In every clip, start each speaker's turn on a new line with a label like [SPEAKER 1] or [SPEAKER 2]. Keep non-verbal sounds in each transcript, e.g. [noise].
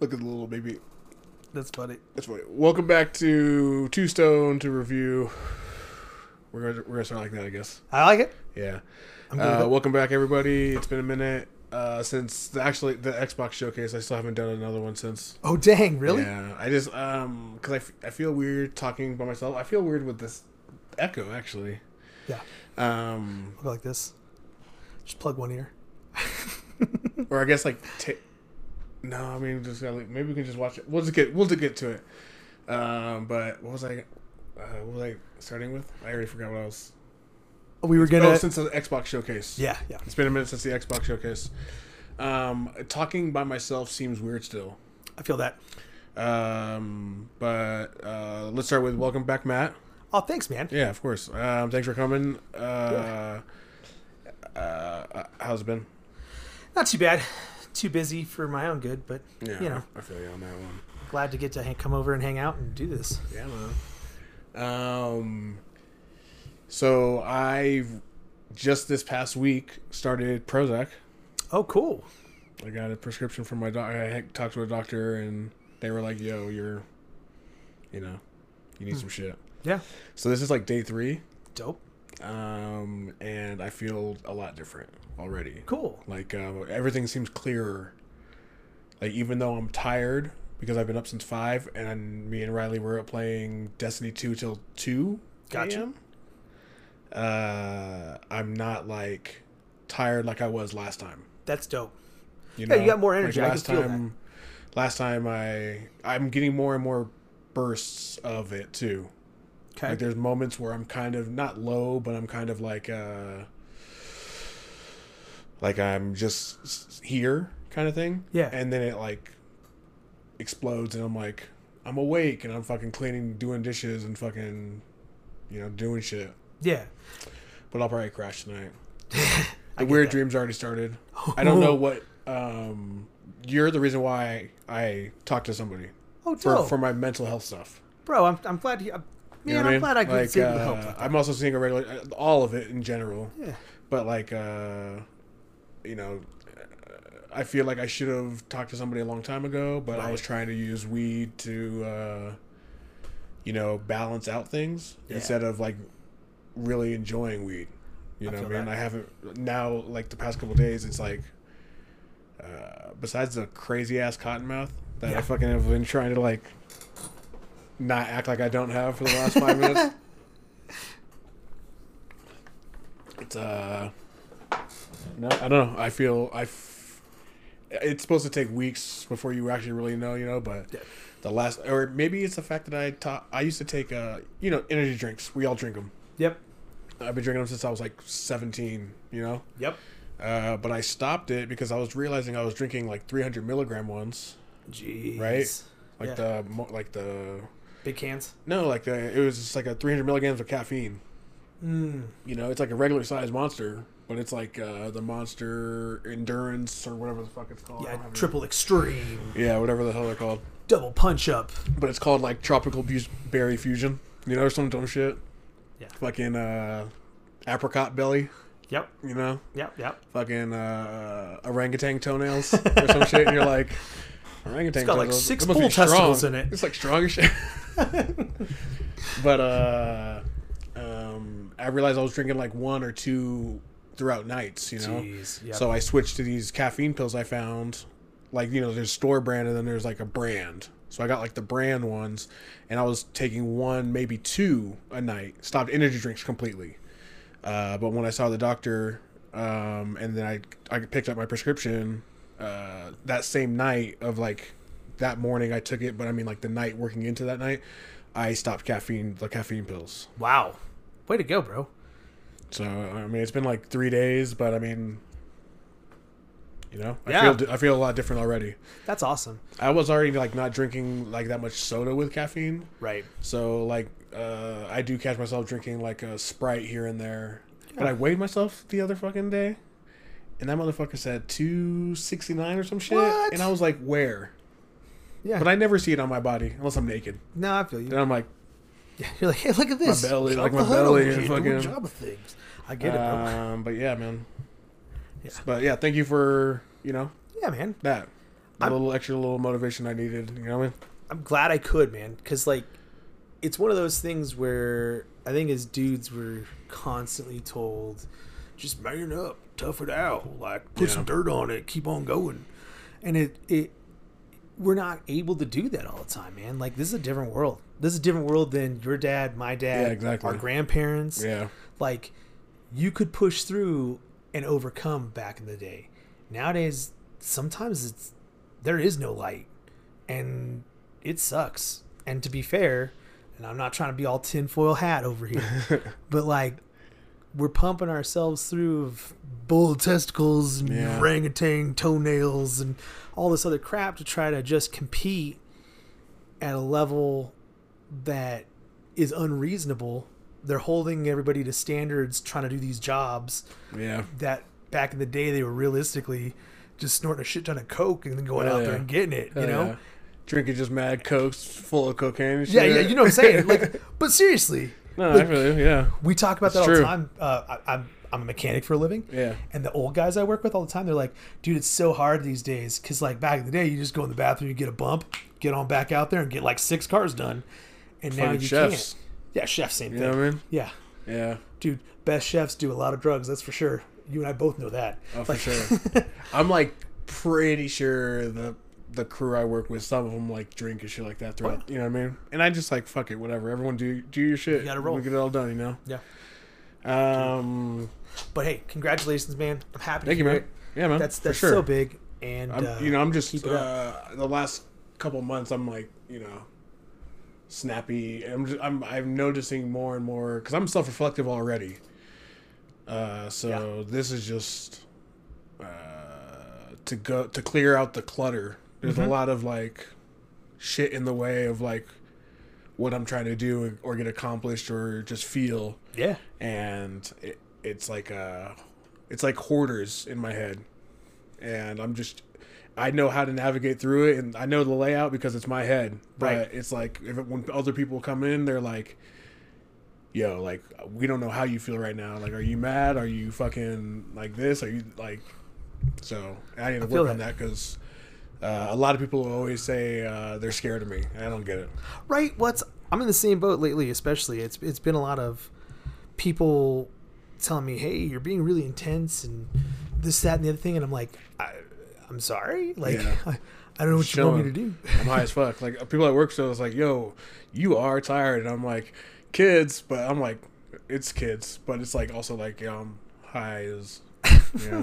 [SPEAKER 1] Look at the little baby.
[SPEAKER 2] That's funny.
[SPEAKER 1] That's funny. Welcome back to Two Stone to review. We're gonna we're gonna start like that, I guess.
[SPEAKER 2] I like it.
[SPEAKER 1] Yeah.
[SPEAKER 2] good with
[SPEAKER 1] Uh,
[SPEAKER 2] it.
[SPEAKER 1] welcome back, everybody. It's been a minute uh, since the, actually the Xbox showcase. I still haven't done another one since.
[SPEAKER 2] Oh dang, really?
[SPEAKER 1] Yeah. I just um because I, f- I feel weird talking by myself. I feel weird with this echo actually.
[SPEAKER 2] Yeah.
[SPEAKER 1] Um
[SPEAKER 2] Look like this. Just plug
[SPEAKER 1] [laughs]
[SPEAKER 2] one ear.
[SPEAKER 1] or I guess like ta no, I mean just gotta, like, maybe we can just watch it. We'll just get we'll just get to it. Um, but what was I? Uh, what was I starting with? I already forgot what I was.
[SPEAKER 2] We were gonna.
[SPEAKER 1] Oh, since the Xbox showcase.
[SPEAKER 2] yeah, yeah.
[SPEAKER 1] it's been a minute since the Xbox showcase. Um, talking by myself seems weird still.
[SPEAKER 2] I feel that.
[SPEAKER 1] Um, but uh, let's start with welcome back, Matt.
[SPEAKER 2] Oh, thanks, man.
[SPEAKER 1] Yeah, of course. Um, thanks for coming. Uh, uh, how's it been?
[SPEAKER 2] Not too bad. Too busy for my own good, but
[SPEAKER 1] Yeah,
[SPEAKER 2] you know,
[SPEAKER 1] I feel you on that one.
[SPEAKER 2] glad to get to hang, come over and hang out and do this.
[SPEAKER 1] Yeah, man. Um, so I just this past week started Prozac.
[SPEAKER 2] Oh, cool.
[SPEAKER 1] I got a prescription from my doctor. I had- talked to a doctor, and they were like, "Yo, you're, you know, you need some shit."
[SPEAKER 2] Yeah.
[SPEAKER 1] So this is like day three,
[SPEAKER 2] Dope.
[SPEAKER 1] um, and I feel a lot different already.
[SPEAKER 2] Cool.
[SPEAKER 1] Like um, everything seems clearer. Like even though I'm tired because I've been up since five, and me and Riley were up playing Destiny two till two.
[SPEAKER 2] Gotcha.
[SPEAKER 1] a.m., Uh, I'm not like tired like I was last time.
[SPEAKER 2] That's dope.
[SPEAKER 1] You
[SPEAKER 2] Yeah,
[SPEAKER 1] know,
[SPEAKER 2] you got more energy. I can feel that.
[SPEAKER 1] time, last time I I'm getting more and more bursts of it too.
[SPEAKER 2] Okay.
[SPEAKER 1] Like there's moments where I'm kind of not low, but I'm kind of like uh like I'm just s- here kind of thing.
[SPEAKER 2] Yeah.
[SPEAKER 1] And then it like explodes and I'm like I'm awake and I'm fucking cleaning, doing dishes and fucking you know, doing shit.
[SPEAKER 2] yeah.
[SPEAKER 1] But I'll probably crash tonight.
[SPEAKER 2] I
[SPEAKER 1] The
[SPEAKER 2] get
[SPEAKER 1] weird
[SPEAKER 2] that.
[SPEAKER 1] dreams already
[SPEAKER 2] [laughs]
[SPEAKER 1] started. I don't know what um you're the reason why I talk to somebody
[SPEAKER 2] Oh,
[SPEAKER 1] for,
[SPEAKER 2] dope.
[SPEAKER 1] for my mental health stuff.
[SPEAKER 2] Bro, I'm, I'm glad. You, I'm,
[SPEAKER 1] You
[SPEAKER 2] man,
[SPEAKER 1] know what
[SPEAKER 2] I'm
[SPEAKER 1] mean?
[SPEAKER 2] glad I could
[SPEAKER 1] Like,
[SPEAKER 2] see the
[SPEAKER 1] uh,
[SPEAKER 2] help. like that.
[SPEAKER 1] I'm also seeing a regular uh, all of it in general,
[SPEAKER 2] yeah.
[SPEAKER 1] but like uh, you know, uh, I feel like I should have talked to somebody a long time ago, but I
[SPEAKER 2] Right.
[SPEAKER 1] was trying to use weed to uh, you know balance out things
[SPEAKER 2] Yeah.
[SPEAKER 1] instead of like really enjoying weed. You
[SPEAKER 2] I
[SPEAKER 1] know, what I
[SPEAKER 2] feel
[SPEAKER 1] mean,
[SPEAKER 2] that.
[SPEAKER 1] I haven't now like the past couple days. It's like uh, besides the crazy ass cottonmouth that I
[SPEAKER 2] Yeah.
[SPEAKER 1] fucking have been trying to like not act like I don't have for the last five minutes.
[SPEAKER 2] [laughs]
[SPEAKER 1] It's uh, no, I don't know. I feel I. F- it's supposed to take weeks before you actually really know, you know. But
[SPEAKER 2] Yeah.
[SPEAKER 1] the last, or maybe it's the fact that I taught. I used to take uh, you know, energy drinks. We all drink them.
[SPEAKER 2] Yep.
[SPEAKER 1] I've been drinking them since I was like seventeen. You know.
[SPEAKER 2] Yep.
[SPEAKER 1] Uh, but I stopped it because I was realizing I was drinking like 300 milligram ones,
[SPEAKER 2] Jeez.
[SPEAKER 1] Right? like
[SPEAKER 2] Yeah.
[SPEAKER 1] the mo- like the
[SPEAKER 2] Big cans.
[SPEAKER 1] no, like the it was just like a 300 milligrams of caffeine.
[SPEAKER 2] Mm.
[SPEAKER 1] You know, it's like a regular sized monster, but it's like uh, the monster endurance or whatever the fuck it's called. I
[SPEAKER 2] Yeah.
[SPEAKER 1] don't have it.
[SPEAKER 2] Triple extreme.
[SPEAKER 1] Yeah, whatever the hell they're called.
[SPEAKER 2] Double punch up.
[SPEAKER 1] But it's called like tropical bu- berry fusion. You know, or some dumb shit.
[SPEAKER 2] Yeah.
[SPEAKER 1] Fucking uh, apricot belly.
[SPEAKER 2] Yep.
[SPEAKER 1] You know,
[SPEAKER 2] Yep. Yep.
[SPEAKER 1] fucking uh, orangutan toenails or some shit. And you're like, orangutan.
[SPEAKER 2] It's got, like,
[SPEAKER 1] toenails?
[SPEAKER 2] six
[SPEAKER 1] It must be
[SPEAKER 2] bull testicles
[SPEAKER 1] strong.
[SPEAKER 2] in it.
[SPEAKER 1] It's like strong as shit. [laughs] but uh, um, I realized I was drinking like one or two throughout nights. You know.
[SPEAKER 2] Jeez. Yep.
[SPEAKER 1] So I switched to these caffeine pills I found. Like, you know, there's store brand and then there's like a brand. So I got like the brand ones and I was taking one, maybe two a night. Stopped energy drinks completely. Uh, but when I saw the doctor um, and then I, I picked up my prescription uh, that same night of like that morning I took it, but I mean like the night working into that night, I stopped caffeine, the caffeine pills.
[SPEAKER 2] wow. Way to go, bro.
[SPEAKER 1] So I mean, it's been like three days, but I mean, you know, I
[SPEAKER 2] Yeah.
[SPEAKER 1] feel I feel a lot different already.
[SPEAKER 2] That's awesome.
[SPEAKER 1] I was already like not drinking like that much soda with caffeine,
[SPEAKER 2] Right.
[SPEAKER 1] so like uh, I do catch myself drinking like a Sprite here and there. But I weighed myself the other fucking day, and that motherfucker said two sixty nine or some shit,
[SPEAKER 2] What?
[SPEAKER 1] and I was like, where?
[SPEAKER 2] Yeah.
[SPEAKER 1] But I never see it on my body unless I'm naked.
[SPEAKER 2] no, I feel you.
[SPEAKER 1] Then I'm like,
[SPEAKER 2] [laughs] You're like, hey, look at this.
[SPEAKER 1] belly,
[SPEAKER 2] Drop
[SPEAKER 1] like
[SPEAKER 2] the
[SPEAKER 1] my
[SPEAKER 2] hood
[SPEAKER 1] belly
[SPEAKER 2] over
[SPEAKER 1] and
[SPEAKER 2] here, doing
[SPEAKER 1] fucking- Uh,
[SPEAKER 2] job of things. I get it, bro.
[SPEAKER 1] um, but yeah, man.
[SPEAKER 2] Yeah.
[SPEAKER 1] But yeah, thank you for you know
[SPEAKER 2] Yeah, man.
[SPEAKER 1] that. the little extra little motivation I needed. You know what I mean?
[SPEAKER 2] I'm glad I could, man, because like, it's one of those things where I think as dudes we're constantly told, just man up, tough it out, like put some dirt on it, keep on going, and it it we're not able to do that all the time, man. Like this is a different world. This is a different world than your dad, my dad,
[SPEAKER 1] Yeah, exactly.
[SPEAKER 2] our grandparents.
[SPEAKER 1] Yeah.
[SPEAKER 2] Like you could push through and overcome back in the day. Nowadays, sometimes it's there is no light and it sucks. And to be fair, and I'm not trying to be all tinfoil hat over here, but like we're pumping ourselves through of bull testicles and
[SPEAKER 1] Yeah.
[SPEAKER 2] orangutan toenails and all this other crap to try to just compete at a level that is unreasonable. They're holding everybody to standards trying to do these jobs
[SPEAKER 1] Yeah.
[SPEAKER 2] that back in the day they were realistically just snorting a shit ton of coke and then going
[SPEAKER 1] Hell
[SPEAKER 2] out there
[SPEAKER 1] Oh, yeah.
[SPEAKER 2] and getting it, you
[SPEAKER 1] Hell
[SPEAKER 2] know?
[SPEAKER 1] yeah. drinking just mad cokes full of cocaine. And
[SPEAKER 2] Yeah,
[SPEAKER 1] shit.
[SPEAKER 2] yeah, you
[SPEAKER 1] [laughs]
[SPEAKER 2] know what I'm saying. Like, but seriously,
[SPEAKER 1] No,
[SPEAKER 2] like,
[SPEAKER 1] I feel you. Yeah.
[SPEAKER 2] we talk about that
[SPEAKER 1] It's
[SPEAKER 2] all the
[SPEAKER 1] true.
[SPEAKER 2] time. Uh, I, I'm I'm a mechanic for a living.
[SPEAKER 1] Yeah.
[SPEAKER 2] And the old guys I work with all the time, they're like, "Dude, it's so hard these days." Because like back in the day, you just go in the bathroom, you get a bump, get on back out there, and get like six cars done. And now
[SPEAKER 1] Fucking
[SPEAKER 2] you
[SPEAKER 1] chefs.
[SPEAKER 2] can't. Yeah, chefs, same
[SPEAKER 1] You
[SPEAKER 2] thing.
[SPEAKER 1] know what I mean?
[SPEAKER 2] Yeah,
[SPEAKER 1] Yeah.
[SPEAKER 2] dude, best chefs do a lot of drugs. That's for sure. You and I both know that.
[SPEAKER 1] Oh, for sure. I'm like pretty sure the the crew I work with, some of them like drink and shit like that throughout. You know what I mean? And I just like fuck it, whatever. Everyone do do your shit.
[SPEAKER 2] gotta roll.
[SPEAKER 1] We'll get it all done. You know.
[SPEAKER 2] Yeah.
[SPEAKER 1] Um.
[SPEAKER 2] [laughs] But hey, congratulations, man. I'm happy.
[SPEAKER 1] Thank you,
[SPEAKER 2] to hear
[SPEAKER 1] man.
[SPEAKER 2] it.
[SPEAKER 1] Yeah, man.
[SPEAKER 2] That's
[SPEAKER 1] for
[SPEAKER 2] that's
[SPEAKER 1] sure.
[SPEAKER 2] so big. And
[SPEAKER 1] I'm,
[SPEAKER 2] uh,
[SPEAKER 1] you know, I'm just
[SPEAKER 2] it
[SPEAKER 1] uh, the last couple months. I'm like, you know, snappy. I'm just, I'm I'm noticing more and more because I'm self reflective already. Uh, so this is just uh, to go to clear out the clutter. There's a lot of like shit in the way of like what I'm trying to do or get accomplished or just feel,
[SPEAKER 2] yeah,
[SPEAKER 1] and it, it's like uh it's like hoarders in my head and i'm just i know how to navigate through it and i know the layout because it's my head but
[SPEAKER 2] Right.
[SPEAKER 1] it's like if it, when other people come in they're like yo like we don't know how you feel right now like are you mad are you fucking like this are you like so i need to
[SPEAKER 2] feel
[SPEAKER 1] work on that because uh, a lot of people always say uh, they're scared of me i don't get it
[SPEAKER 2] right. What's I'm in the same boat lately. Especially, it's it's been a lot of people telling me, "Hey, you're being really intense," and this, that, and the other thing. And I'm like, I, I'm sorry. Like,
[SPEAKER 1] Yeah.
[SPEAKER 2] [laughs] I, I don't know what you want me to do.
[SPEAKER 1] Chilling. I'm high as fuck. Like people at work still was like, "Yo, you are tired," and I'm like, "Kids," but I'm like, "It's kids," but it's like also like you know, I'm high as. Yeah.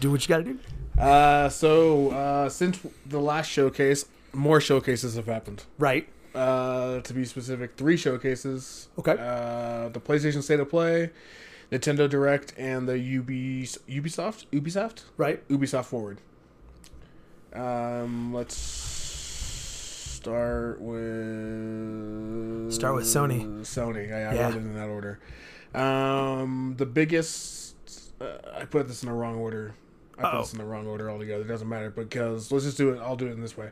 [SPEAKER 2] Do what you got to do.
[SPEAKER 1] [laughs] uh, so uh, since the last showcase, more showcases have happened.
[SPEAKER 2] Right.
[SPEAKER 1] Uh, to be specific, three showcases.
[SPEAKER 2] Okay.
[SPEAKER 1] Uh, the PlayStation State of Play, Nintendo Direct, and the Ubis Ubisoft Ubisoft
[SPEAKER 2] Right.
[SPEAKER 1] Ubisoft forward. Um, let's start with
[SPEAKER 2] Start with Sony.
[SPEAKER 1] Sony. I, I
[SPEAKER 2] Yeah.
[SPEAKER 1] read it in that order. Um, the biggest. Uh, I put this in the wrong order. I put
[SPEAKER 2] Uh-oh.
[SPEAKER 1] this in the wrong order altogether. It doesn't matter because let's just do it. I'll do it in this way.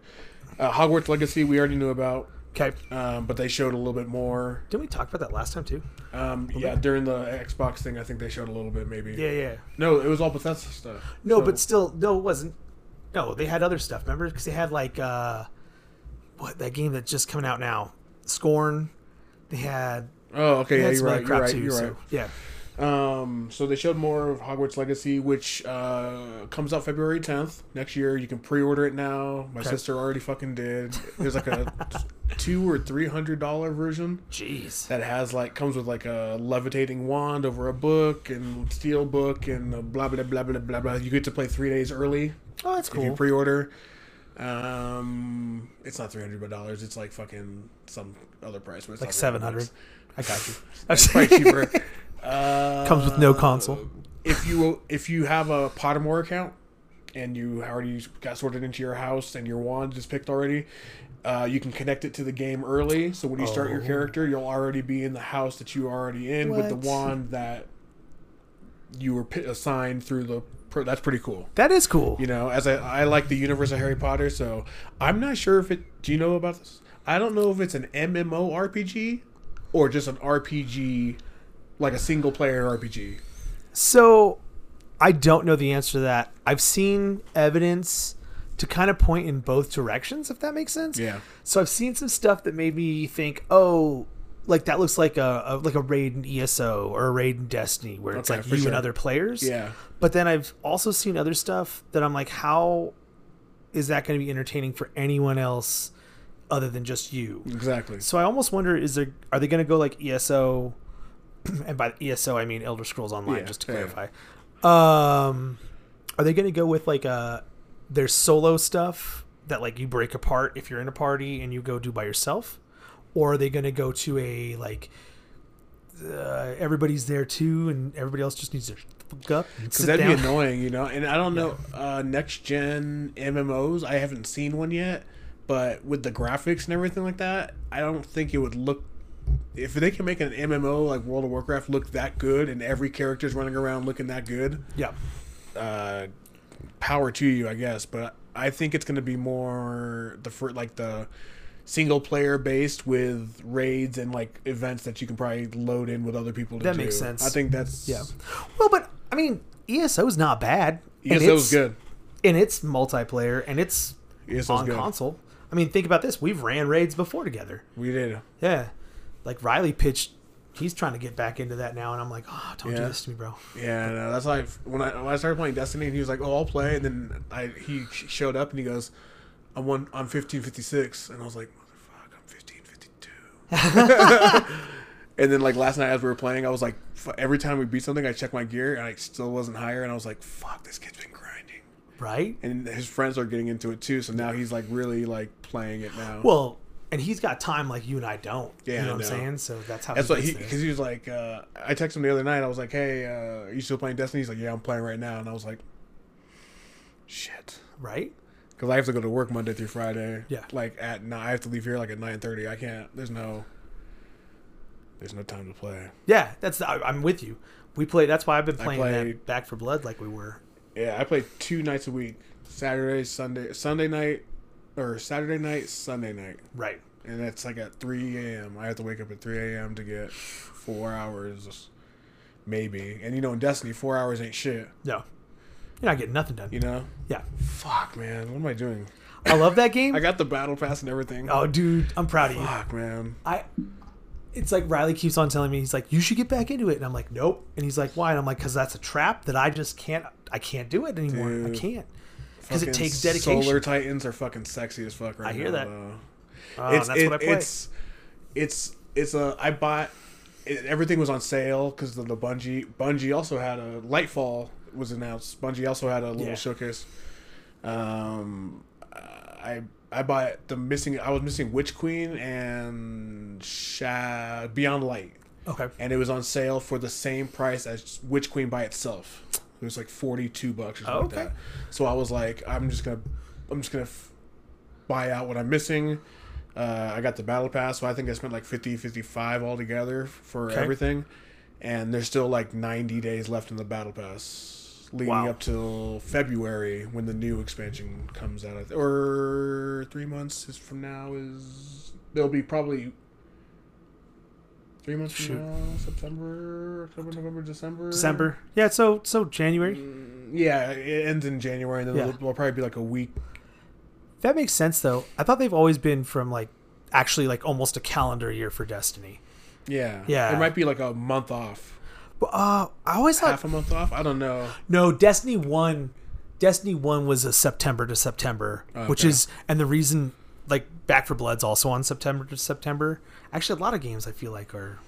[SPEAKER 1] Uh, Hogwarts Legacy we already knew about,
[SPEAKER 2] Okay.
[SPEAKER 1] um, but they showed a little bit more.
[SPEAKER 2] Didn't we talk about that last time too?
[SPEAKER 1] Um, yeah, during the Xbox thing, I think they showed a little bit maybe.
[SPEAKER 2] Yeah. Yeah.
[SPEAKER 1] No, it was all Bethesda stuff.
[SPEAKER 2] No,
[SPEAKER 1] So-
[SPEAKER 2] but still, no, it wasn't. No, they had other stuff. Remember, because they had like uh, what that game that's just coming out now, Scorn. They had,
[SPEAKER 1] oh, okay,
[SPEAKER 2] they
[SPEAKER 1] yeah,
[SPEAKER 2] had
[SPEAKER 1] you're
[SPEAKER 2] some other
[SPEAKER 1] right, you're
[SPEAKER 2] crap
[SPEAKER 1] right,
[SPEAKER 2] too.
[SPEAKER 1] you're
[SPEAKER 2] so
[SPEAKER 1] right.
[SPEAKER 2] yeah,
[SPEAKER 1] Um, so they showed more of Hogwarts Legacy, which uh, comes out February 10th next year. You can pre-order it now. My
[SPEAKER 2] Okay.
[SPEAKER 1] sister already fucking did. There's like
[SPEAKER 2] [laughs]
[SPEAKER 1] a two or three hundred dollar version
[SPEAKER 2] jeez,
[SPEAKER 1] that has like comes with like a levitating wand over a book and steel book and a blah blah blah blah blah blah. You get to play three days early
[SPEAKER 2] oh that's
[SPEAKER 1] if you
[SPEAKER 2] cool.
[SPEAKER 1] pre-order. Um, it's not three hundred dollars. It's like fucking some other price. But it's
[SPEAKER 2] like
[SPEAKER 1] not
[SPEAKER 2] seven hundred. I got
[SPEAKER 1] [laughs]
[SPEAKER 2] you. [laughs]
[SPEAKER 1] It's probably cheaper. Uh,
[SPEAKER 2] Comes with no console.
[SPEAKER 1] if you if you have a Pottermore account and you already got sorted into your house and your wand is picked already, uh, you can connect it to the game early. So when you start your
[SPEAKER 2] Oh.
[SPEAKER 1] character, you'll already be in the house that you are already in with the
[SPEAKER 2] What?
[SPEAKER 1] wand that you were pi assigned through the. Pro- that's pretty cool.
[SPEAKER 2] That is cool.
[SPEAKER 1] You know, as I I like the universe of Harry Potter, so I'm not sure if it. Do you know about this? I don't know if it's an MMORPG or just an RPG, like a single player RPG.
[SPEAKER 2] So, I don't know the answer to that. I've seen evidence to kind of point in both directions, if that makes sense.
[SPEAKER 1] Yeah.
[SPEAKER 2] So I've seen some stuff that made me think, oh, like that looks like a, a like a raid in ESO or a raid in Destiny, where it's
[SPEAKER 1] Okay,
[SPEAKER 2] like
[SPEAKER 1] for
[SPEAKER 2] you
[SPEAKER 1] sure.
[SPEAKER 2] and other players.
[SPEAKER 1] Yeah.
[SPEAKER 2] But then I've also seen other stuff that I'm like, how is that going to be entertaining for anyone else other than just you?
[SPEAKER 1] Exactly.
[SPEAKER 2] So I almost wonder is there are they going to go like ESO [clears throat] and by ESO I mean Elder Scrolls Online
[SPEAKER 1] Yeah,
[SPEAKER 2] just to
[SPEAKER 1] yeah.
[SPEAKER 2] clarify. Um are they going to go with like a their solo stuff that like you break apart if you're in a party and you go do by yourself or are they going to go to a like uh, everybody's there too and everybody else just needs to fuck up and
[SPEAKER 1] Because
[SPEAKER 2] sit
[SPEAKER 1] that'd
[SPEAKER 2] down.
[SPEAKER 1] be annoying, you know. And I don't know uh, next gen MMOs. I haven't seen one yet, but with the graphics and everything like that, I don't think it would look. If they can make an MMO like World of Warcraft look that good, and every character's running around looking that good,
[SPEAKER 2] yeah.
[SPEAKER 1] uh, power to you, I guess. But I think it's going to be more the fir- like the single player based with raids and like events that you can probably load in with other people. To
[SPEAKER 2] That
[SPEAKER 1] do.
[SPEAKER 2] makes sense.
[SPEAKER 1] I think that's
[SPEAKER 2] Yeah. Well, but I mean E ESO's not bad. And
[SPEAKER 1] Yes, that was
[SPEAKER 2] it's-
[SPEAKER 1] good.
[SPEAKER 2] and it's multiplayer and it's
[SPEAKER 1] Yes, that was
[SPEAKER 2] on
[SPEAKER 1] good.
[SPEAKER 2] console. I mean, think about this. We've ran raids before together.
[SPEAKER 1] We did.
[SPEAKER 2] Yeah. Like Riley pitched he's trying to get back into that now and I'm like, "Oh, don't do
[SPEAKER 1] Yeah.
[SPEAKER 2] this to me, bro."
[SPEAKER 1] Yeah, no, that's why I've- when I when I started playing Destiny, and he was like, "Oh, I'll play," and then I he sh- showed up and he goes, "I'm one, I'm fifteen fifty six, and I was like, "Motherfucker, I'm fifteen fifty two. [laughs] And then like last night as we were playing, I was like, f- every time we beat something, I checked my gear and I still wasn't higher, and I was like, "Fuck, this kid's been grinding."
[SPEAKER 2] Right?
[SPEAKER 1] And his friends are getting into it too, so now he's like really like playing it now.
[SPEAKER 2] Well, and he's got time like you and I don't.
[SPEAKER 1] Yeah,
[SPEAKER 2] you
[SPEAKER 1] I
[SPEAKER 2] know what I'm
[SPEAKER 1] know.
[SPEAKER 2] saying? So that's how
[SPEAKER 1] That's
[SPEAKER 2] he
[SPEAKER 1] what
[SPEAKER 2] gets
[SPEAKER 1] he
[SPEAKER 2] there.
[SPEAKER 1] because he was like. Uh, I texted him the other night. I was like, "Hey, uh, are you still playing Destiny?" He's like, "Yeah, I'm playing right now." And I was like, "Shit,"
[SPEAKER 2] right?
[SPEAKER 1] because I have to go to work Monday through Friday.
[SPEAKER 2] Yeah.
[SPEAKER 1] like at nine, I have to leave here like at nine thirty. I can't. There's no. There's no time to play.
[SPEAKER 2] Yeah, that's I, I'm with you. We play that's why I've been playing
[SPEAKER 1] played-
[SPEAKER 2] that Back for Blood like we were.
[SPEAKER 1] Yeah, I play two nights a week: Saturday, Sunday, Sunday night, or Saturday night, Sunday night,
[SPEAKER 2] Right.
[SPEAKER 1] and that's like at three a.m. I have to wake up at three a.m. to get four hours, maybe. And you know, in Destiny, four hours ain't shit.
[SPEAKER 2] No. You're not getting nothing done.
[SPEAKER 1] You know.
[SPEAKER 2] Yeah.
[SPEAKER 1] Fuck, man. What am I doing?
[SPEAKER 2] I love that game.
[SPEAKER 1] I got the battle pass and everything.
[SPEAKER 2] oh, dude, I'm proud of you.
[SPEAKER 1] Fuck, man.
[SPEAKER 2] I it's like Riley keeps on telling me he's like you should get back into it and I'm like nope and he's like why and I'm like cuz that's a trap that I just can't I can't do it anymore I
[SPEAKER 1] Dude.
[SPEAKER 2] can't cuz it
[SPEAKER 1] Fucking
[SPEAKER 2] takes dedication
[SPEAKER 1] Solar Titans are fucking sexy as fuck right
[SPEAKER 2] I hear
[SPEAKER 1] now,
[SPEAKER 2] that.
[SPEAKER 1] though.
[SPEAKER 2] oh, and that's
[SPEAKER 1] it-
[SPEAKER 2] what I play
[SPEAKER 1] It's it's it's a I bought it, everything was on sale because the, the Bungie Bungie also had a Lightfall was announced. Bungie also had a little
[SPEAKER 2] Yeah.
[SPEAKER 1] showcase. Um, I I bought the missing. I was missing Witch Queen and Sha- Beyond Light,
[SPEAKER 2] okay
[SPEAKER 1] and it was on sale for the same price as Witch Queen by itself. It was like forty two bucks or something
[SPEAKER 2] Okay.
[SPEAKER 1] like that. So I was like, I'm just gonna, I'm just gonna f- buy out what I'm missing. Uh, I got the battle pass, so I think I spent like 50, 55 altogether for
[SPEAKER 2] Okay.
[SPEAKER 1] everything. And there's still like 90 days left in the battle pass, leading
[SPEAKER 2] Wow.
[SPEAKER 1] up till February when the new expansion comes out. I th- Or three months is from now is there'll be probably three months from
[SPEAKER 2] Shoot.
[SPEAKER 1] now, September, October, November, December,
[SPEAKER 2] December yeah so so January
[SPEAKER 1] Mm. Yeah, it ends in January, and then
[SPEAKER 2] Yeah.
[SPEAKER 1] it'll, it'll probably be like a week.
[SPEAKER 2] that makes sense though I thought they've always been from like actually like almost a calendar year for Destiny
[SPEAKER 1] Yeah,
[SPEAKER 2] Yeah.
[SPEAKER 1] it might be like a month off,
[SPEAKER 2] but uh I always thought
[SPEAKER 1] half a month off. I don't know.
[SPEAKER 2] No, Destiny One. Destiny One was a September to September, which
[SPEAKER 1] Oh, Okay.
[SPEAKER 2] is and the reason like Back for Blood's also on September to September. Actually, a lot of games I feel like are.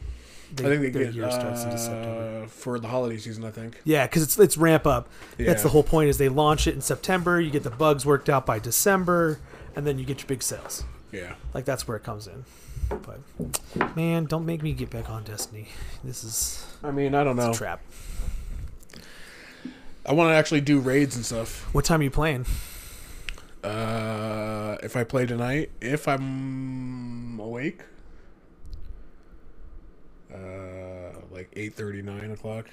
[SPEAKER 2] They,
[SPEAKER 1] I think they
[SPEAKER 2] their
[SPEAKER 1] get
[SPEAKER 2] year starts into September.
[SPEAKER 1] uh, for the holiday season. I think.
[SPEAKER 2] Yeah, because it's it's ramp up. That's
[SPEAKER 1] Yeah.
[SPEAKER 2] the whole point. Is they launch it in September, you get the bugs worked out by December, and then you get your big sales.
[SPEAKER 1] Yeah.
[SPEAKER 2] Like that's where it comes in. But man, don't make me get back on Destiny. This is
[SPEAKER 1] I mean, I don't know.
[SPEAKER 2] a trap.
[SPEAKER 1] I want to actually do raids and stuff.
[SPEAKER 2] What time are you playing?
[SPEAKER 1] Uh, if I play tonight, if I'm awake, uh, like eight thirty, nine o'clock.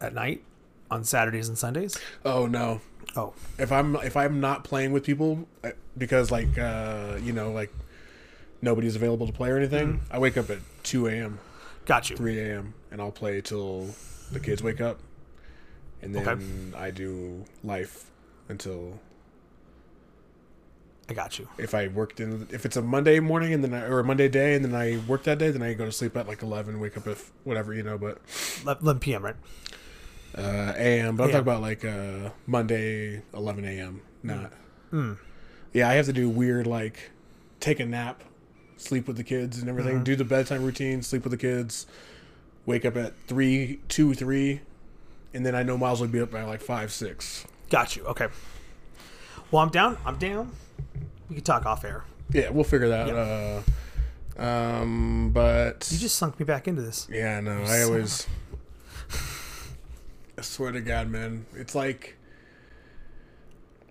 [SPEAKER 2] At night, on Saturdays and Sundays.
[SPEAKER 1] Oh no,
[SPEAKER 2] Oh,
[SPEAKER 1] if I'm if I'm not playing with people uh, because like uh you know like nobody's available to play or anything, I wake up at two a.m.
[SPEAKER 2] got you.
[SPEAKER 1] 3 a.m. and I'll play till the kids wake up, and then
[SPEAKER 2] Okay.
[SPEAKER 1] I do life until
[SPEAKER 2] I got you.
[SPEAKER 1] If I worked in, if it's a Monday morning and then I, or a Monday day and then I work that day, then I go to sleep at like eleven, wake up at f- whatever you know. But
[SPEAKER 2] 11 p.m. Right?
[SPEAKER 1] uh, a.m. But I'm
[SPEAKER 2] Yeah.
[SPEAKER 1] talking about like uh, Monday, 11 a.m. Not. Hmm. Yeah, I have to do weird like take a nap, sleep with the kids and everything. Do the bedtime routine, sleep with the kids, wake up at three, two, three, and then I know Miles will be up by like five, six.
[SPEAKER 2] Got you. Okay. Well, I'm down. I'm down. We could talk off air.
[SPEAKER 1] Yeah, we'll figure that. out. Uh, um, but
[SPEAKER 2] You just sunk me back into this.
[SPEAKER 1] Yeah, no, I
[SPEAKER 2] son
[SPEAKER 1] always. I swear to God, man, it's like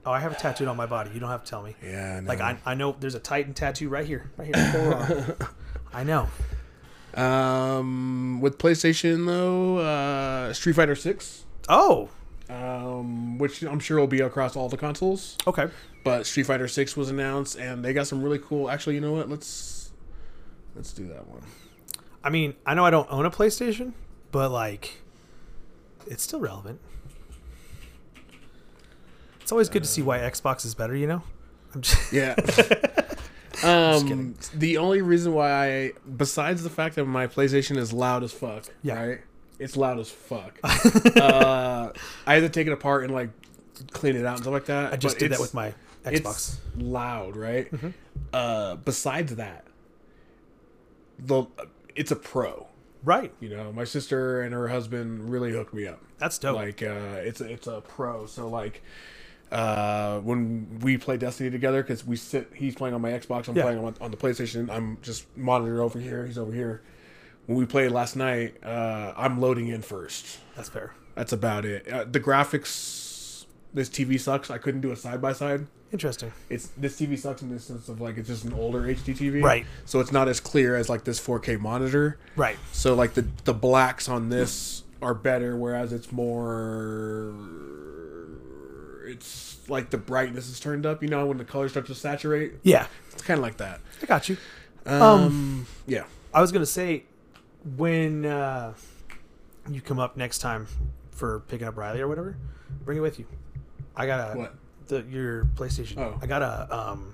[SPEAKER 2] Oh, I have a tattooed on my body. You don't have to tell me.
[SPEAKER 1] yeah, no.
[SPEAKER 2] Like I, I know there's a Titan tattoo right here, right here, forearm. I know.
[SPEAKER 1] Um, with PlayStation though, uh, Street Fighter Six,
[SPEAKER 2] Oh,
[SPEAKER 1] um, which I'm sure will be across all the consoles.
[SPEAKER 2] okay.
[SPEAKER 1] But Street Fighter Six was announced, and they got some really cool. Actually, you know what? Let's let's do that one.
[SPEAKER 2] I mean, I know I don't own a PlayStation, but like, it's still relevant. It's always good to see why Xbox is better. You know. I'm [laughs] just,
[SPEAKER 1] Yeah. um, the only reason why I, besides the fact that my PlayStation is loud as fuck,
[SPEAKER 2] Yeah.
[SPEAKER 1] right? It's loud as
[SPEAKER 2] [laughs]
[SPEAKER 1] fuck. uh, I had to take it apart and like clean it out and stuff like that.
[SPEAKER 2] I just did that with my Xbox. Mm-hmm.
[SPEAKER 1] It's loud, right? Uh, besides that, the it's a pro.
[SPEAKER 2] Right.
[SPEAKER 1] You know, my sister and her husband really hooked me up
[SPEAKER 2] That's dope.
[SPEAKER 1] like uh, it's a- it's a pro. So like uh, when we play Destiny together, because we sit, he's playing on my Xbox, I'm
[SPEAKER 2] Yeah.
[SPEAKER 1] playing on, on the PlayStation. I'm just monitored over here. He's over here. When we played last night, uh, I'm loading in first.
[SPEAKER 2] That's fair.
[SPEAKER 1] That's about it. Uh, the graphics, this TV sucks. I couldn't do a side by side.
[SPEAKER 2] Interesting.
[SPEAKER 1] It's this TV sucks in the sense of like it's just an older HD TV,
[SPEAKER 2] Right.
[SPEAKER 1] So it's not as clear as like this 4K monitor.
[SPEAKER 2] Right.
[SPEAKER 1] So like the the blacks on this are better, whereas it's more. It's like the brightness is turned up. You know when the color starts to saturate.
[SPEAKER 2] Yeah.
[SPEAKER 1] It's kind of like that.
[SPEAKER 2] I got you.
[SPEAKER 1] Um, yeah.
[SPEAKER 2] I was gonna say when uh, you come up next time for picking up Riley or whatever, bring it with you. I got a
[SPEAKER 1] What?
[SPEAKER 2] the your PlayStation.
[SPEAKER 1] Oh.
[SPEAKER 2] I got a um.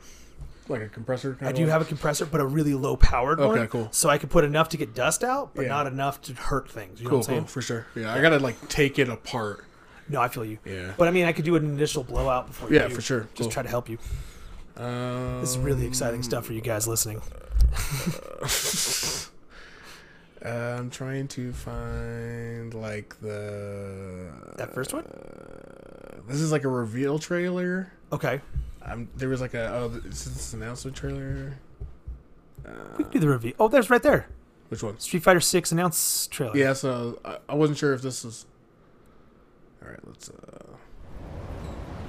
[SPEAKER 1] Like a compressor. Kind
[SPEAKER 2] I do have a compressor, but a really low powered one.
[SPEAKER 1] Okay, cool.
[SPEAKER 2] So I could put enough to get dust out, but
[SPEAKER 1] Yeah.
[SPEAKER 2] not enough to hurt things. You know
[SPEAKER 1] cool,
[SPEAKER 2] what I'm
[SPEAKER 1] cool
[SPEAKER 2] saying?
[SPEAKER 1] for sure. Yeah, I gotta like take it apart.
[SPEAKER 2] No, I feel you.
[SPEAKER 1] Yeah.
[SPEAKER 2] But I mean, I could do an initial blowout before.
[SPEAKER 1] Yeah,
[SPEAKER 2] you,
[SPEAKER 1] for sure.
[SPEAKER 2] Just
[SPEAKER 1] Cool.
[SPEAKER 2] try to help you.
[SPEAKER 1] Um,
[SPEAKER 2] This is really exciting stuff for you guys listening.
[SPEAKER 1] uh, I'm trying to find like the uh,
[SPEAKER 2] That first one.
[SPEAKER 1] This is like a reveal trailer.
[SPEAKER 2] Okay.
[SPEAKER 1] Um, there was like a oh, this is this announcement trailer. Uh,
[SPEAKER 2] We can do the review. Oh, there's right there.
[SPEAKER 1] Which ones?
[SPEAKER 2] Street Fighter Six announce trailer.
[SPEAKER 1] Yeah, so I, I wasn't sure if this is. All right, let's. Uh,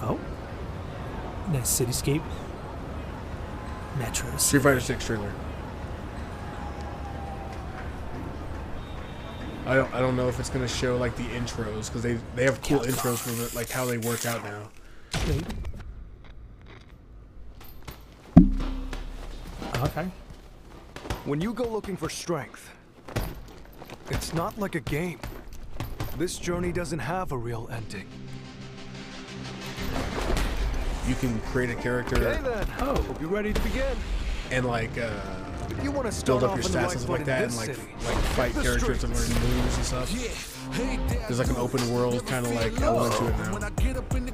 [SPEAKER 2] Oh. Nice cityscape. Metros.
[SPEAKER 1] Street Fighter Six trailer. I don't. I don't know if it's gonna show like the intros because they they have cool intros for the, like how they work out now.
[SPEAKER 2] Wait. Okay.
[SPEAKER 3] When you go looking for strength, it's not like a game. This journey doesn't have a real ending.
[SPEAKER 1] You can create a
[SPEAKER 3] Hey
[SPEAKER 1] character
[SPEAKER 3] then.
[SPEAKER 2] Oh.
[SPEAKER 3] Hope you're ready to begin.
[SPEAKER 1] and like uh,
[SPEAKER 3] If you want to start
[SPEAKER 1] build up
[SPEAKER 3] off
[SPEAKER 1] your
[SPEAKER 3] on the right
[SPEAKER 1] stats and stuff
[SPEAKER 3] foot
[SPEAKER 1] like that,
[SPEAKER 3] in
[SPEAKER 1] and
[SPEAKER 3] this
[SPEAKER 1] like
[SPEAKER 3] city,
[SPEAKER 1] f- like fight
[SPEAKER 3] the
[SPEAKER 1] characters and
[SPEAKER 3] streets.
[SPEAKER 1] learn moves and stuff.
[SPEAKER 4] There's like an open world kind of like element to it now.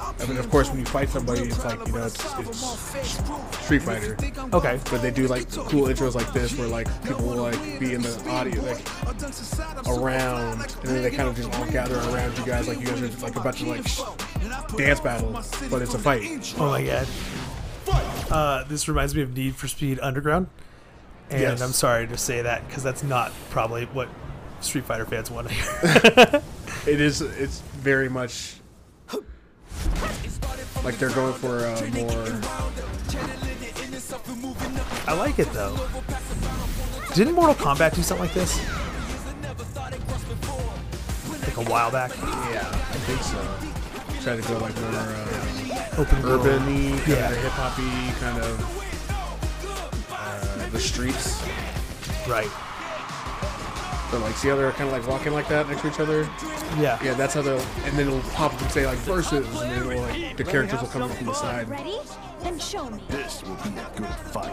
[SPEAKER 4] I
[SPEAKER 1] I
[SPEAKER 4] mean, of course, when you fight somebody, it's like you know, it's, it's
[SPEAKER 1] Street Fighter.
[SPEAKER 2] Okay.
[SPEAKER 4] But they do like cool intros like this, where like people will like be in the audio, like around, and then they kind of just all gather around you guys, like you guys are just like about to like sh- dance battle, but it's a fight.
[SPEAKER 2] Oh my god. Uh, this reminds me of Need for Speed Underground. And
[SPEAKER 1] Yes.
[SPEAKER 2] I'm sorry to say that because that's not probably what Street Fighter fans want to hear. [laughs]
[SPEAKER 1] It is. It's very much like they're going for a more.
[SPEAKER 2] I like it though. Didn't Mortal Kombat do something like this? Like a while back?
[SPEAKER 1] Yeah, I think so. Try to go like more uh,
[SPEAKER 2] Open world.
[SPEAKER 1] urban,
[SPEAKER 2] Yeah.
[SPEAKER 1] kind of hip hoppy, kind of uh, the streets.
[SPEAKER 2] Right.
[SPEAKER 1] But like, see how they're kind of like walking like that next to each other?
[SPEAKER 2] Yeah.
[SPEAKER 1] Yeah, that's how they'll, and then it'll pop up and say like verses, and then it'll, like the characters will come up from the side.
[SPEAKER 5] Ready? Then show me.
[SPEAKER 4] This will be a good fight.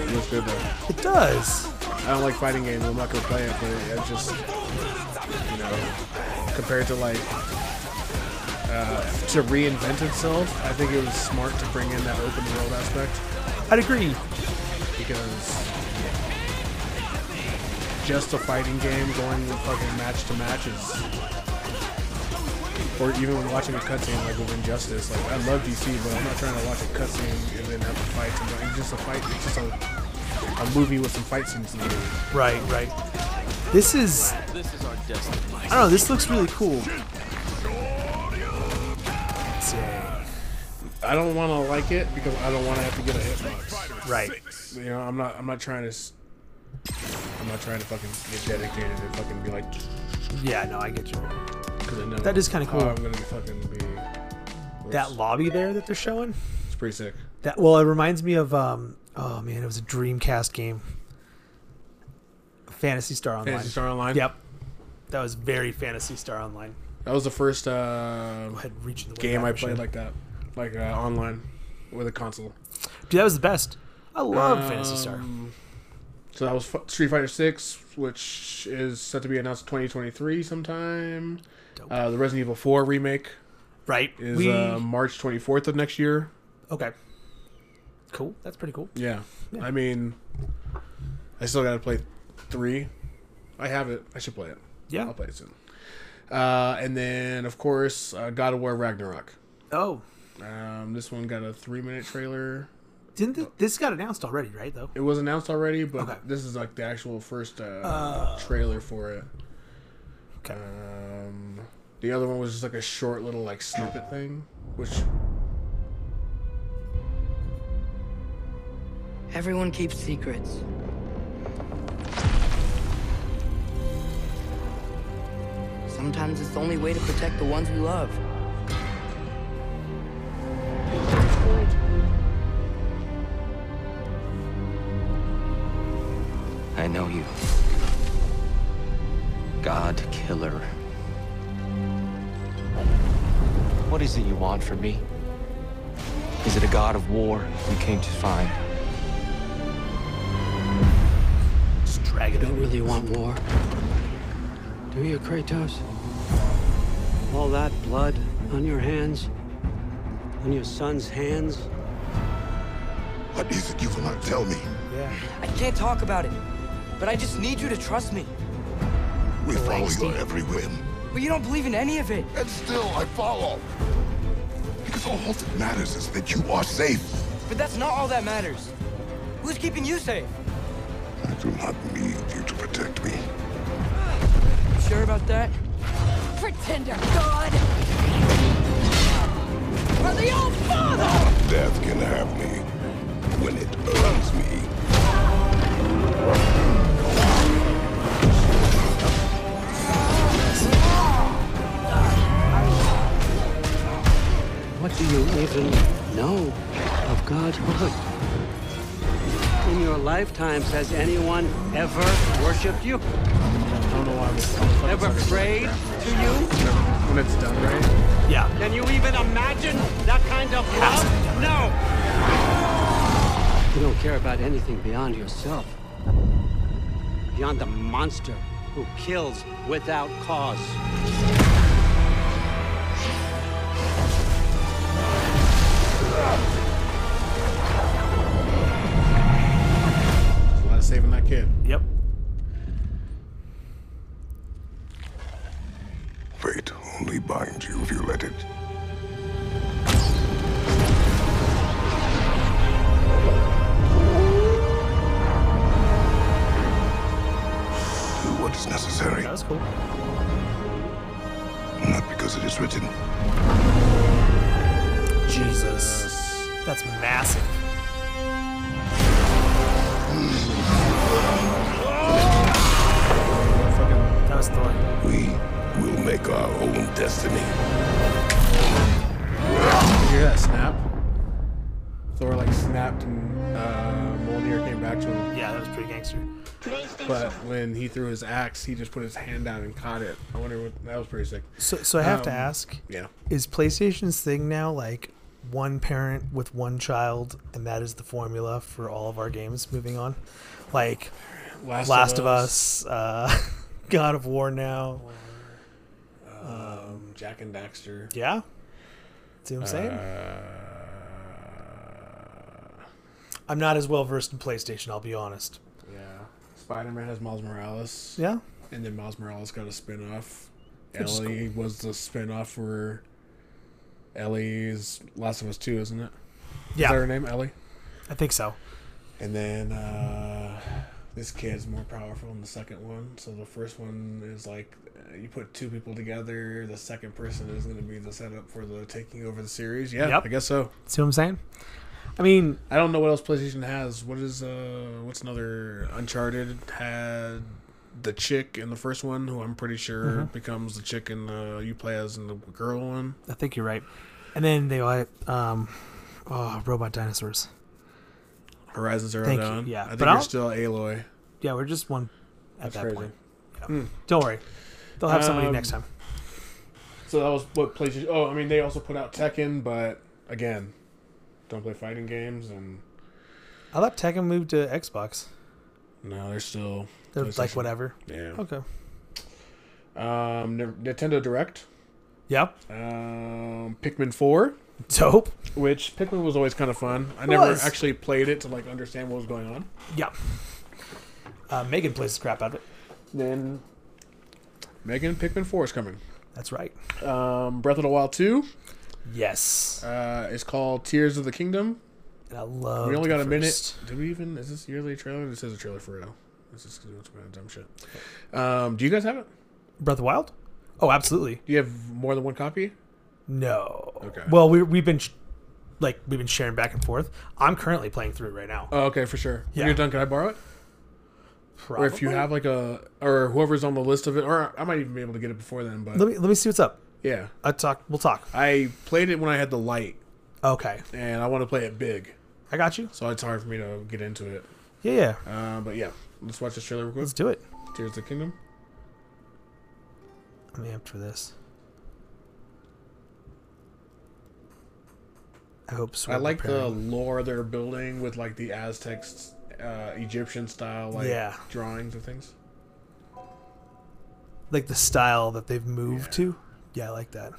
[SPEAKER 1] It looks good though.
[SPEAKER 2] It does.
[SPEAKER 1] I don't like fighting games. I'm not gonna play it, but it, it just you know compared to like uh, to reinvent itself, I think it was smart to bring in that open world aspect
[SPEAKER 2] I'd agree.
[SPEAKER 1] because just a fighting game going fucking match to match is. Or even when watching a cutscene like with Injustice, like I love DC, but I'm not trying to watch a cutscene and then have to fight. somebody. It's just a fight. It's just a, a movie with some fight scenes in it.
[SPEAKER 2] Right, right. This is. I don't know. This looks really cool. Say,
[SPEAKER 1] I don't want to like it because I don't want to have to get a hitbox.
[SPEAKER 2] Right.
[SPEAKER 1] You know, I'm not. I'm not trying to. s- I'm not trying to fucking get dedicated and fucking be like.
[SPEAKER 2] Yeah. No, I get you.
[SPEAKER 1] Cause I know
[SPEAKER 2] That is kinda
[SPEAKER 1] how
[SPEAKER 2] cool.
[SPEAKER 1] I'm gonna be fucking be.
[SPEAKER 2] That lobby there that they're showing.
[SPEAKER 1] It's pretty sick.
[SPEAKER 2] That well, it reminds me of um. Oh man, it was a Dreamcast game. Fantasy Star Online.
[SPEAKER 1] Fantasy Star Online.
[SPEAKER 2] Yep. That was very Fantasy Star Online.
[SPEAKER 1] That was the first uh,
[SPEAKER 2] Go ahead, reach in the
[SPEAKER 1] game
[SPEAKER 2] Wayback
[SPEAKER 1] I played
[SPEAKER 2] Machine.
[SPEAKER 1] like that, like uh, online, with a console.
[SPEAKER 2] Dude, that was the best. I love Fantasy Star.
[SPEAKER 1] Um, So that was F- Street Fighter Six, which is set to be announced 2023 sometime.
[SPEAKER 2] Dope.
[SPEAKER 1] Uh, the Resident Evil 4 remake
[SPEAKER 2] Right.
[SPEAKER 1] is
[SPEAKER 2] we,
[SPEAKER 1] uh, March 24th of next year.
[SPEAKER 2] okay. Cool. That's pretty cool.
[SPEAKER 1] Yeah. I mean, I still got to play three. I have it. I should play it.
[SPEAKER 2] Yeah.
[SPEAKER 1] I'll play it soon. Uh, and then, of course, uh, God of War Ragnarok.
[SPEAKER 2] Oh,
[SPEAKER 1] Um, this one got a three minute trailer.
[SPEAKER 2] didn't th- this got announced already? Right though.
[SPEAKER 1] It was announced already, but
[SPEAKER 2] Okay.
[SPEAKER 1] this is like the actual first uh, trailer for it.
[SPEAKER 2] Okay.
[SPEAKER 1] Um, the other one was just like a short little like snippet thing, which
[SPEAKER 6] Everyone keeps secrets. Sometimes it's the only way to protect the ones we love.
[SPEAKER 7] I know you. God killer. What is it you want from me? Is it a god of war you came to find?
[SPEAKER 2] Just drag it
[SPEAKER 6] You
[SPEAKER 2] over.
[SPEAKER 6] really want war. Do you, Kratos? All that blood on your hands, on your son's hands.
[SPEAKER 4] What is it you will not tell me?
[SPEAKER 2] Yeah.
[SPEAKER 6] I can't talk about it, but I just need you to trust me.
[SPEAKER 4] We follow your every whim,
[SPEAKER 6] But you don't believe in any of it.
[SPEAKER 4] and still I follow. Because all that matters is that you are safe.
[SPEAKER 6] But that's not all that matters. Who's keeping you safe?
[SPEAKER 4] I do not need you to protect me.
[SPEAKER 6] You sure about that?
[SPEAKER 5] Pretender God! For the old father!
[SPEAKER 4] Death can have me when it earns me.
[SPEAKER 6] What do you even know of godhood? In your lifetimes, has anyone ever worshipped you?
[SPEAKER 1] I don't know why I'm fucking
[SPEAKER 6] Ever
[SPEAKER 1] sucking
[SPEAKER 6] prayed
[SPEAKER 1] crap.
[SPEAKER 6] to you?
[SPEAKER 1] when it's done right.
[SPEAKER 2] Yeah.
[SPEAKER 6] Can you even imagine that kind of love? No! You don't care about anything beyond yourself. Beyond the monster who kills without cause.
[SPEAKER 1] There's a lot of saving that kid.
[SPEAKER 2] Yep.
[SPEAKER 4] Fate only binds you if you let it. Do what is necessary,
[SPEAKER 2] That was cool.
[SPEAKER 4] not because it is written.
[SPEAKER 2] Jesus. That's massive.
[SPEAKER 1] Fucking
[SPEAKER 2] That was Thor.
[SPEAKER 4] We will make our own destiny.
[SPEAKER 1] you hear that snap? Thor like snapped and uh, Mjolnir came back to him.
[SPEAKER 2] Yeah, that was pretty gangster.
[SPEAKER 1] But when he threw his axe, he just put his hand down and caught it. I wonder what that was pretty sick.
[SPEAKER 2] So, so I have to ask:
[SPEAKER 1] Yeah.
[SPEAKER 2] Is PlayStation's thing now like one parent with one child, and that is the formula for all of our games moving on? Like
[SPEAKER 1] Last,
[SPEAKER 2] Last of Us, uh, [laughs] God of War now.
[SPEAKER 1] Jack and Daxter.
[SPEAKER 2] Yeah. See what I'm saying?
[SPEAKER 1] Uh,
[SPEAKER 2] I'm not as well versed in PlayStation, I'll be honest.
[SPEAKER 1] Yeah. Spider Man has Miles Morales.
[SPEAKER 2] Yeah.
[SPEAKER 1] And then Miles Morales got a spin off.
[SPEAKER 2] Which is
[SPEAKER 1] Ellie was the spin off for Ellie's Last of Us 2, isn't it? Is that her
[SPEAKER 2] Yeah,
[SPEAKER 1] name? Ellie?
[SPEAKER 2] I think so.
[SPEAKER 1] And then uh, this kid's more powerful in the second one. So the first one is like uh, you put two people together. The second person is going to be the setup for the taking over the series. Yeah,
[SPEAKER 2] Yep.
[SPEAKER 1] I guess so.
[SPEAKER 2] See what I'm saying? I mean,
[SPEAKER 1] I don't know what else PlayStation has. What is uh, what's another Uncharted had the chick in the first one, who I'm pretty sure
[SPEAKER 2] Mm-hmm.
[SPEAKER 1] becomes the chick in the you play as in the girl one.
[SPEAKER 2] I think you're right. And then they like, um, oh, robot dinosaurs.
[SPEAKER 1] Horizon Zero
[SPEAKER 2] Thank you,
[SPEAKER 1] Dawn. I
[SPEAKER 2] yeah. But
[SPEAKER 1] think you're
[SPEAKER 2] I'll-
[SPEAKER 1] still Aloy.
[SPEAKER 2] Yeah, we're just one at
[SPEAKER 1] That's
[SPEAKER 2] that
[SPEAKER 1] crazy. Hmm.
[SPEAKER 2] point. Yeah. Don't worry, they'll have somebody
[SPEAKER 1] Um,
[SPEAKER 2] next time.
[SPEAKER 1] So that was what PlayStation. Oh, I mean, they also put out Tekken, but again, don't play fighting games, and
[SPEAKER 2] I thought Tekken moved to Xbox.
[SPEAKER 1] no, they're still
[SPEAKER 2] They're like
[SPEAKER 1] PlayStation.
[SPEAKER 2] whatever.
[SPEAKER 1] yeah.
[SPEAKER 2] Okay.
[SPEAKER 1] Um, N- Nintendo Direct,
[SPEAKER 2] Yep.
[SPEAKER 1] um, Pikmin Four,
[SPEAKER 2] [laughs] Dope.
[SPEAKER 1] which Pikmin was always kind of fun. I never
[SPEAKER 2] was.
[SPEAKER 1] actually played it to like understand what was going on.
[SPEAKER 2] Yeah. Uh, Megan plays the crap out of it.
[SPEAKER 1] Then Megan Pikmin Four is coming.
[SPEAKER 2] That's right.
[SPEAKER 1] Um, Breath of the Wild Two
[SPEAKER 2] Yes.
[SPEAKER 1] uh, is called Tears of the Kingdom.
[SPEAKER 2] And I love.
[SPEAKER 1] We only
[SPEAKER 2] the
[SPEAKER 1] got a minute.
[SPEAKER 2] first.
[SPEAKER 1] Did we even? Is this yearly trailer? This is a trailer for real. This is it's a bunch of dumb shit. Um, do you guys have it?
[SPEAKER 2] Breath of the Wild. Oh, absolutely.
[SPEAKER 1] Do you have more than one copy?
[SPEAKER 2] No.
[SPEAKER 1] Okay.
[SPEAKER 2] Well, we we've been sh- like we've been sharing back and forth. I'm currently playing through it right now.
[SPEAKER 1] Oh, okay, for sure.
[SPEAKER 2] Yeah.
[SPEAKER 1] When you're done, can I borrow it?
[SPEAKER 2] Probably.
[SPEAKER 1] Or if you have like a, or whoever's on the list of it, or I might even be able to get it before then. But
[SPEAKER 2] Let me let me see what's up.
[SPEAKER 1] yeah,
[SPEAKER 2] I talk. We'll talk.
[SPEAKER 1] I played it when I had the light,
[SPEAKER 2] Okay.
[SPEAKER 1] and I want to play it big,
[SPEAKER 2] I got you.
[SPEAKER 1] so it's hard for me to get into it.
[SPEAKER 2] Yeah, yeah.
[SPEAKER 1] Uh, but yeah, let's watch this trailer real quick.
[SPEAKER 2] Let's do it.
[SPEAKER 1] Tears of the Kingdom.
[SPEAKER 2] I'm amped for this. I hope so.
[SPEAKER 1] I like the lore they're building with like the Aztecs, uh, Egyptian style like
[SPEAKER 2] Yeah.
[SPEAKER 1] drawings and things.
[SPEAKER 2] like the style that they've moved to. Yeah, I like that.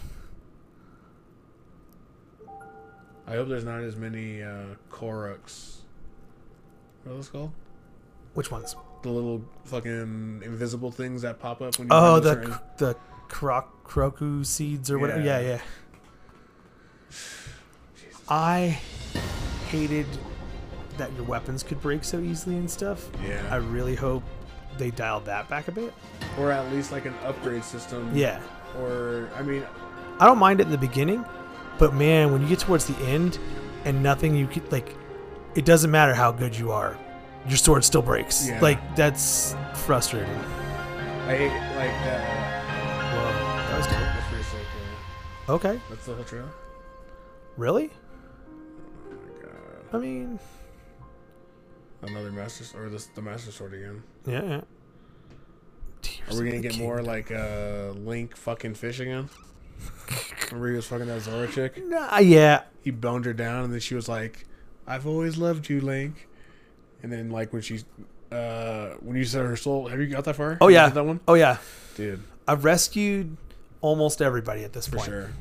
[SPEAKER 1] I hope there's not as many uh, Koroks. What are those called?
[SPEAKER 2] Which ones?
[SPEAKER 1] the little fucking invisible things that pop up when you
[SPEAKER 2] Oh,
[SPEAKER 1] find a
[SPEAKER 2] the
[SPEAKER 1] certain-
[SPEAKER 2] the croc crocu seeds or whatever. Yeah,
[SPEAKER 1] Yeah.
[SPEAKER 2] yeah. I hated that your weapons could break so easily and stuff.
[SPEAKER 1] Yeah.
[SPEAKER 2] I really hope they dialed that back a bit.
[SPEAKER 1] or at least like an upgrade system.
[SPEAKER 2] Yeah.
[SPEAKER 1] Or I mean,
[SPEAKER 2] I don't mind it in the beginning, but man, when you get towards the end and nothing you can like it doesn't matter how good you are, your sword still breaks.
[SPEAKER 1] Yeah.
[SPEAKER 2] Like that's frustrating.
[SPEAKER 1] I hate like that.
[SPEAKER 2] Whoa, that was cool.
[SPEAKER 1] That's pretty sick. Yeah.
[SPEAKER 2] Okay.
[SPEAKER 1] That's the whole trailer. Oh
[SPEAKER 2] Really? I mean,
[SPEAKER 1] Another master or this the master sword again.
[SPEAKER 2] yeah. yeah. Tears
[SPEAKER 1] Are
[SPEAKER 2] of
[SPEAKER 1] we
[SPEAKER 2] the
[SPEAKER 1] gonna get
[SPEAKER 2] King.
[SPEAKER 1] more like uh Link fucking fish
[SPEAKER 2] [laughs]
[SPEAKER 1] again? Remember he was fucking that Zora chick.
[SPEAKER 2] Nah, yeah. Oh,
[SPEAKER 1] He boned her down, and then she was like, "I've always loved you, Link." And then like when she, uh, when you said her soul, have you got that far?
[SPEAKER 2] Oh
[SPEAKER 1] You
[SPEAKER 2] yeah.
[SPEAKER 1] did that one,
[SPEAKER 2] Oh yeah.
[SPEAKER 1] dude.
[SPEAKER 2] I've rescued almost everybody at this point.
[SPEAKER 1] sure.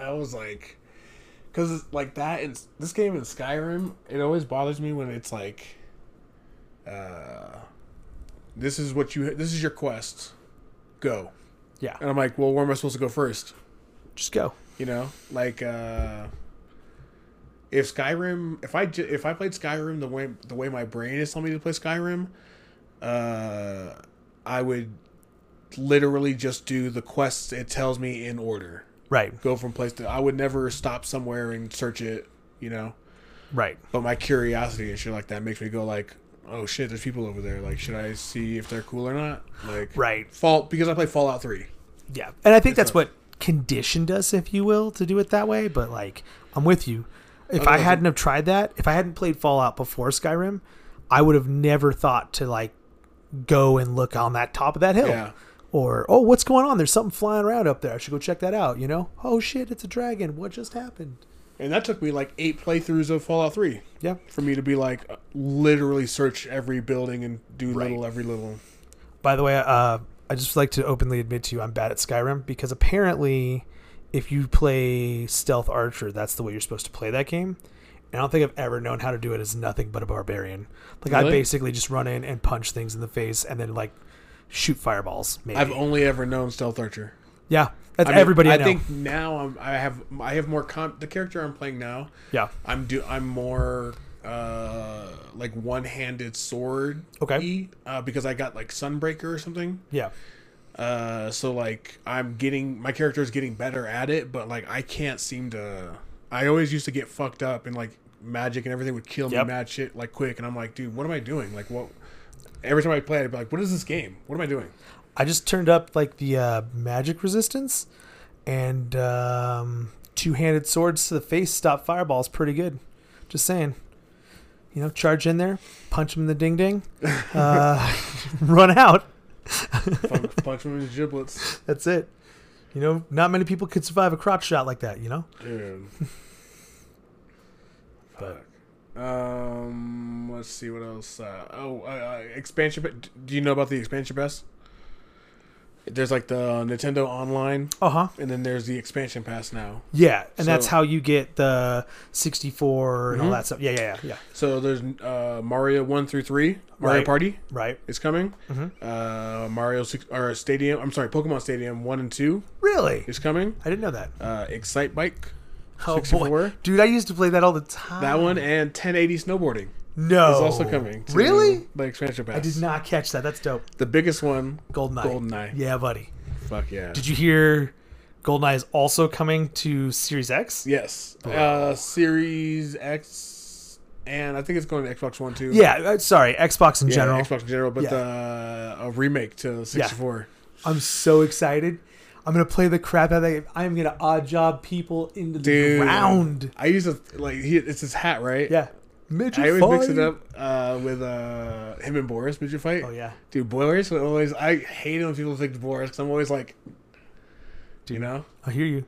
[SPEAKER 1] I was like, because like that, and this game in Skyrim, it always bothers me when it's like, uh, this is what you, this is your quest, go,
[SPEAKER 2] Yeah.
[SPEAKER 1] and I'm like, well, where am I supposed to go first?
[SPEAKER 2] Just go.
[SPEAKER 1] You know, like, uh, if Skyrim, if I ju- if I played Skyrim the way the way my brain is telling me to play Skyrim, uh, I would literally just do the quests it tells me in order
[SPEAKER 2] Right.
[SPEAKER 1] go from place to I would never stop somewhere and search it, you know.
[SPEAKER 2] Right.
[SPEAKER 1] But my curiosity and shit like that makes me go like, oh shit, there's people over there. Like, should I see if they're cool or not? Like,
[SPEAKER 2] Right.
[SPEAKER 1] Fall because I play Fallout Three.
[SPEAKER 2] Yeah, and I think that's what conditioned us, if you will, to do it that way. But like, I'm with you. if I hadn't have tried that, if I hadn't played Fallout before Skyrim, I would have never thought to like go and look on that top of that hill.
[SPEAKER 1] Yeah.
[SPEAKER 2] Or oh, what's going on? There's something flying around up there. I should go check that out. You know? Oh shit, it's a dragon. What just happened?
[SPEAKER 1] And that took me like eight playthroughs of Fallout 3
[SPEAKER 2] Yeah.
[SPEAKER 1] for me to be like literally search every building and do little every little.
[SPEAKER 2] By the way, uh, I just like to openly admit to you, I'm bad at Skyrim because apparently, if you play stealth archer, that's the way you're supposed to play that game. And I don't think I've ever known how to do it as nothing but a barbarian. Like I
[SPEAKER 1] Really?
[SPEAKER 2] basically just run in and punch things in the face, and then like shoot fireballs. Maybe.
[SPEAKER 1] I've only ever known Stealth Archer.
[SPEAKER 2] yeah, that's
[SPEAKER 1] I mean,
[SPEAKER 2] everybody I,
[SPEAKER 1] I
[SPEAKER 2] know.
[SPEAKER 1] think now I'm, I have I have more com- the character I'm playing now.
[SPEAKER 2] Yeah.
[SPEAKER 1] I'm do I'm more uh like one-handed sword
[SPEAKER 2] Okay.
[SPEAKER 1] uh, because I got like Sunbreaker or something.
[SPEAKER 2] yeah,
[SPEAKER 1] Uh, so like I'm getting my character's getting better at it, but like I can't seem to. I always used to get fucked up and like magic and everything would kill me
[SPEAKER 2] Yep.
[SPEAKER 1] mad shit like quick, and I'm like, dude, what am I doing? Like what? Every time I play, it, I'd be like, what is this game? What am I doing?
[SPEAKER 2] I just turned up like the uh, magic resistance and um, two-handed swords to the face stop fireballs pretty good. Just saying. You know, charge in there, punch him in the
[SPEAKER 1] [laughs]
[SPEAKER 2] ding ding, uh, [laughs] run out.
[SPEAKER 1] Punch, [laughs] punch him in the giblets,
[SPEAKER 2] That's it. You know, not many people could survive a crotch shot like that. You know,
[SPEAKER 1] dude.
[SPEAKER 2] but
[SPEAKER 1] Um, let's see what else. Uh, oh, uh, uh, expansion. pa- Do you know about the expansion pass? There's like the Nintendo Online,
[SPEAKER 2] uh huh,
[SPEAKER 1] and then there's the expansion pass now.
[SPEAKER 2] yeah, and that's
[SPEAKER 1] So- Mm-hmm.
[SPEAKER 2] how you get the sixty-four and all that stuff. Yeah, yeah, yeah, yeah.
[SPEAKER 1] So there's uh, Mario one through three, Mario
[SPEAKER 2] Right. Mm-hmm.
[SPEAKER 1] Party
[SPEAKER 2] Right?
[SPEAKER 1] is coming. Uh, Mario six or Stadium. I'm sorry, Pokemon Stadium one and two
[SPEAKER 2] Really?
[SPEAKER 1] is coming.
[SPEAKER 2] I didn't know that.
[SPEAKER 1] Uh, Excite Bike,
[SPEAKER 2] Oh
[SPEAKER 1] 64?
[SPEAKER 2] boy, dude, I used to play that all the time.
[SPEAKER 1] that one, and 1080 snowboarding
[SPEAKER 2] no
[SPEAKER 1] is also coming. to
[SPEAKER 2] Oh. Really?
[SPEAKER 1] The expansion pass.
[SPEAKER 2] I did not catch that. That's dope.
[SPEAKER 1] The biggest one,
[SPEAKER 2] Goldeneye.
[SPEAKER 1] Goldeneye.
[SPEAKER 2] Yeah, buddy.
[SPEAKER 1] Fuck yeah.
[SPEAKER 2] Did you hear Goldeneye is also coming to Series X?
[SPEAKER 1] Yes. Uh, Series X, and I think it's going to Xbox One too.
[SPEAKER 2] Yeah, uh, sorry, Xbox in
[SPEAKER 1] Yeah,
[SPEAKER 2] general.
[SPEAKER 1] Xbox in general, but
[SPEAKER 2] Yeah.
[SPEAKER 1] the, uh, a remake to 64.
[SPEAKER 2] I'm so excited. I'm gonna play the crap out of that game. I'm gonna odd job people into the
[SPEAKER 1] Dude,
[SPEAKER 2] ground.
[SPEAKER 1] I used to like he, it's his hat, right?
[SPEAKER 2] Yeah. Midget
[SPEAKER 1] I always mix it
[SPEAKER 2] fight.
[SPEAKER 1] up uh, with uh, him and Boris. Did you fight?
[SPEAKER 2] Oh, yeah.
[SPEAKER 1] dude. Boris would always. I hate it when people think Boris. 'cause I'm always like, do you know?
[SPEAKER 2] I hear you.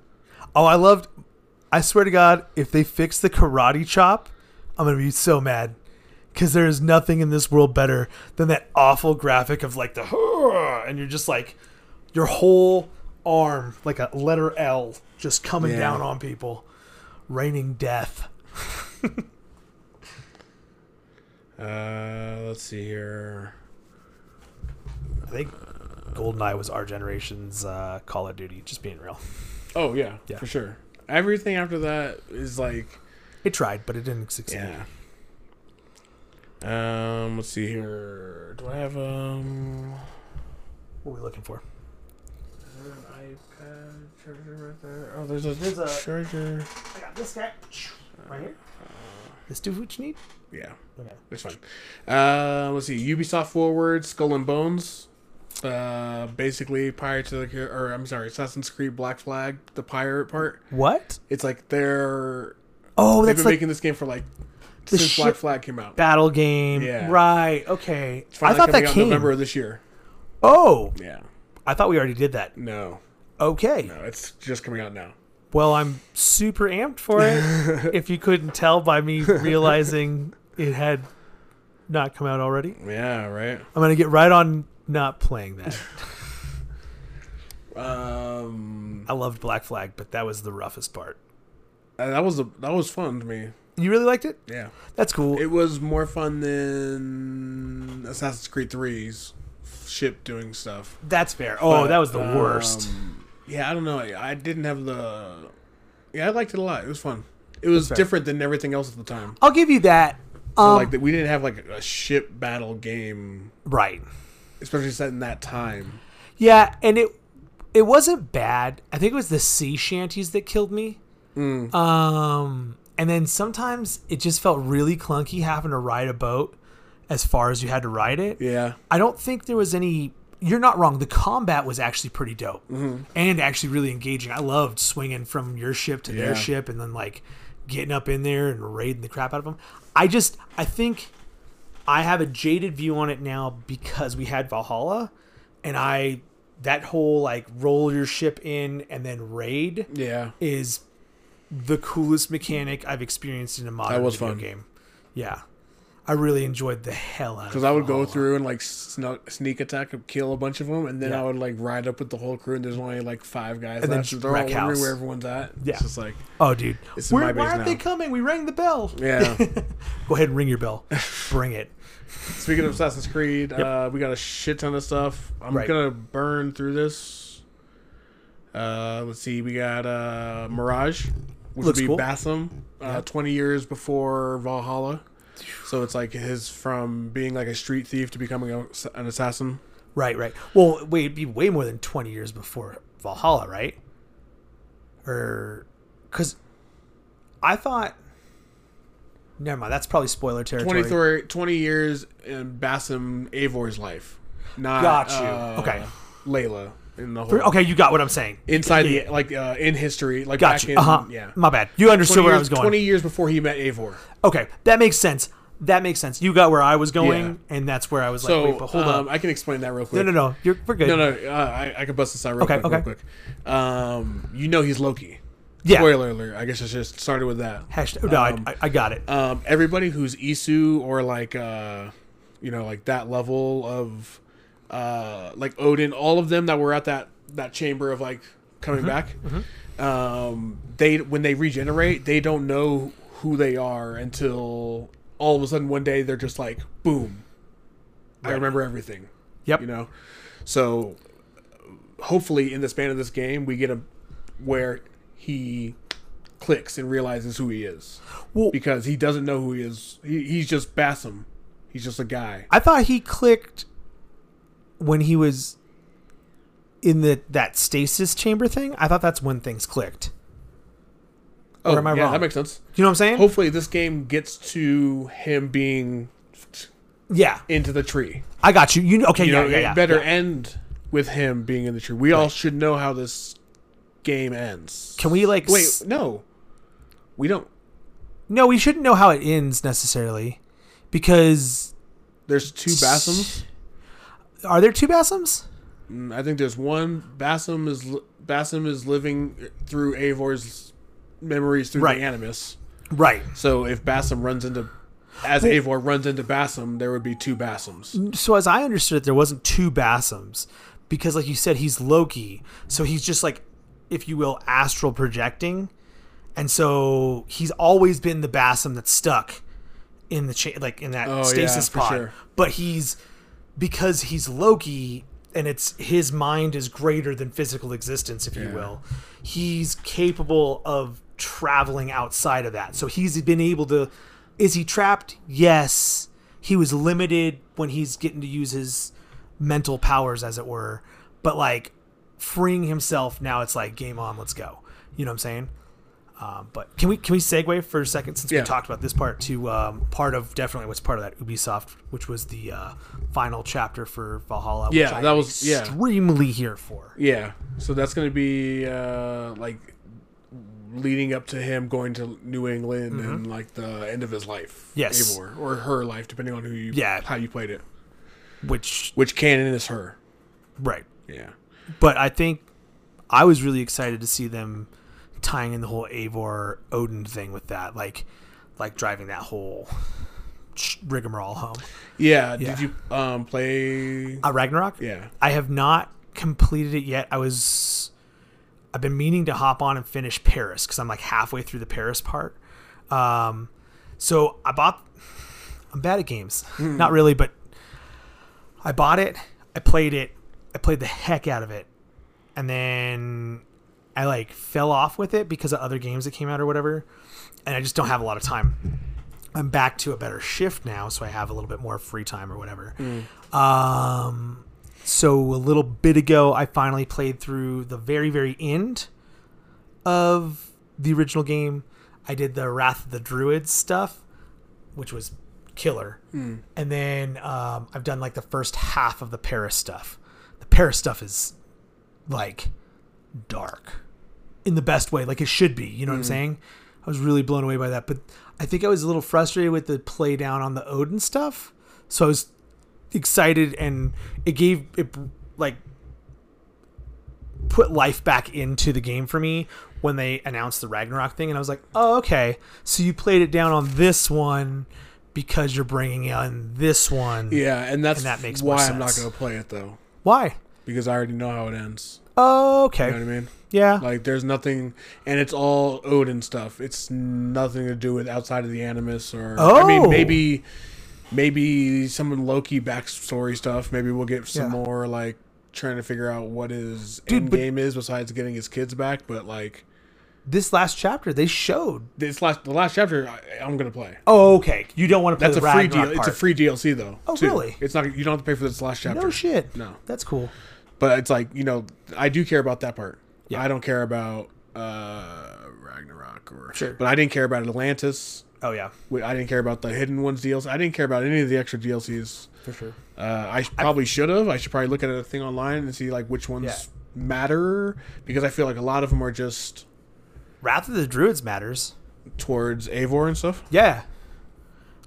[SPEAKER 2] Oh, I loved. I swear to God, if they fix the karate chop, I'm gonna be so mad. Cause there is nothing in this world better than that awful graphic of like the [laughs] and you're just like your whole arm, like a letter L, just coming
[SPEAKER 1] Yeah.
[SPEAKER 2] down on people, raining death.
[SPEAKER 1] Uh, let's see here.
[SPEAKER 2] I think Goldeneye was our generation's uh, Call of Duty. Just being real,
[SPEAKER 1] Oh yeah,
[SPEAKER 2] Yeah.
[SPEAKER 1] for sure. Everything after that is like,
[SPEAKER 2] it tried, but it didn't succeed.
[SPEAKER 1] yeah. Um, let's see here. Do I have um?
[SPEAKER 2] What are we looking for?
[SPEAKER 1] iPad uh, charger right there. Oh, there's a, there's a charger.
[SPEAKER 2] I got this guy right here. Let's do what you need.
[SPEAKER 1] Yeah,
[SPEAKER 2] Okay.
[SPEAKER 1] it's fine. Uh, let's see. Ubisoft Forward, Skull and Bones. Uh, basically, Pirates of the Car- or I'm sorry, Assassin's Creed Black Flag, the pirate part.
[SPEAKER 2] What?
[SPEAKER 1] It's like they're they've
[SPEAKER 2] Oh, that's
[SPEAKER 1] been
[SPEAKER 2] like
[SPEAKER 1] making this game for like since
[SPEAKER 2] ship-
[SPEAKER 1] Black Flag came out.
[SPEAKER 2] battle game.
[SPEAKER 1] Yeah.
[SPEAKER 2] Right. Okay.
[SPEAKER 1] It's
[SPEAKER 2] I
[SPEAKER 1] finally
[SPEAKER 2] thought that
[SPEAKER 1] coming out in
[SPEAKER 2] came.
[SPEAKER 1] November of this year.
[SPEAKER 2] Oh,
[SPEAKER 1] Yeah.
[SPEAKER 2] I thought we already did that.
[SPEAKER 1] No,
[SPEAKER 2] Okay.
[SPEAKER 1] no, it's just coming out now.
[SPEAKER 2] Well, I'm super amped for
[SPEAKER 1] [laughs]
[SPEAKER 2] it. if you couldn't tell by me realizing it had not come out already,
[SPEAKER 1] Yeah, right.
[SPEAKER 2] I'm gonna get right on not
[SPEAKER 1] [laughs]
[SPEAKER 2] playing that.
[SPEAKER 1] Um,
[SPEAKER 2] I loved Black Flag, but that was the roughest part.
[SPEAKER 1] uh, that was a, that was fun to me.
[SPEAKER 2] You really liked it?
[SPEAKER 1] Yeah.
[SPEAKER 2] That's cool.
[SPEAKER 1] It was more fun than Assassin's Creed 3's ship doing stuff.
[SPEAKER 2] That's fair. Oh,
[SPEAKER 1] But,
[SPEAKER 2] that was the
[SPEAKER 1] um,
[SPEAKER 2] worst.
[SPEAKER 1] Yeah, I don't know. I I didn't have the. Yeah, I liked it a lot. It was fun. It was different than everything else at the time.
[SPEAKER 2] I'll give you that. Um,
[SPEAKER 1] like that, we didn't have like a ship battle game,
[SPEAKER 2] right.
[SPEAKER 1] especially set in that time.
[SPEAKER 2] Yeah, and it it wasn't bad. I think it was the sea shanties that killed me.
[SPEAKER 1] Mm.
[SPEAKER 2] Um, and then sometimes it just felt really clunky having to ride a boat as far as you had to ride it.
[SPEAKER 1] Yeah,
[SPEAKER 2] I don't think there was any. You're not wrong. The combat was actually pretty
[SPEAKER 1] Mm-hmm.
[SPEAKER 2] dope and actually really engaging. I loved swinging from your ship to
[SPEAKER 1] Yeah.
[SPEAKER 2] their ship and then like getting up in there and raiding the crap out of them. I just I think I have a jaded view on it now because we had Valhalla, and I that whole like roll your ship in and then raid
[SPEAKER 1] Yeah.
[SPEAKER 2] is the coolest mechanic I've experienced in a modern
[SPEAKER 1] That was
[SPEAKER 2] video
[SPEAKER 1] fun.
[SPEAKER 2] game. Yeah, I really enjoyed the hell out of it.
[SPEAKER 1] Because I would
[SPEAKER 2] Oh.
[SPEAKER 1] go through and like snu- sneak attack and kill a bunch of them, and then
[SPEAKER 2] Yeah.
[SPEAKER 1] I would like ride up with the whole crew, and there's only like five guys
[SPEAKER 2] And then
[SPEAKER 1] left.
[SPEAKER 2] just
[SPEAKER 1] They're all
[SPEAKER 2] wreck
[SPEAKER 1] wondering
[SPEAKER 2] house.
[SPEAKER 1] where everyone's at.
[SPEAKER 2] Yeah.
[SPEAKER 1] It's just like,
[SPEAKER 2] Oh, dude,
[SPEAKER 1] It's in
[SPEAKER 2] Where,
[SPEAKER 1] my
[SPEAKER 2] why
[SPEAKER 1] base
[SPEAKER 2] aren't they
[SPEAKER 1] now.
[SPEAKER 2] coming? We rang the bell.
[SPEAKER 1] [laughs] yeah.
[SPEAKER 2] Go ahead and ring
[SPEAKER 1] [laughs]
[SPEAKER 2] your bell. Bring it.
[SPEAKER 1] Speaking of Assassin's Creed, uh, we got a shit ton of stuff. I'm
[SPEAKER 2] Right.
[SPEAKER 1] gonna burn through this. Uh, let's see, we got uh, Mirage, which
[SPEAKER 2] Looks
[SPEAKER 1] would be
[SPEAKER 2] cool.
[SPEAKER 1] Bassam, uh, 20 years before Valhalla. So it's like his from being like a street thief to becoming a, an assassin.
[SPEAKER 2] Right, right. Well, wait, it'd be way more than 20 years before Valhalla, right? Or, because I thought. Never mind. That's probably spoiler territory.
[SPEAKER 1] 23, 20 years in Bassam Avor's life. Not
[SPEAKER 2] Got you.
[SPEAKER 1] uh,
[SPEAKER 2] Okay.
[SPEAKER 1] Layla in the whole
[SPEAKER 2] Okay, you got what I'm saying.
[SPEAKER 1] inside the like uh, in history like
[SPEAKER 2] Got
[SPEAKER 1] back
[SPEAKER 2] you.
[SPEAKER 1] in
[SPEAKER 2] Uh huh.
[SPEAKER 1] yeah.
[SPEAKER 2] My bad. You understood
[SPEAKER 1] 20
[SPEAKER 2] where I
[SPEAKER 1] years-
[SPEAKER 2] was going.
[SPEAKER 1] 20 years before he met Avor.
[SPEAKER 2] Okay, that makes sense. That makes sense. You got where I was going, and that's where I was
[SPEAKER 1] So
[SPEAKER 2] like, wait, but hold
[SPEAKER 1] um,
[SPEAKER 2] up.
[SPEAKER 1] I can explain that real
[SPEAKER 2] No,
[SPEAKER 1] quick.
[SPEAKER 2] no, no. You're, we're good.
[SPEAKER 1] no, no. Uh, I, I can bust this out real
[SPEAKER 2] Okay,
[SPEAKER 1] quick.
[SPEAKER 2] okay.
[SPEAKER 1] Real quick. Um, you know he's Loki.
[SPEAKER 2] Yeah.
[SPEAKER 1] Spoiler alert. I guess I just started with that.
[SPEAKER 2] Hashtag, no, I-
[SPEAKER 1] Um,
[SPEAKER 2] I, I got it.
[SPEAKER 1] um, everybody who's Isu or like uh, you know like that level of uh, like Odin, all of them that were at that that chamber of like coming back, um, they when they regenerate, they don't know who they are until all of a sudden one day they're just like boom, I remember everything.
[SPEAKER 2] Yep.
[SPEAKER 1] You know, so hopefully in the span of this game we get a where he clicks and realizes who he is
[SPEAKER 2] well,
[SPEAKER 1] because he doesn't know who he is. He, he's just Bassam. He's just a guy.
[SPEAKER 2] I thought he clicked when he was in the that stasis chamber thing. I thought that's when things clicked.
[SPEAKER 1] Oh,
[SPEAKER 2] am I
[SPEAKER 1] yeah,
[SPEAKER 2] wrong?
[SPEAKER 1] That makes sense.
[SPEAKER 2] You know what I'm saying?
[SPEAKER 1] Hopefully, this game gets to him being
[SPEAKER 2] yeah,
[SPEAKER 1] into the tree.
[SPEAKER 2] I got you. You kn- okay?
[SPEAKER 1] You
[SPEAKER 2] yeah,
[SPEAKER 1] know,
[SPEAKER 2] yeah,
[SPEAKER 1] it
[SPEAKER 2] yeah,
[SPEAKER 1] better
[SPEAKER 2] yeah.
[SPEAKER 1] end with him being in the tree. We all should know how this game ends.
[SPEAKER 2] Can we like?
[SPEAKER 1] Wait,
[SPEAKER 2] s-
[SPEAKER 1] no, we don't.
[SPEAKER 2] no, we shouldn't know how it ends necessarily, because
[SPEAKER 1] There's two Bassams.
[SPEAKER 2] are there two Bassams?
[SPEAKER 1] Mm, I think there's one. Bassam is li- Bassam is living through Avor's memories through
[SPEAKER 2] Right.
[SPEAKER 1] the Animus.
[SPEAKER 2] Right.
[SPEAKER 1] So if Bassam runs into, as Avor runs into Bassam, there would be two Bassams.
[SPEAKER 2] So as I understood it, there wasn't two Bassams, because like you said, he's Loki, so he's just like, if you will, astral projecting, and so he's always been the Bassam that's stuck in the cha- like in that
[SPEAKER 1] Oh,
[SPEAKER 2] stasis
[SPEAKER 1] yeah, for
[SPEAKER 2] pod.
[SPEAKER 1] sure.
[SPEAKER 2] But he's because he's Loki, and it's his mind is greater than physical existence, if you will. He's capable of traveling outside of that, so he's been able to. Is he trapped? Yes. He was limited when he's getting to use his mental powers, as it were. But like freeing himself now, it's like game on, let's go. You know what I'm saying? Um, but can we can we segue for a second since
[SPEAKER 1] Yeah.
[SPEAKER 2] we talked about this part to um, part of definitely what's part of that Ubisoft, which was the uh, final chapter for Valhalla. which
[SPEAKER 1] Yeah,
[SPEAKER 2] I
[SPEAKER 1] that
[SPEAKER 2] am
[SPEAKER 1] was- yeah.
[SPEAKER 2] extremely here for.
[SPEAKER 1] Yeah. So that's going to be uh, like leading up to him going to New England and like the end of his life.
[SPEAKER 2] Mm-hmm. Yes.
[SPEAKER 1] Eivor, or her life, depending on who you
[SPEAKER 2] Yeah.
[SPEAKER 1] how you played it.
[SPEAKER 2] Which
[SPEAKER 1] Which canon is her?
[SPEAKER 2] right,
[SPEAKER 1] Yeah.
[SPEAKER 2] but I think I was really excited to see them tying in the whole Eivor Odin thing with that, like like driving that whole sh- rigmarole home.
[SPEAKER 1] Yeah.
[SPEAKER 2] Yeah.
[SPEAKER 1] Did you um, play?
[SPEAKER 2] Uh, Ragnarok.
[SPEAKER 1] Yeah.
[SPEAKER 2] I have not completed it yet. I was I've been meaning to hop on and finish Paris because I'm like halfway through the Paris part. Um, so I bought. I'm bad at games, not really, but I bought it. I played it. I played the heck out of it, and then I like fell off with it because of other games that came out or whatever, and I just don't have a lot of time. I'm back to a better shift now, so I have a little bit more free time or whatever. Um, so a little bit ago, I finally played through the very, very end of the original game. I did the Wrath of the Druids stuff, which was killer. And then um, I've done like the first half of the Paris stuff. The Paris stuff is
[SPEAKER 1] Mm.
[SPEAKER 2] like dark in the best way, like it should be. You know what I'm saying? I was really blown away by that. But I think I was a little frustrated with the play down on the Odin stuff. So I was excited and it gave it like put life back into the game for me when they announced the Ragnarok thing and I was like, "Oh, okay. So you played it down on this one because you're bringing on this one."
[SPEAKER 1] Yeah, and that's
[SPEAKER 2] And that makes more
[SPEAKER 1] why I'm not
[SPEAKER 2] sense.
[SPEAKER 1] going to play it though,
[SPEAKER 2] Why?
[SPEAKER 1] because I already know how it ends.
[SPEAKER 2] Oh, okay.
[SPEAKER 1] You know what I mean?
[SPEAKER 2] Yeah.
[SPEAKER 1] Like, there's nothing, and it's all Odin stuff. It's nothing to do with outside of the Animus or. I
[SPEAKER 2] Oh.
[SPEAKER 1] mean, maybe, maybe some Loki backstory stuff. Maybe we'll get some
[SPEAKER 2] Yeah.
[SPEAKER 1] more like trying to figure out what his
[SPEAKER 2] Dude,
[SPEAKER 1] end
[SPEAKER 2] but-
[SPEAKER 1] game is besides getting his kids back. But like
[SPEAKER 2] this last chapter they showed.
[SPEAKER 1] this last the last chapter, I, I'm gonna play.
[SPEAKER 2] Oh, okay. You don't want to play
[SPEAKER 1] That's a
[SPEAKER 2] the
[SPEAKER 1] free
[SPEAKER 2] Ragnarok
[SPEAKER 1] deal. It's a
[SPEAKER 2] part.
[SPEAKER 1] free DLC though.
[SPEAKER 2] Oh, really?
[SPEAKER 1] It's not. You don't have to pay for this last chapter.
[SPEAKER 2] No shit.
[SPEAKER 1] No.
[SPEAKER 2] That's cool.
[SPEAKER 1] But it's like you know, I do care about that part.
[SPEAKER 2] Yeah.
[SPEAKER 1] I don't care about uh Ragnarok or.
[SPEAKER 2] Sure.
[SPEAKER 1] But I didn't care about Atlantis.
[SPEAKER 2] Oh yeah.
[SPEAKER 1] Wait, I didn't care about the Hidden Ones deals. I didn't care about any of the extra DLCs.
[SPEAKER 2] For sure.
[SPEAKER 1] Uh, I sh- probably should have. I should probably look at a thing online and see like which ones matter because I feel like a lot of them are just
[SPEAKER 2] Wrath of the Druids matters.
[SPEAKER 1] towards Avor and stuff.
[SPEAKER 2] Yeah.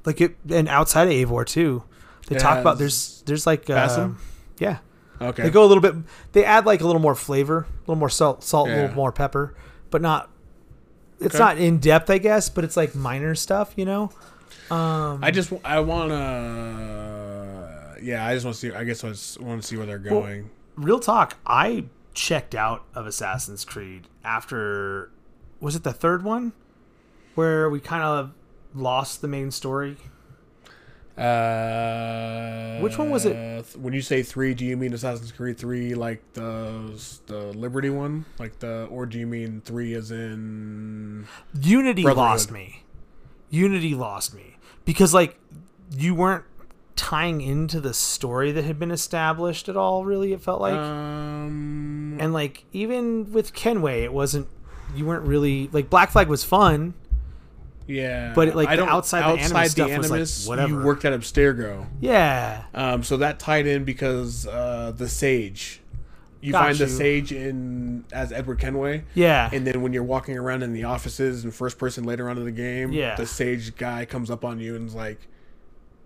[SPEAKER 2] Like it and outside of Avor too. They
[SPEAKER 1] It
[SPEAKER 2] talk about
[SPEAKER 1] has
[SPEAKER 2] there's there's like uh,
[SPEAKER 1] Basim?
[SPEAKER 2] yeah.
[SPEAKER 1] Okay.
[SPEAKER 2] They go a little bit they add like a little more flavor, a little more salt, salt, a
[SPEAKER 1] Yeah.
[SPEAKER 2] little more pepper, but not it's
[SPEAKER 1] Okay.
[SPEAKER 2] not in depth, I guess, but it's like minor stuff, you know?
[SPEAKER 1] I just w- I want to. Yeah, I just want to see. I guess I just want to see where they're going.
[SPEAKER 2] Real talk, I checked out of Assassin's Creed after was it the third one where we kind of lost the main story?
[SPEAKER 1] Uh,
[SPEAKER 2] Which one was it?
[SPEAKER 1] th- When you say three, do you mean Assassin's Creed three, like the the Liberty one, like the, or do you mean three as in?
[SPEAKER 2] Unity
[SPEAKER 1] Brotherhood.
[SPEAKER 2] lost me. Unity lost me because like you weren't tying into the story that had been established at all. Really, it felt like,
[SPEAKER 1] Um,
[SPEAKER 2] and like even with Kenway, it wasn't. You weren't really like Black Flag was fun.
[SPEAKER 1] yeah,
[SPEAKER 2] but it, like,
[SPEAKER 1] I
[SPEAKER 2] the
[SPEAKER 1] don't-
[SPEAKER 2] outside the Animus stuff was, like, whatever.
[SPEAKER 1] You worked at Abstergo,
[SPEAKER 2] Yeah,
[SPEAKER 1] um, so that tied in because uh, the Sage. You
[SPEAKER 2] Got
[SPEAKER 1] find
[SPEAKER 2] you.
[SPEAKER 1] the Sage in as Edward Kenway.
[SPEAKER 2] yeah,
[SPEAKER 1] And then when you're walking around in the offices and first person later on in the game,
[SPEAKER 2] Yeah.
[SPEAKER 1] the sage guy comes up on you and's like,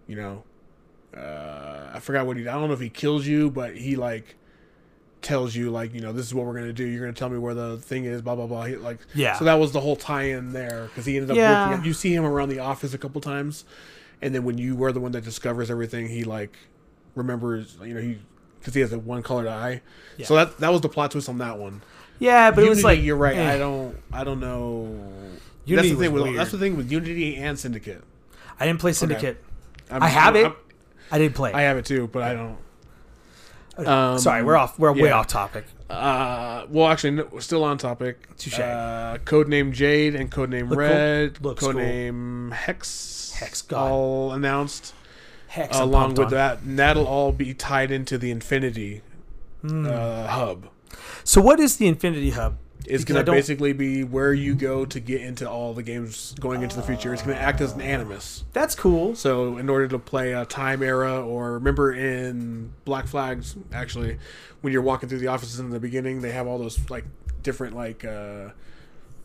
[SPEAKER 1] you know, uh, I forgot what he. I don't know if he kills you, but he like tells you like, you know, this is what we're gonna do. You're gonna tell me where the thing is. Blah blah blah. He, like,
[SPEAKER 2] Yeah.
[SPEAKER 1] So that was the whole tie-in there because he ended up.
[SPEAKER 2] Yeah.
[SPEAKER 1] Working, you see him around the office a couple times, and then when you were the one that discovers everything, he like remembers. You know, he because he has a one colored eye. So that that was the plot twist on that one
[SPEAKER 2] yeah. But it was
[SPEAKER 1] Unity,
[SPEAKER 2] like
[SPEAKER 1] you're right.
[SPEAKER 2] eh.
[SPEAKER 1] I don't. I don't know. that's
[SPEAKER 2] Unity
[SPEAKER 1] the
[SPEAKER 2] was
[SPEAKER 1] thing with
[SPEAKER 2] weird.
[SPEAKER 1] that's the thing with Unity and Syndicate.
[SPEAKER 2] I didn't play Syndicate.
[SPEAKER 1] I'm,
[SPEAKER 2] I have
[SPEAKER 1] I'm-
[SPEAKER 2] it. I didn't play.
[SPEAKER 1] I have it too, but I don't. Um,
[SPEAKER 2] Sorry, we're off. We're way
[SPEAKER 1] yeah.
[SPEAKER 2] off topic.
[SPEAKER 1] Uh, well, actually, no, we're still on topic.
[SPEAKER 2] Touche.
[SPEAKER 1] Uh, codename Jade and codename
[SPEAKER 2] cool.
[SPEAKER 1] Red.
[SPEAKER 2] Looks cool.
[SPEAKER 1] codename Hex.
[SPEAKER 2] Hex, God.
[SPEAKER 1] All announced
[SPEAKER 2] Hex, I'm
[SPEAKER 1] along
[SPEAKER 2] pumped
[SPEAKER 1] with
[SPEAKER 2] on.
[SPEAKER 1] that. And that'll all be tied into the Infinity
[SPEAKER 2] Hmm.
[SPEAKER 1] uh, hub.
[SPEAKER 2] So what is the Infinity Hub?
[SPEAKER 1] It's
[SPEAKER 2] Because
[SPEAKER 1] going
[SPEAKER 2] I
[SPEAKER 1] to
[SPEAKER 2] don't-
[SPEAKER 1] basically be where you go to get into all the games going into the future. It's going to act as an animus.
[SPEAKER 2] That's cool.
[SPEAKER 1] So in order to play a time era, or remember in Black Flags, actually, when you're walking through the offices in the beginning, they have all those like different like. uh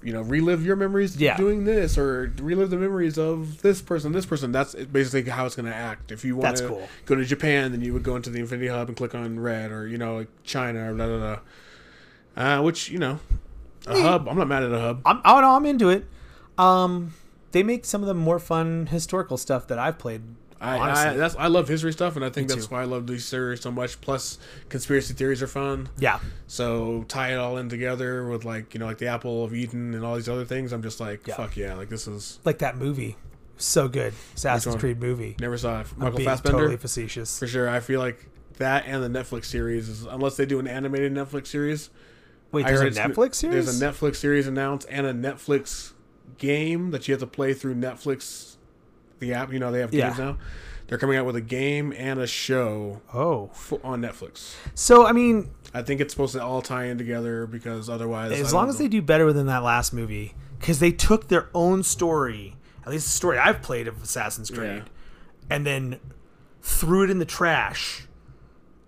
[SPEAKER 1] you know, relive your memories
[SPEAKER 2] Yeah.
[SPEAKER 1] doing this, or relive the memories of this person, this person. That's basically how it's going to act. If you want
[SPEAKER 2] That's
[SPEAKER 1] to
[SPEAKER 2] cool.
[SPEAKER 1] go to Japan, then you would go into the Infinity Hub and click on red, or you know, like China, or blah blah blah. Uh, which you know,
[SPEAKER 2] Eh.
[SPEAKER 1] a hub. I'm not mad at a hub.
[SPEAKER 2] I'm oh no, I'm into it. Um, they make some of the more fun historical stuff that I've played.
[SPEAKER 1] I, I
[SPEAKER 2] honestly.
[SPEAKER 1] that's I love history stuff, and I think
[SPEAKER 2] Me
[SPEAKER 1] that's
[SPEAKER 2] too.
[SPEAKER 1] why I love these series so much. Plus, conspiracy theories are fun.
[SPEAKER 2] yeah,
[SPEAKER 1] So tie it all in together with like you know like the Apple of Eden and all these other things. I'm just like
[SPEAKER 2] Yeah.
[SPEAKER 1] fuck yeah, like this is
[SPEAKER 2] like that movie, so good. Assassin's
[SPEAKER 1] one?
[SPEAKER 2] Creed movie.
[SPEAKER 1] never saw it. Michael
[SPEAKER 2] Being
[SPEAKER 1] Fassbender
[SPEAKER 2] totally facetious.
[SPEAKER 1] for sure. I feel like that and the Netflix series is unless they do an animated Netflix series.
[SPEAKER 2] Wait,
[SPEAKER 1] I
[SPEAKER 2] there's
[SPEAKER 1] heard
[SPEAKER 2] a
[SPEAKER 1] it's-
[SPEAKER 2] Netflix series.
[SPEAKER 1] There's a Netflix series announced and a Netflix game that you have to play through Netflix, the app. You know they have
[SPEAKER 2] Yeah.
[SPEAKER 1] games now. They're coming out with a game and a show
[SPEAKER 2] oh,
[SPEAKER 1] f- on Netflix.
[SPEAKER 2] so I mean,
[SPEAKER 1] I think it's supposed to all tie in together because otherwise, I
[SPEAKER 2] as
[SPEAKER 1] don't
[SPEAKER 2] long as
[SPEAKER 1] know.
[SPEAKER 2] they do better than that last movie, because they took their own story, at least the story I've played of Assassin's Creed, and then threw it in the trash,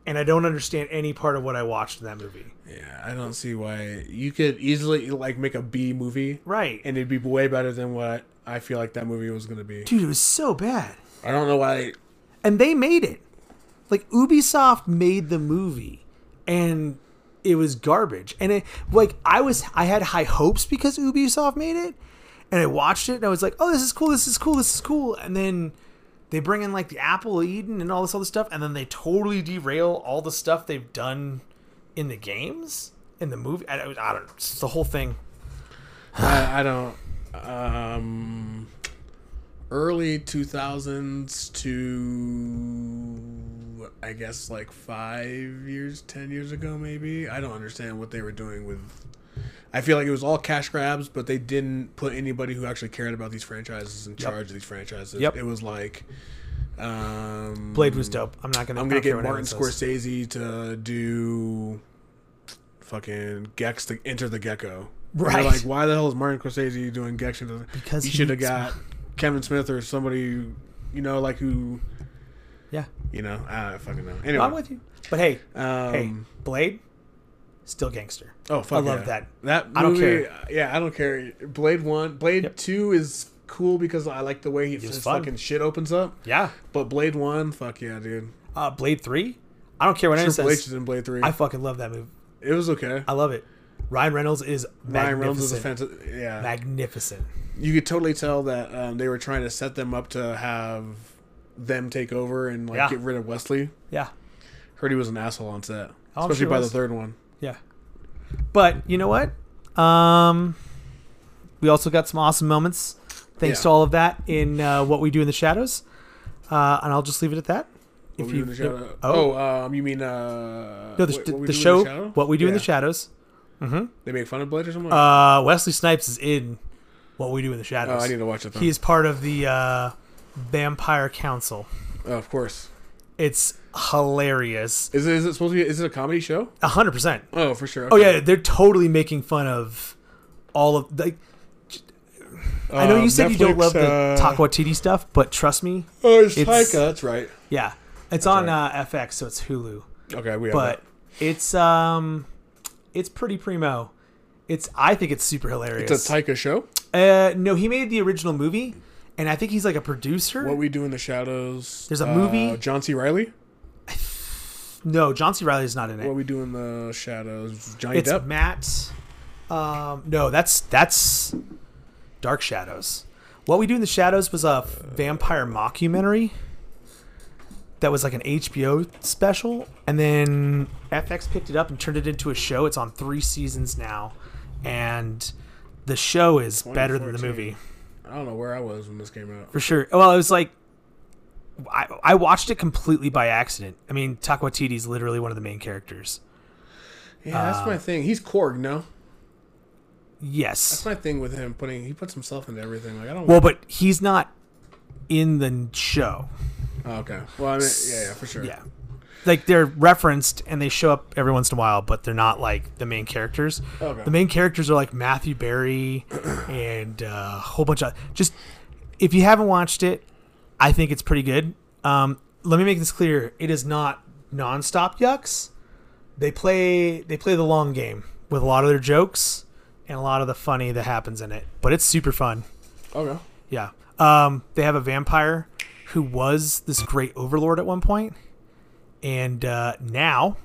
[SPEAKER 2] and I don't understand any part of what I watched in that movie.
[SPEAKER 1] Yeah, I don't see why you could easily like make a B movie,
[SPEAKER 2] Right.
[SPEAKER 1] and it'd be way better than what I feel like that movie was gonna be.
[SPEAKER 2] Dude, it was so bad.
[SPEAKER 1] I don't know why.
[SPEAKER 2] and they made it. Like Ubisoft made the movie, and it was garbage. And it like I was I had high hopes because Ubisoft made it, and I watched it and I was like, oh, this is cool, this is cool, this is cool. And then they bring in like the Apple Eden and all this other stuff, and then they totally derail all the stuff they've done in the games in the movie. I, I don't. It's the whole thing.
[SPEAKER 1] I, I don't. Um, early two thousands to I guess like five years, ten years ago, maybe. I don't understand what they were doing with. I feel like it was all cash grabs, but they didn't put anybody who actually cared about these franchises in charge of these franchises.
[SPEAKER 2] Yep.
[SPEAKER 1] It was like, um,
[SPEAKER 2] Blade was dope. I'm not gonna.
[SPEAKER 1] I'm gonna
[SPEAKER 2] I don't care
[SPEAKER 1] get
[SPEAKER 2] what
[SPEAKER 1] Martin
[SPEAKER 2] anyone says.
[SPEAKER 1] Scorsese to do fucking Gex to enter the gecko.
[SPEAKER 2] Right.
[SPEAKER 1] They're like, why the hell is Martin Scorsese doing Gex into the
[SPEAKER 2] Because
[SPEAKER 1] he
[SPEAKER 2] he
[SPEAKER 1] should have
[SPEAKER 2] needs-
[SPEAKER 1] got Kevin Smith or somebody you know, like who
[SPEAKER 2] Yeah,
[SPEAKER 1] you know, I don't fucking know. Anyway.
[SPEAKER 2] I'm with you. But hey,
[SPEAKER 1] Um,
[SPEAKER 2] hey, Blade, still gangster.
[SPEAKER 1] Oh fuck.
[SPEAKER 2] I love
[SPEAKER 1] yeah.
[SPEAKER 2] that.
[SPEAKER 1] That
[SPEAKER 2] I don't
[SPEAKER 1] movie,
[SPEAKER 2] care.
[SPEAKER 1] Yeah, I don't care. Blade one Blade
[SPEAKER 2] Yep.
[SPEAKER 1] two is cool because I like the way he,
[SPEAKER 2] was
[SPEAKER 1] his
[SPEAKER 2] fun.
[SPEAKER 1] fucking shit opens up.
[SPEAKER 2] Yeah.
[SPEAKER 1] But Blade one, fuck yeah, dude.
[SPEAKER 2] Uh, Blade Three. I don't care what anyone
[SPEAKER 1] Triple H
[SPEAKER 2] says.
[SPEAKER 1] is in Blade three.
[SPEAKER 2] I fucking love that movie.
[SPEAKER 1] it was okay.
[SPEAKER 2] I love it. Ryan Reynolds is magnificent.
[SPEAKER 1] Ryan Reynolds is a fantastic. Yeah.
[SPEAKER 2] Magnificent.
[SPEAKER 1] you could totally tell that um, they were trying to set them up to have them take over and like
[SPEAKER 2] Yeah.
[SPEAKER 1] get rid of Wesley.
[SPEAKER 2] Yeah,
[SPEAKER 1] Heard he was an asshole on set,
[SPEAKER 2] Oh, I'm
[SPEAKER 1] especially
[SPEAKER 2] sure
[SPEAKER 1] by
[SPEAKER 2] he was.
[SPEAKER 1] the third one.
[SPEAKER 2] yeah. But you know what? Um, we also got some awesome moments thanks
[SPEAKER 1] Yeah.
[SPEAKER 2] to all of that in uh, what we do in the shadows. Uh, and I'll just leave it at that.
[SPEAKER 1] What we do in the shadow.
[SPEAKER 2] oh,
[SPEAKER 1] Oh, um, you mean uh?
[SPEAKER 2] no, the,
[SPEAKER 1] What-
[SPEAKER 2] the,
[SPEAKER 1] What We
[SPEAKER 2] the
[SPEAKER 1] Do in
[SPEAKER 2] show
[SPEAKER 1] Shadow?
[SPEAKER 2] what we do in the
[SPEAKER 1] Yeah.
[SPEAKER 2] shadows.
[SPEAKER 1] They make fun of Blade or something.
[SPEAKER 2] Uh, Wesley Snipes is in what we do in the shadows.
[SPEAKER 1] oh, I need to watch it. Then.
[SPEAKER 2] He is part of the uh, Vampire Council.
[SPEAKER 1] oh, of course.
[SPEAKER 2] It's hilarious.
[SPEAKER 1] Is it, is it supposed to be? Is it a comedy show?
[SPEAKER 2] A hundred percent.
[SPEAKER 1] Oh, for sure.
[SPEAKER 2] Oh yeah, they're totally making fun of all of like. I know
[SPEAKER 1] Um,
[SPEAKER 2] you said you don't love the
[SPEAKER 1] uh,
[SPEAKER 2] Taco Waititi stuff, but trust me,
[SPEAKER 1] Oh, it's,
[SPEAKER 2] It's-
[SPEAKER 1] Taika. That's right.
[SPEAKER 2] yeah, it's on uh, FX, so it's Hulu.
[SPEAKER 1] Okay, we have
[SPEAKER 2] But it's um, it's pretty primo. It's I think it's super
[SPEAKER 1] that.
[SPEAKER 2] hilarious.
[SPEAKER 1] It's a Taika show.
[SPEAKER 2] uh, no, he made the original movie, and I think he's like a producer.
[SPEAKER 1] What we do in the shadows.
[SPEAKER 2] There's a
[SPEAKER 1] uh,
[SPEAKER 2] movie-
[SPEAKER 1] John C. Riley.
[SPEAKER 2] no, John C. Riley is not in it.
[SPEAKER 1] What we do in the shadows. Johnny
[SPEAKER 2] it's
[SPEAKER 1] Depp.
[SPEAKER 2] Matt. Um, no, that's that's Dark Shadows. What we do in the shadows was a vampire mockumentary that was like an HBO special, and then FX picked it up and turned it into a show. It's on three seasons now, and the show is better than the
[SPEAKER 1] 2014.
[SPEAKER 2] movie
[SPEAKER 1] I don't know where I was when this came out.
[SPEAKER 2] for sure. Well, it was like I, I watched it completely by accident. I mean, Takwatiti is literally one of the main characters.
[SPEAKER 1] Yeah,
[SPEAKER 2] uh,
[SPEAKER 1] that's my thing. He's Korg, no?
[SPEAKER 2] Yes,
[SPEAKER 1] That's my thing with him putting he puts himself into everything. Like I don't
[SPEAKER 2] Well, but he's not in the show.
[SPEAKER 1] oh, okay. Well I mean yeah, yeah, for sure.
[SPEAKER 2] Yeah. Like they're referenced and they show up every once in a while, but they're not like the main characters.
[SPEAKER 1] Okay.
[SPEAKER 2] The main characters are like Matthew Berry [clears throat] and uh, a whole bunch of just. If you haven't watched it, I think it's pretty good. Um, let me make this clear: it is not nonstop yucks. They play they play the long game with a lot of their jokes and a lot of the funny that happens in it, but it's super fun.
[SPEAKER 1] Okay.
[SPEAKER 2] Yeah. Um, they have a vampire who was this great overlord at one point, and uh, now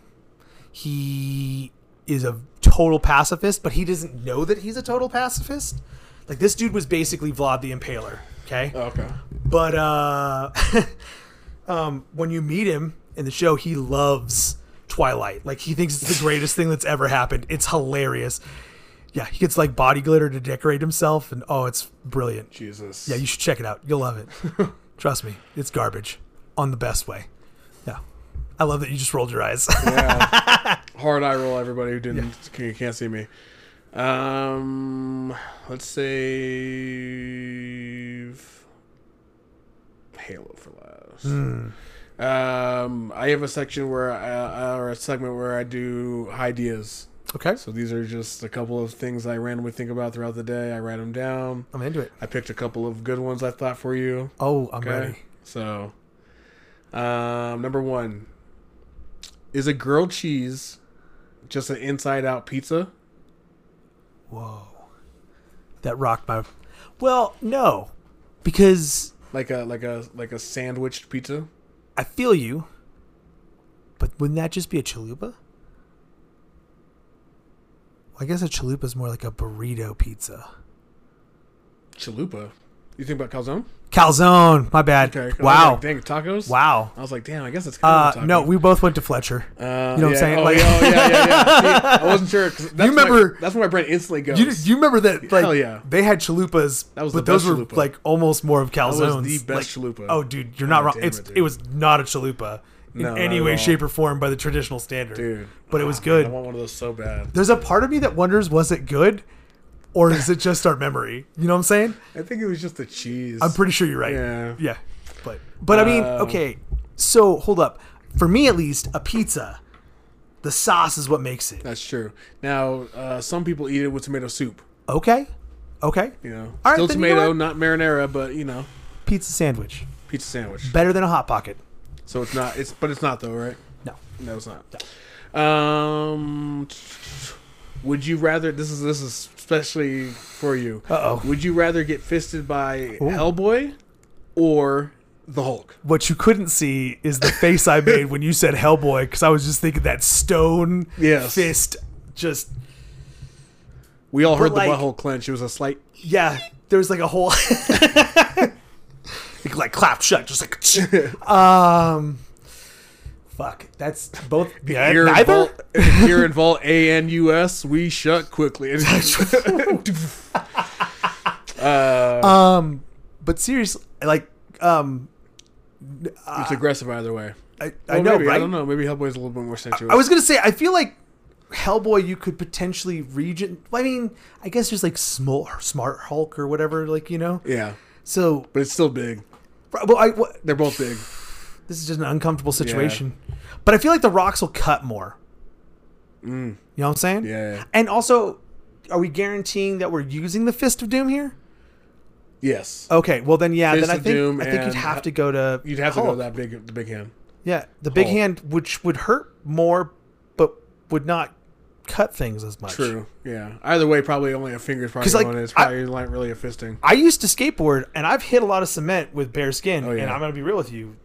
[SPEAKER 2] he is a total pacifist, but he doesn't know that he's a total pacifist. Like this dude was basically Vlad the Impaler. Okay.
[SPEAKER 1] Okay.
[SPEAKER 2] But uh, [laughs] um, when you meet him in the show, he loves Twilight. Like he thinks it's the greatest thing that's ever happened. It's hilarious. Yeah, he gets like body glitter to decorate himself, and oh, it's brilliant.
[SPEAKER 1] Jesus.
[SPEAKER 2] Yeah, you should check it out. You'll love
[SPEAKER 1] [laughs]
[SPEAKER 2] it. Trust me, it's garbage, on the best way. Yeah, I love that you just rolled your eyes.
[SPEAKER 1] hard eye roll everybody who didn't can, can't see me. Um let's save Halo for last.
[SPEAKER 2] Hmm.
[SPEAKER 1] Um I have a section where I, or a segment where I do ideas.
[SPEAKER 2] [laughs] okay,
[SPEAKER 1] So these are just a couple of things I randomly think about throughout the day. I write them down.
[SPEAKER 2] I'm into it.
[SPEAKER 1] I picked a couple of good ones I thought for you.
[SPEAKER 2] Oh, I'm
[SPEAKER 1] Okay.
[SPEAKER 2] ready.
[SPEAKER 1] So, um, number one, Is a grilled cheese just an inside out pizza?
[SPEAKER 2] Whoa. That rocked my. Well, no, because
[SPEAKER 1] Like a like a like a sandwiched pizza?
[SPEAKER 2] I feel you. But wouldn't that just be a chalupa? Well, I guess a chalupa is more like a burrito pizza.
[SPEAKER 1] Chalupa. You think about calzone?
[SPEAKER 2] Calzone, my bad.
[SPEAKER 1] Okay. I was
[SPEAKER 2] wow.
[SPEAKER 1] Like, Dang tacos.
[SPEAKER 2] Wow.
[SPEAKER 1] I was like, damn. I guess it's
[SPEAKER 2] Uh,
[SPEAKER 1] kind of
[SPEAKER 2] no, we both went to Fletcher.
[SPEAKER 1] Uh,
[SPEAKER 2] you know what I'm
[SPEAKER 1] yeah,
[SPEAKER 2] saying?
[SPEAKER 1] Oh,
[SPEAKER 2] like,
[SPEAKER 1] yeah, oh, yeah, yeah, yeah. See, I wasn't sure.
[SPEAKER 2] [laughs]
[SPEAKER 1] 'cause That's
[SPEAKER 2] remember-
[SPEAKER 1] My, that's where my brain instantly goes.
[SPEAKER 2] you, you remember that? Like,
[SPEAKER 1] Hell yeah.
[SPEAKER 2] They had chalupas,
[SPEAKER 1] That was
[SPEAKER 2] but
[SPEAKER 1] the
[SPEAKER 2] those
[SPEAKER 1] best
[SPEAKER 2] were
[SPEAKER 1] chalupa.
[SPEAKER 2] like almost more of calzones.
[SPEAKER 1] the best
[SPEAKER 2] like,
[SPEAKER 1] chalupa.
[SPEAKER 2] Oh, dude, you're not
[SPEAKER 1] God
[SPEAKER 2] wrong.
[SPEAKER 1] damn
[SPEAKER 2] It's
[SPEAKER 1] it,
[SPEAKER 2] it,
[SPEAKER 1] dude.
[SPEAKER 2] was not a chalupa in
[SPEAKER 1] No,
[SPEAKER 2] any
[SPEAKER 1] not
[SPEAKER 2] way,
[SPEAKER 1] at all.
[SPEAKER 2] shape, or form by the traditional standard.
[SPEAKER 1] Dude.
[SPEAKER 2] but it was
[SPEAKER 1] I
[SPEAKER 2] good.
[SPEAKER 1] want one of those so bad.
[SPEAKER 2] There's a part of me that wonders, was it good, or is it just our memory? You know what I'm saying?
[SPEAKER 1] I think it was just the cheese.
[SPEAKER 2] I'm pretty sure you're right.
[SPEAKER 1] Yeah. Um,
[SPEAKER 2] Yeah. But but I mean, okay. So hold up. For me at least, a pizza, the sauce is what makes it.
[SPEAKER 1] That's true. Now, uh, some people eat it with tomato soup.
[SPEAKER 2] Okay. Okay.
[SPEAKER 1] You know,
[SPEAKER 2] All right,
[SPEAKER 1] still
[SPEAKER 2] then you know
[SPEAKER 1] tomato,
[SPEAKER 2] what?
[SPEAKER 1] not marinara, but you know,
[SPEAKER 2] Pizza sandwich.
[SPEAKER 1] pizza sandwich.
[SPEAKER 2] Better than a hot pocket.
[SPEAKER 1] So it's not. It's but it's not though, right?
[SPEAKER 2] No.
[SPEAKER 1] No, it's not. Um, would you rather? This is this is especially for you.
[SPEAKER 2] Uh-oh.
[SPEAKER 1] Would you rather get fisted by Hellboy or the Hulk?
[SPEAKER 2] What you couldn't see is the face I made when you said Hellboy, because I was just thinking that stone
[SPEAKER 1] Yes.
[SPEAKER 2] fist just
[SPEAKER 1] We all heard
[SPEAKER 2] like-
[SPEAKER 1] the butthole clench. It was a slight.
[SPEAKER 2] yeah, there was like a whole [laughs] It, like clapped shut, just like [laughs] um Fuck. That's both yeah,
[SPEAKER 1] Here in
[SPEAKER 2] neither?
[SPEAKER 1] Vault- here in Vault A N U S, we shut
[SPEAKER 2] [laughs]
[SPEAKER 1] quickly. [laughs]
[SPEAKER 2] But seriously, like, um,
[SPEAKER 1] it's aggressive either way.
[SPEAKER 2] I, I
[SPEAKER 1] Well,
[SPEAKER 2] know,
[SPEAKER 1] maybe,
[SPEAKER 2] right?
[SPEAKER 1] I don't know. Maybe Hellboy's a little bit more sensuous.
[SPEAKER 2] I was gonna say, I feel like Hellboy, you could potentially region. I mean, I guess there's like small, smart Hulk or whatever, like you know.
[SPEAKER 1] yeah,
[SPEAKER 2] So,
[SPEAKER 1] but it's still big.
[SPEAKER 2] well, I, what,
[SPEAKER 1] They're both big.
[SPEAKER 2] this is just an uncomfortable situation. But I feel like the rocks will cut more. You know what I'm saying?
[SPEAKER 1] Mm. Yeah.
[SPEAKER 2] And also, are we guaranteeing that we're using the Fist of Doom here?
[SPEAKER 1] Yes,
[SPEAKER 2] Okay, well then, yeah,
[SPEAKER 1] Fist
[SPEAKER 2] then I
[SPEAKER 1] of
[SPEAKER 2] think
[SPEAKER 1] Doom
[SPEAKER 2] I think you'd
[SPEAKER 1] and-
[SPEAKER 2] have to go to
[SPEAKER 1] you'd have to go
[SPEAKER 2] Hulk.
[SPEAKER 1] to that big, the big hand.
[SPEAKER 2] Yeah, the big
[SPEAKER 1] Hulk.
[SPEAKER 2] hand, which would hurt more, but would not cut things as much.
[SPEAKER 1] True. Yeah. Either way, probably only a finger's probably
[SPEAKER 2] 'Cause, like,
[SPEAKER 1] on it. It's
[SPEAKER 2] I-
[SPEAKER 1] probably not really a fisting.
[SPEAKER 2] I used to skateboard, and I've hit a lot of cement with bare skin.
[SPEAKER 1] Oh, yeah.
[SPEAKER 2] And I'm gonna be real with you,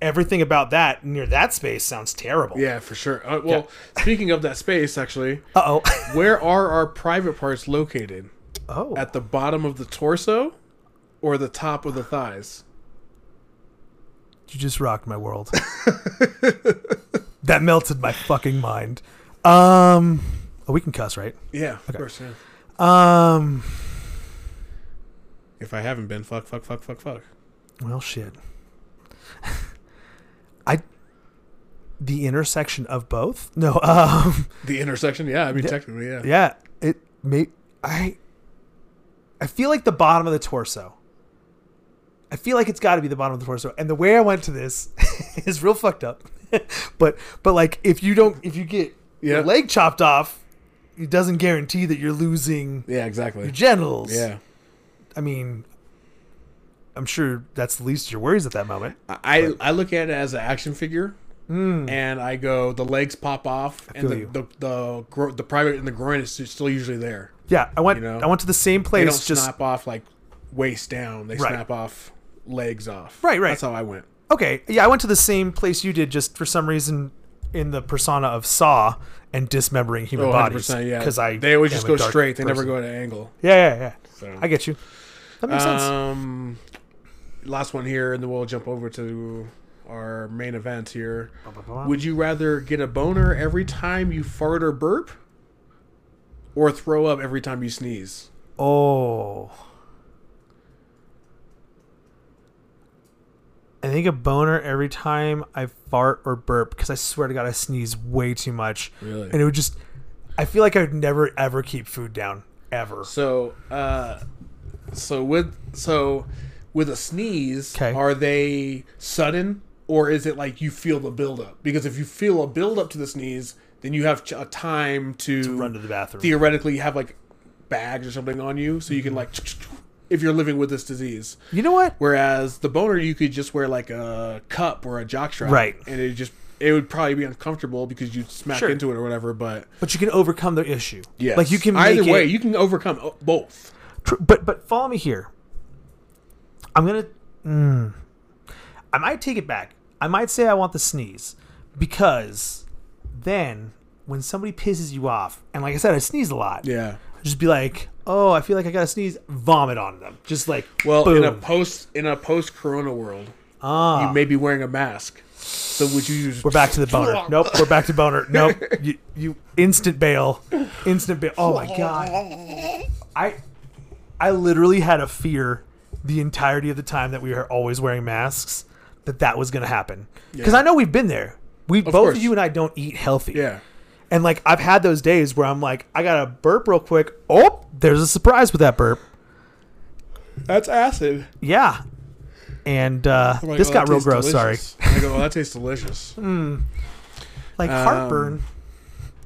[SPEAKER 2] everything about that near that space sounds terrible.
[SPEAKER 1] Yeah, for sure. Uh, well, speaking of that space, actually,
[SPEAKER 2] Uh oh.
[SPEAKER 1] where are our private parts located?
[SPEAKER 2] [laughs] oh.
[SPEAKER 1] At the bottom of the torso or the top of the thighs?
[SPEAKER 2] you just rocked my world. that melted my fucking mind. Um. Oh, we can cuss, right?
[SPEAKER 1] Yeah, of course. Yeah.
[SPEAKER 2] Um.
[SPEAKER 1] If I haven't been, fuck, fuck, fuck, fuck, fuck.
[SPEAKER 2] Well, shit. [laughs] I. The intersection of both? No. [laughs] Um.
[SPEAKER 1] The intersection. Yeah, I mean technically, yeah.
[SPEAKER 2] Yeah, it may I I feel like the bottom of the torso. I feel like it's got to be the bottom of the torso. And the way I went to this [laughs] is real fucked up. [laughs] but but like if you don't if you get
[SPEAKER 1] Yeah.
[SPEAKER 2] your leg chopped off, it doesn't guarantee that you're losing
[SPEAKER 1] Yeah, exactly.
[SPEAKER 2] your genitals.
[SPEAKER 1] Yeah.
[SPEAKER 2] I mean I'm sure that's the least of your worries at that moment.
[SPEAKER 1] I, I look at it as an action figure, and I go the legs pop off, and
[SPEAKER 2] Hmm. feel
[SPEAKER 1] the
[SPEAKER 2] you.
[SPEAKER 1] the the, gro- the private and the groin is still usually there.
[SPEAKER 2] Yeah, I went
[SPEAKER 1] You know,
[SPEAKER 2] I went to the same
[SPEAKER 1] They don't
[SPEAKER 2] place just
[SPEAKER 1] snap off like waist down. They
[SPEAKER 2] Right.
[SPEAKER 1] snap off legs off.
[SPEAKER 2] Right, right.
[SPEAKER 1] That's how I went.
[SPEAKER 2] Okay, yeah, I went to the same place you did, just for some reason in the persona of Saw and dismembering human
[SPEAKER 1] Oh, 100
[SPEAKER 2] bodies.
[SPEAKER 1] percent. Yeah,
[SPEAKER 2] because I
[SPEAKER 1] they always
[SPEAKER 2] am
[SPEAKER 1] just
[SPEAKER 2] a
[SPEAKER 1] go
[SPEAKER 2] dark
[SPEAKER 1] straight. They never
[SPEAKER 2] person.
[SPEAKER 1] go at an angle.
[SPEAKER 2] Yeah, yeah, yeah.
[SPEAKER 1] So.
[SPEAKER 2] I get you. That makes sense.
[SPEAKER 1] Um, last one here, and then we'll jump over to our main event here. Would you rather get a boner every time you fart or burp, or throw up every time you sneeze?
[SPEAKER 2] Oh, I think a boner every time I fart or burp because I swear to God I sneeze way too much.
[SPEAKER 1] Really?
[SPEAKER 2] and it would just. I feel like I would never ever keep food down ever.
[SPEAKER 1] So, uh, so with so with a sneeze,
[SPEAKER 2] 'Kay.
[SPEAKER 1] are they sudden or is it like you feel the buildup? Because if you feel a buildup to the sneeze, then you have ch- a time to,
[SPEAKER 2] Run to the bathroom. Mm-hmm.
[SPEAKER 1] theoretically have like bags or something on you, so you can like if you're living with this disease.
[SPEAKER 2] you know what?
[SPEAKER 1] Whereas the boner, you could just wear like a cup or a jockstrap,
[SPEAKER 2] Right.
[SPEAKER 1] And it just it would probably be uncomfortable because you'd smack
[SPEAKER 2] Sure.
[SPEAKER 1] into it or whatever. But
[SPEAKER 2] But you can overcome the issue.
[SPEAKER 1] yeah,
[SPEAKER 2] Like you can make
[SPEAKER 1] either way,
[SPEAKER 2] it-
[SPEAKER 1] you can overcome o- both.
[SPEAKER 2] Tr- but but follow me here. I'm gonna. mm. I might take it back. I might say I want the sneeze because then when somebody pisses you off, and like I said, I sneeze a lot.
[SPEAKER 1] Yeah.
[SPEAKER 2] Just be like, oh, I feel like I gotta sneeze. Vomit on them. Just like
[SPEAKER 1] Well,
[SPEAKER 2] boom. Ah.
[SPEAKER 1] in a post in a post Corona world, you may be wearing a mask. So would you use?
[SPEAKER 2] we're back to the boner. Nope, we're back to boner.
[SPEAKER 1] [laughs]
[SPEAKER 2] Nope, you, you instant bail, instant bail. Oh my god, I, I literally had a fear the entirety of the time that we were always wearing masks that that was gonna happen because I know we've been there. We both
[SPEAKER 1] course.
[SPEAKER 2] of you and I don't eat healthy.
[SPEAKER 1] Yeah.
[SPEAKER 2] and like I've had those days where I'm like, I gotta burp real quick. Oh, there's a surprise with that burp.
[SPEAKER 1] That's acid.
[SPEAKER 2] Yeah, and uh,
[SPEAKER 1] I'm like,
[SPEAKER 2] this
[SPEAKER 1] "Oh,
[SPEAKER 2] got
[SPEAKER 1] that
[SPEAKER 2] real
[SPEAKER 1] tastes
[SPEAKER 2] gross.
[SPEAKER 1] delicious."
[SPEAKER 2] Sorry, Mm.
[SPEAKER 1] I go, oh, that tastes
[SPEAKER 2] [laughs]
[SPEAKER 1] delicious.
[SPEAKER 2] like
[SPEAKER 1] Um,
[SPEAKER 2] heartburn.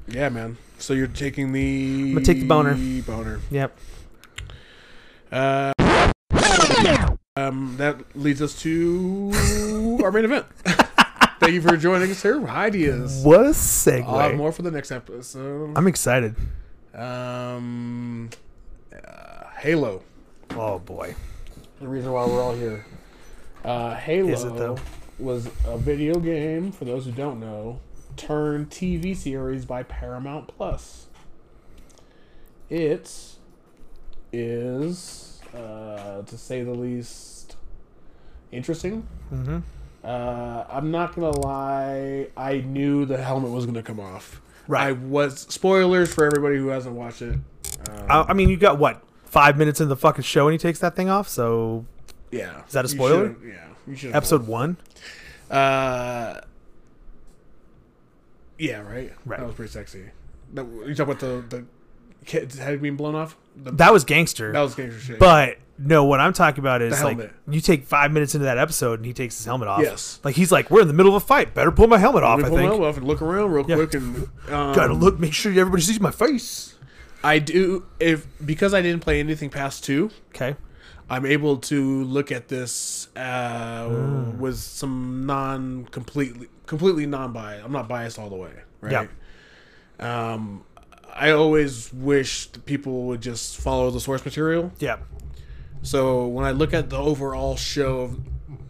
[SPEAKER 1] Yeah, man. So you're taking the. I'm
[SPEAKER 2] gonna take the boner.
[SPEAKER 1] Boner.
[SPEAKER 2] Yep.
[SPEAKER 1] Um, that leads us to our main
[SPEAKER 2] [laughs]
[SPEAKER 1] event. Thank you for joining us here. Ideas.
[SPEAKER 2] What a
[SPEAKER 1] I'll have
[SPEAKER 2] segue.
[SPEAKER 1] more for the next episode.
[SPEAKER 2] I'm excited.
[SPEAKER 1] Um, uh, Halo.
[SPEAKER 2] Oh boy.
[SPEAKER 1] The reason why we're all here. Uh, Halo
[SPEAKER 2] Is it, though?
[SPEAKER 1] was a video game, for those who don't know, turned TV series by Paramount Plus. It is, uh, to say the least, interesting.
[SPEAKER 2] Mm-hmm.
[SPEAKER 1] Uh, I'm not gonna lie. I knew the helmet was gonna come off.
[SPEAKER 2] Right.
[SPEAKER 1] I was spoilers for everybody who hasn't watched it. Um,
[SPEAKER 2] I, I mean, you got what five minutes into the fucking show, and he takes that thing off. So
[SPEAKER 1] Yeah. Is
[SPEAKER 2] that a spoiler?
[SPEAKER 1] yeah. You should.
[SPEAKER 2] episode one,
[SPEAKER 1] Uh, yeah, right.
[SPEAKER 2] Right.
[SPEAKER 1] That was pretty sexy. That, you talk about the the kid's head being blown off. The, that,
[SPEAKER 2] that was gangster.
[SPEAKER 1] was gangster shit.
[SPEAKER 2] but no, what I'm talking about is
[SPEAKER 1] The
[SPEAKER 2] like
[SPEAKER 1] helmet.
[SPEAKER 2] you take five minutes into that episode, and he takes his helmet off.
[SPEAKER 1] Yes.
[SPEAKER 2] Like he's like, we're in the middle of a fight. Better pull my helmet off.
[SPEAKER 1] we
[SPEAKER 2] I
[SPEAKER 1] pull my
[SPEAKER 2] think.
[SPEAKER 1] elbow off and look around real quick, and um,
[SPEAKER 2] Gotta look, make sure everybody sees my face.
[SPEAKER 1] I do if because I didn't play anything past two.
[SPEAKER 2] Okay.
[SPEAKER 1] I'm able to look at this uh,
[SPEAKER 2] Mm.
[SPEAKER 1] with some non completely completely non biased. I'm not biased all the way, right? Um, I always wish that people would just follow the source material.
[SPEAKER 2] Yeah.
[SPEAKER 1] So when I look at the overall show, of-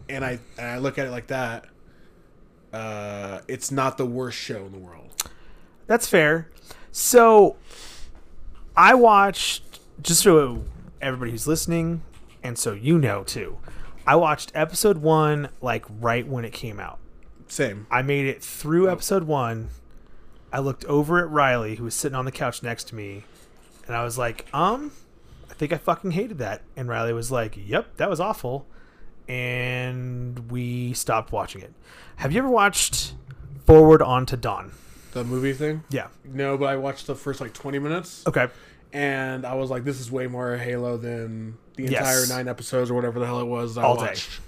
[SPEAKER 1] and I and I look at it like that, uh, it's not the worst show in the world.
[SPEAKER 2] That's fair. So I watched just so everybody who's listening and so you know too. I watched episode 1 like right when it came out.
[SPEAKER 1] Same.
[SPEAKER 2] I made it through episode one. I looked over at Riley, who was sitting on the couch next to me, and I was like, um, I think I fucking hated that. And Riley was like, yep, that was awful. And we stopped watching it. Have you ever watched Forward On to Dawn?
[SPEAKER 1] The movie thing.
[SPEAKER 2] Yeah. Oh.
[SPEAKER 1] No, but I watched the first like 20 minutes,
[SPEAKER 2] Okay.
[SPEAKER 1] and I was like, this is way more Halo than the
[SPEAKER 2] Yes.
[SPEAKER 1] entire nine episodes or whatever the hell it was I
[SPEAKER 2] All day.
[SPEAKER 1] watched.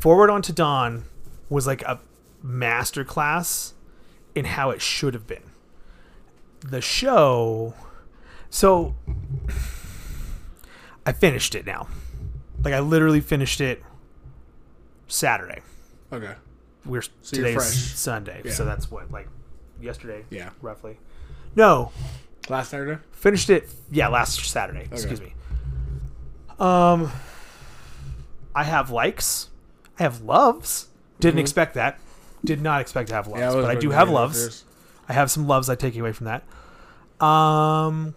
[SPEAKER 2] Forward On to Dawn was like a masterclass in how it should have been. The show. So I finished it now. Like I literally finished it Saturday.
[SPEAKER 1] Okay.
[SPEAKER 2] We're
[SPEAKER 1] you're
[SPEAKER 2] today's
[SPEAKER 1] fresh.
[SPEAKER 2] Sunday. So
[SPEAKER 1] Yeah.
[SPEAKER 2] that's what like yesterday.
[SPEAKER 1] Yeah.
[SPEAKER 2] Roughly. No,
[SPEAKER 1] Last Saturday.
[SPEAKER 2] finished it yeah last saturday excuse me um i have likes i have loves didn't expect that did not expect to have loves
[SPEAKER 1] Mm-hmm. I was
[SPEAKER 2] but i
[SPEAKER 1] gonna
[SPEAKER 2] do
[SPEAKER 1] do
[SPEAKER 2] have
[SPEAKER 1] that
[SPEAKER 2] loves
[SPEAKER 1] first.
[SPEAKER 2] i have some loves i take away from that um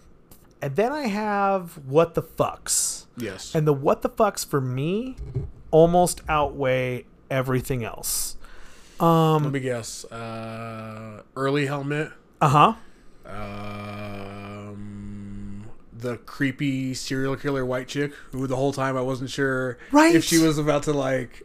[SPEAKER 2] and then i have what the fucks
[SPEAKER 1] Yes.
[SPEAKER 2] and the what the fucks for me almost outweigh everything else
[SPEAKER 1] Let me guess. Uh, early helmet.
[SPEAKER 2] uh-huh
[SPEAKER 1] um, the creepy serial killer white chick who the whole time I wasn't sure
[SPEAKER 2] Right.
[SPEAKER 1] if she was about to like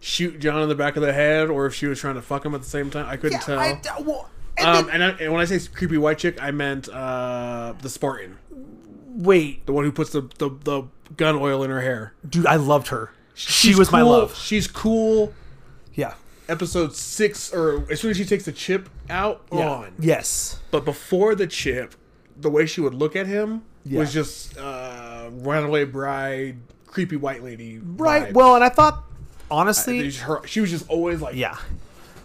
[SPEAKER 1] shoot John in the back of the head or if she was trying to fuck him at the same time. I couldn't tell.
[SPEAKER 2] I- well, and
[SPEAKER 1] um,
[SPEAKER 2] then-
[SPEAKER 1] and, I, and when I say creepy white chick, I meant uh, the Spartan,
[SPEAKER 2] wait
[SPEAKER 1] the one who puts the, the, the gun oil in her hair.
[SPEAKER 2] dude i loved her she
[SPEAKER 1] She's
[SPEAKER 2] was my
[SPEAKER 1] cool.
[SPEAKER 2] love
[SPEAKER 1] She's cool.
[SPEAKER 2] yeah
[SPEAKER 1] Episode six, or as soon as she takes the chip out,
[SPEAKER 2] Yeah.
[SPEAKER 1] on.
[SPEAKER 2] yes
[SPEAKER 1] But before the chip, the way she would look at him
[SPEAKER 2] Yeah.
[SPEAKER 1] was just uh, runaway bride, creepy white lady.
[SPEAKER 2] Right.
[SPEAKER 1] vibes.
[SPEAKER 2] Well, and I thought
[SPEAKER 1] It
[SPEAKER 2] honestly,
[SPEAKER 1] was her- she was just always like,
[SPEAKER 2] yeah.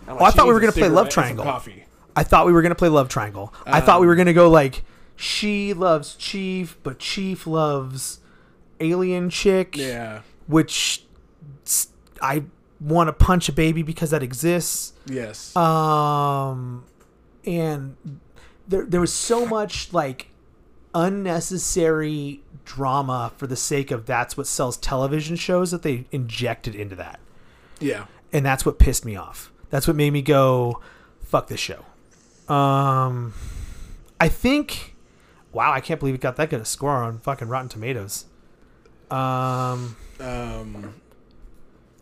[SPEAKER 2] Oh, I thought we were gonna
[SPEAKER 1] Cigarette
[SPEAKER 2] play Love
[SPEAKER 1] and some
[SPEAKER 2] Triangle.
[SPEAKER 1] Coffee. Um,
[SPEAKER 2] I thought we were gonna play Love Triangle. I thought we were gonna go like she loves Chief, but Chief loves alien chick.
[SPEAKER 1] Yeah.
[SPEAKER 2] Which s- I want to punch a baby because that exists.
[SPEAKER 1] Yes.
[SPEAKER 2] Um, and there there was so much like unnecessary drama for the sake of that's what sells television shows that they injected into that
[SPEAKER 1] yeah.
[SPEAKER 2] and that's what pissed me off. That's what made me go, "Fuck this show." Um, I think, wow, I can't believe it got that good a score on fucking Rotten Tomatoes. Um,
[SPEAKER 1] Um,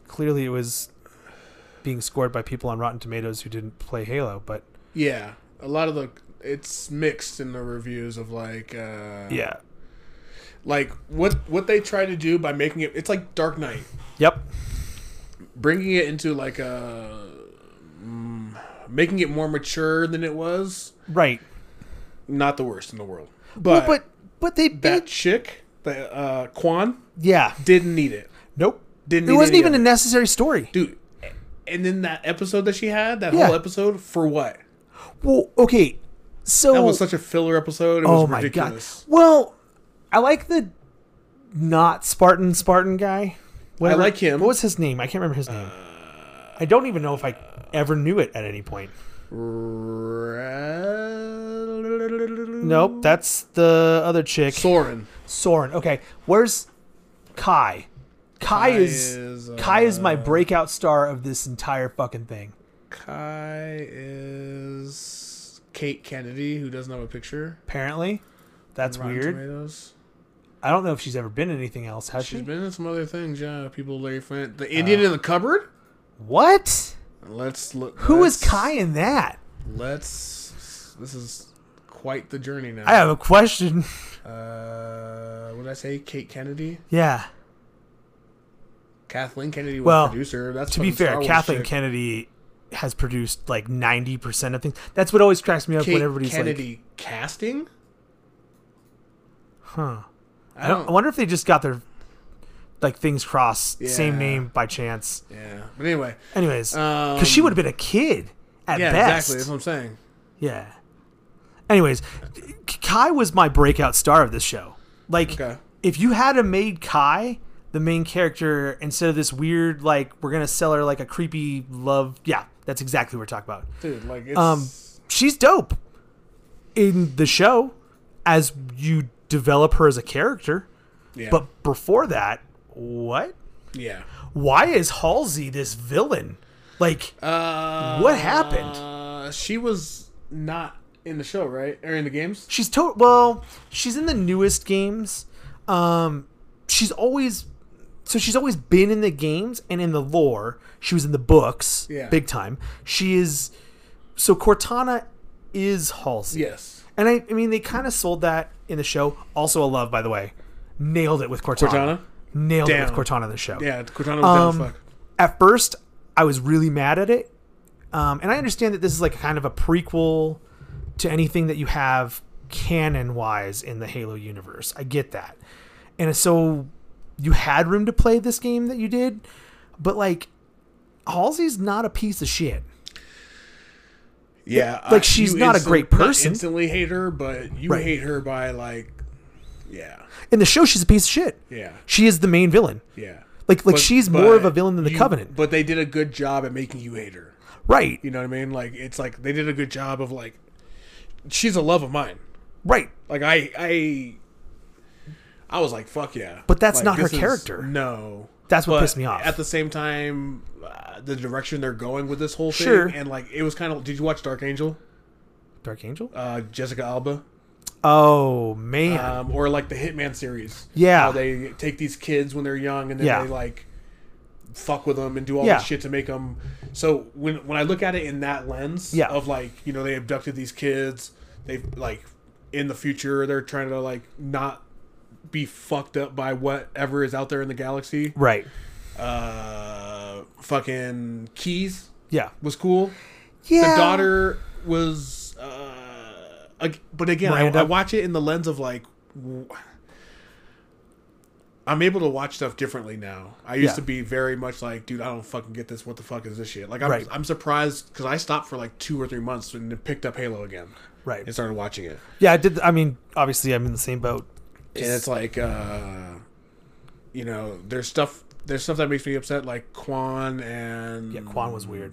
[SPEAKER 2] clearly it was being scored by people on Rotten Tomatoes who didn't play Halo, but
[SPEAKER 1] yeah. A lot of the it's mixed in the reviews of like uh
[SPEAKER 2] yeah,
[SPEAKER 1] like what what they try to do by making it it's like Dark Knight.
[SPEAKER 2] yep,
[SPEAKER 1] bringing it into like a mm, making it more mature than it was
[SPEAKER 2] right.
[SPEAKER 1] not the worst in the world
[SPEAKER 2] Well,
[SPEAKER 1] but,
[SPEAKER 2] But but, they
[SPEAKER 1] that
[SPEAKER 2] bitch,
[SPEAKER 1] chick the uh kwan
[SPEAKER 2] yeah,
[SPEAKER 1] didn't need it
[SPEAKER 2] nope,
[SPEAKER 1] didn't
[SPEAKER 2] it
[SPEAKER 1] need
[SPEAKER 2] wasn't
[SPEAKER 1] any
[SPEAKER 2] even
[SPEAKER 1] of
[SPEAKER 2] a
[SPEAKER 1] it.
[SPEAKER 2] necessary story.
[SPEAKER 1] dude and then that episode that she had that
[SPEAKER 2] Yeah.
[SPEAKER 1] whole episode for what
[SPEAKER 2] Well, okay, so
[SPEAKER 1] that was such a filler episode it was ridiculous
[SPEAKER 2] Oh. god! Well, I like the not Spartan Spartan guy. Whatever-
[SPEAKER 1] like him.
[SPEAKER 2] What was his name? I can't remember his name. I don't even know if I ever knew it at any point.
[SPEAKER 1] Ra-
[SPEAKER 2] Nope, that's the other chick,
[SPEAKER 1] soren
[SPEAKER 2] Soren. Okay, where's Kai? Kai, is,
[SPEAKER 1] is, uh,
[SPEAKER 2] Kai is my breakout star of this entire fucking thing.
[SPEAKER 1] kai is kate kennedy who doesn't have a picture
[SPEAKER 2] Apparently, that's
[SPEAKER 1] Rotten
[SPEAKER 2] weird.
[SPEAKER 1] tomatoes
[SPEAKER 2] I don't know if she's ever been in anything else. Has she?
[SPEAKER 1] She's been in some other things, yeah. People, Larry Flint,
[SPEAKER 2] Oh.
[SPEAKER 1] the Indian in the cupboard.
[SPEAKER 2] What?
[SPEAKER 1] Let's look.
[SPEAKER 2] Who is
[SPEAKER 1] let's-
[SPEAKER 2] Kai in that?
[SPEAKER 1] Let's. This is quite the journey now.
[SPEAKER 2] I have a question. [laughs]
[SPEAKER 1] uh, what did I say? Kate Kennedy,
[SPEAKER 2] yeah.
[SPEAKER 1] Kathleen Kennedy was
[SPEAKER 2] Well,
[SPEAKER 1] producer. That's
[SPEAKER 2] to be
[SPEAKER 1] fucking Star
[SPEAKER 2] fair,
[SPEAKER 1] Wars
[SPEAKER 2] Kathleen
[SPEAKER 1] chick.
[SPEAKER 2] Kennedy has produced like ninety percent of things. That's what always cracks me up when
[SPEAKER 1] Kate
[SPEAKER 2] everybody's like,
[SPEAKER 1] Kennedy casting.
[SPEAKER 2] "Huh."
[SPEAKER 1] I
[SPEAKER 2] I, don't, I wonder if they just got their like things crossed, same
[SPEAKER 1] Yeah.
[SPEAKER 2] name by chance.
[SPEAKER 1] Yeah, but anyway.
[SPEAKER 2] Anyways, because
[SPEAKER 1] Um,
[SPEAKER 2] she would have been a kid at
[SPEAKER 1] Yeah,
[SPEAKER 2] best.
[SPEAKER 1] exactly. That's what I'm saying.
[SPEAKER 2] Yeah. Anyways, K- Kai was my breakout star of this show. Like,
[SPEAKER 1] Okay.
[SPEAKER 2] if you had a made Kai the main character instead of this weird like we're gonna sell her like a creepy love. Yeah, that's exactly what we're talking about.
[SPEAKER 1] Dude, like it's
[SPEAKER 2] Um, she's dope in the show as you develop her as a character.
[SPEAKER 1] yeah,
[SPEAKER 2] But before that, what?
[SPEAKER 1] yeah.
[SPEAKER 2] Why is Halsey this villain? Like,
[SPEAKER 1] Uh,
[SPEAKER 2] what happened?
[SPEAKER 1] Uh, she was not in the show, right? Or in the games?
[SPEAKER 2] She's to well, she's in the newest games. Um, she's always so she's always been in the games and in the lore. She was in the books,
[SPEAKER 1] Yeah.
[SPEAKER 2] big time. She is so Cortana is Halsey.
[SPEAKER 1] Yes.
[SPEAKER 2] And I, I mean, they kind of sold that in the show. Also, a love, by the way, nailed it with Cortana.
[SPEAKER 1] Cortana?
[SPEAKER 2] nailed it
[SPEAKER 1] Down.
[SPEAKER 2] with Cortana in the show.
[SPEAKER 1] Yeah, Cortana was down as
[SPEAKER 2] Um,
[SPEAKER 1] fuck.
[SPEAKER 2] At first, I was really mad at it, um, and I understand that this is like kind of a prequel to anything that you have canon-wise in the Halo universe. I get that, and so you had room to play this game that you did, but like, Halsey's not a piece of shit.
[SPEAKER 1] Yeah,
[SPEAKER 2] like, she's
[SPEAKER 1] you
[SPEAKER 2] not a great
[SPEAKER 1] not
[SPEAKER 2] person.
[SPEAKER 1] instantly hate her, but you
[SPEAKER 2] Right.
[SPEAKER 1] hate her by like, yeah,
[SPEAKER 2] In the show, she's a piece of shit.
[SPEAKER 1] Yeah.
[SPEAKER 2] she is the main villain.
[SPEAKER 1] yeah.
[SPEAKER 2] Like, like
[SPEAKER 1] But-
[SPEAKER 2] she's more of a
[SPEAKER 1] but
[SPEAKER 2] villain than the
[SPEAKER 1] you-
[SPEAKER 2] Covenant.
[SPEAKER 1] But they did a good job at making you hate her.
[SPEAKER 2] right.
[SPEAKER 1] You know what I mean? Like it's like they did a good job of like, she's a love of mine.
[SPEAKER 2] Right.
[SPEAKER 1] Like I I. I was like, "Fuck yeah!"
[SPEAKER 2] But that's
[SPEAKER 1] Like,
[SPEAKER 2] not her
[SPEAKER 1] this is-
[SPEAKER 2] character.
[SPEAKER 1] no,
[SPEAKER 2] That's what
[SPEAKER 1] But
[SPEAKER 2] pissed me off.
[SPEAKER 1] At the same time, uh, the direction they're going with this whole thing,
[SPEAKER 2] Sure.
[SPEAKER 1] and like it was kind of. Did you watch Dark Angel?
[SPEAKER 2] Dark Angel?
[SPEAKER 1] Uh, Jessica Alba.
[SPEAKER 2] Oh man.
[SPEAKER 1] um, or like the Hitman series.
[SPEAKER 2] Yeah.
[SPEAKER 1] how they take these kids when they're young and then
[SPEAKER 2] Yeah.
[SPEAKER 1] they like fuck with them and do all
[SPEAKER 2] Yeah.
[SPEAKER 1] this shit to make them. So when when I look at it in that lens,
[SPEAKER 2] Yeah.
[SPEAKER 1] of like you know they abducted these kids, they like in the future they're trying to like not be fucked up by whatever is out there in the galaxy.
[SPEAKER 2] right.
[SPEAKER 1] Uh, fucking keys
[SPEAKER 2] Yeah.
[SPEAKER 1] was cool
[SPEAKER 2] Yeah.
[SPEAKER 1] the daughter was uh ag- but again I,
[SPEAKER 2] Miranda.
[SPEAKER 1] I watch it in the lens of like w- I'm able to watch stuff differently now. I used
[SPEAKER 2] Yeah.
[SPEAKER 1] to be very much like, dude, I don't fucking get this. What the fuck is this shit? Like, I'm,
[SPEAKER 2] Right.
[SPEAKER 1] I'm surprised because I stopped for like two or three months and then picked up Halo again
[SPEAKER 2] Right.
[SPEAKER 1] and started watching it.
[SPEAKER 2] Yeah, I did. I mean, obviously, I'm in the same boat.
[SPEAKER 1] and it's like, uh, you know, there's stuff. There's stuff that makes me upset, like Quan and
[SPEAKER 2] Yeah, Quan
[SPEAKER 1] Mm.
[SPEAKER 2] was weird.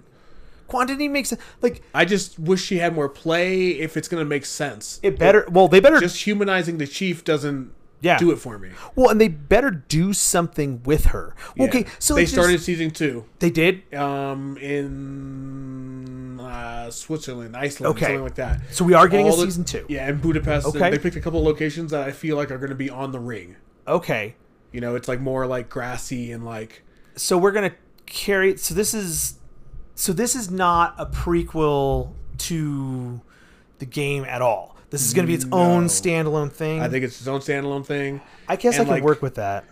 [SPEAKER 2] Quan didn't even make sense. Like
[SPEAKER 1] I just wish she had more play if it's gonna make sense.
[SPEAKER 2] it better. Well, they better.
[SPEAKER 1] just humanizing the chief doesn't
[SPEAKER 2] Yeah.
[SPEAKER 1] do it for me.
[SPEAKER 2] well, and they better do something with her. Okay,
[SPEAKER 1] Yeah.
[SPEAKER 2] so
[SPEAKER 1] they
[SPEAKER 2] like, there's-
[SPEAKER 1] started season two.
[SPEAKER 2] They did.
[SPEAKER 1] um, in uh, Switzerland, Iceland,
[SPEAKER 2] Okay.
[SPEAKER 1] something like that.
[SPEAKER 2] So we are getting a
[SPEAKER 1] All the-
[SPEAKER 2] season two.
[SPEAKER 1] Yeah, in Budapest. and
[SPEAKER 2] Okay.
[SPEAKER 1] They picked a couple locations that I feel like are going to be on the ring.
[SPEAKER 2] Okay,
[SPEAKER 1] You know, it's like more like grassy and like
[SPEAKER 2] so we're gonna carry. So this is. So this is not a prequel to the game at all. This is going to be its own
[SPEAKER 1] No.
[SPEAKER 2] standalone thing.
[SPEAKER 1] I think it's its own standalone thing.
[SPEAKER 2] I guess I
[SPEAKER 1] and,
[SPEAKER 2] can
[SPEAKER 1] like,
[SPEAKER 2] work with that.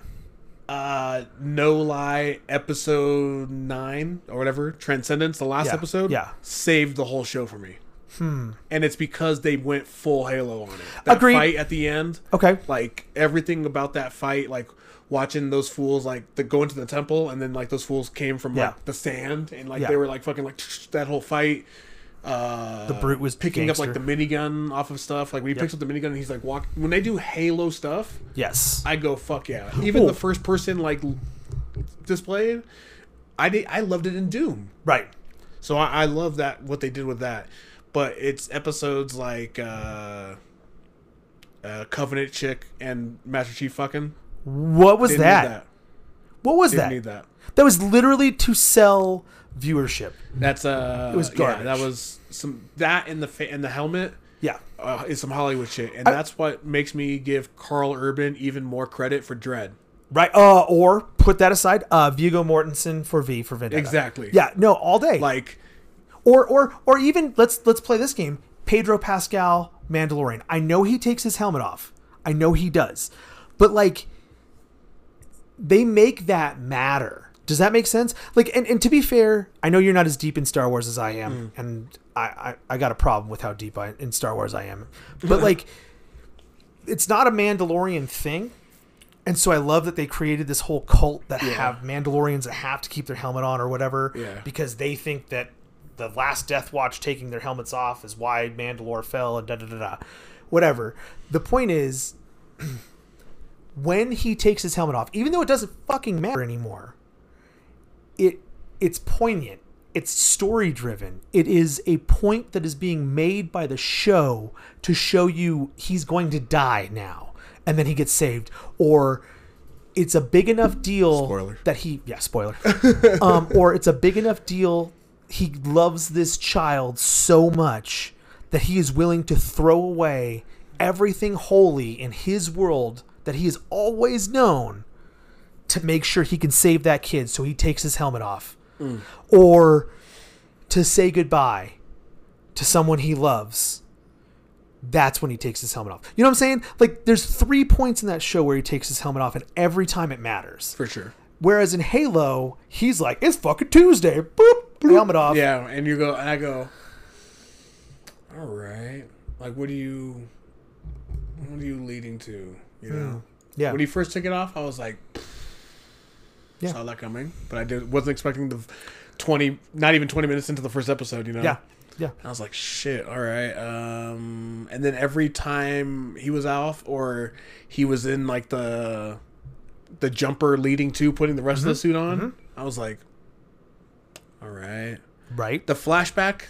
[SPEAKER 1] Uh, no lie, episode nine or whatever, Transcendence, the last
[SPEAKER 2] Yeah,
[SPEAKER 1] episode,
[SPEAKER 2] yeah.
[SPEAKER 1] saved the whole show for me. Hmm. And it's because they went full Halo on it. That
[SPEAKER 2] Agreed.
[SPEAKER 1] fight at the end.
[SPEAKER 2] Okay.
[SPEAKER 1] like everything about that fight like watching those fools like the, go into the temple and then like those fools came from
[SPEAKER 2] Yeah.
[SPEAKER 1] like the sand and like
[SPEAKER 2] Yeah.
[SPEAKER 1] they were like fucking like [sniffs] that whole fight uh
[SPEAKER 2] The brute was
[SPEAKER 1] picking up
[SPEAKER 2] gangster.
[SPEAKER 1] like the minigun off of stuff like when he picks up the minigun and he's like walk when they do halo stuff
[SPEAKER 2] Yes.
[SPEAKER 1] i go fuck yeah even
[SPEAKER 2] Ooh.
[SPEAKER 1] the first person like l- displayed i did i loved it in doom
[SPEAKER 2] right.
[SPEAKER 1] so I, I love that what they did with that, but it's episodes like uh, uh Covenant chick and Master Chief fucking.
[SPEAKER 2] What was
[SPEAKER 1] Didn't need
[SPEAKER 2] that?
[SPEAKER 1] that.
[SPEAKER 2] What was
[SPEAKER 1] Didn't
[SPEAKER 2] that?
[SPEAKER 1] need that.
[SPEAKER 2] That was literally to sell viewership.
[SPEAKER 1] That's uh.
[SPEAKER 2] was
[SPEAKER 1] yeah, that
[SPEAKER 2] garbage.
[SPEAKER 1] was some that in the fa- and the helmet.
[SPEAKER 2] Yeah.
[SPEAKER 1] Uh, is some Hollywood shit, and that's what makes me give Carl Urban even more credit for Dread.
[SPEAKER 2] Right. Uh, or put that aside. Uh, Vigo Mortensen for V for Vendetta.
[SPEAKER 1] Exactly.
[SPEAKER 2] Yeah. No, all day.
[SPEAKER 1] Like,
[SPEAKER 2] or or or even let's let's play this game. Pedro Pascal Mandalorian. I know he takes his helmet off. I know he does. But like they make that matter. Does that make sense? Like and, and to be fair, I know you're not as deep in Star Wars as I am, and I, I, I got a problem with how deep I, in Star Wars I am. But like it's not a Mandalorian thing. And so I love that they created this whole cult that have Mandalorians that have to keep their helmet on or whatever
[SPEAKER 1] Yeah.
[SPEAKER 2] because they think that the last Death Watch taking their helmets off is why Mandalore fell and da da da da. Whatever. The point is [clears throat] when he takes his helmet off, even though it doesn't fucking matter anymore, it it's poignant. It's story driven. It is a point that is being made by the show to show you he's going to die now, and then he gets saved, or it's a big enough deal
[SPEAKER 1] Spoiler.
[SPEAKER 2] that he yeah spoiler, [laughs] um, or it's a big enough deal he loves this child so much that he is willing to throw away everything holy in his world that he has always known to make sure he can save that kid so he takes his helmet off
[SPEAKER 1] Mm.
[SPEAKER 2] or to say goodbye to someone he loves that's when he takes his helmet off you know what i'm saying like there's three points in that show where he takes his helmet off and every time it matters
[SPEAKER 1] for sure.
[SPEAKER 2] whereas in halo he's like it's fucking tuesday boop, boop helmet off
[SPEAKER 1] Yeah, and you go, and I go, all right. Like, what do you, what are you leading to? You know,
[SPEAKER 2] Hmm, yeah
[SPEAKER 1] when he first took it off, I was like,
[SPEAKER 2] Yeah.
[SPEAKER 1] saw that coming, but I did, wasn't expecting the twenty, not even twenty minutes into the first episode. You know,
[SPEAKER 2] yeah yeah
[SPEAKER 1] I was like, shit, all right. Um, and then every time he was off or he was in like the the jumper leading to putting the rest
[SPEAKER 2] Mm-hmm.
[SPEAKER 1] of the suit on, I was like, all right
[SPEAKER 2] right
[SPEAKER 1] the flashback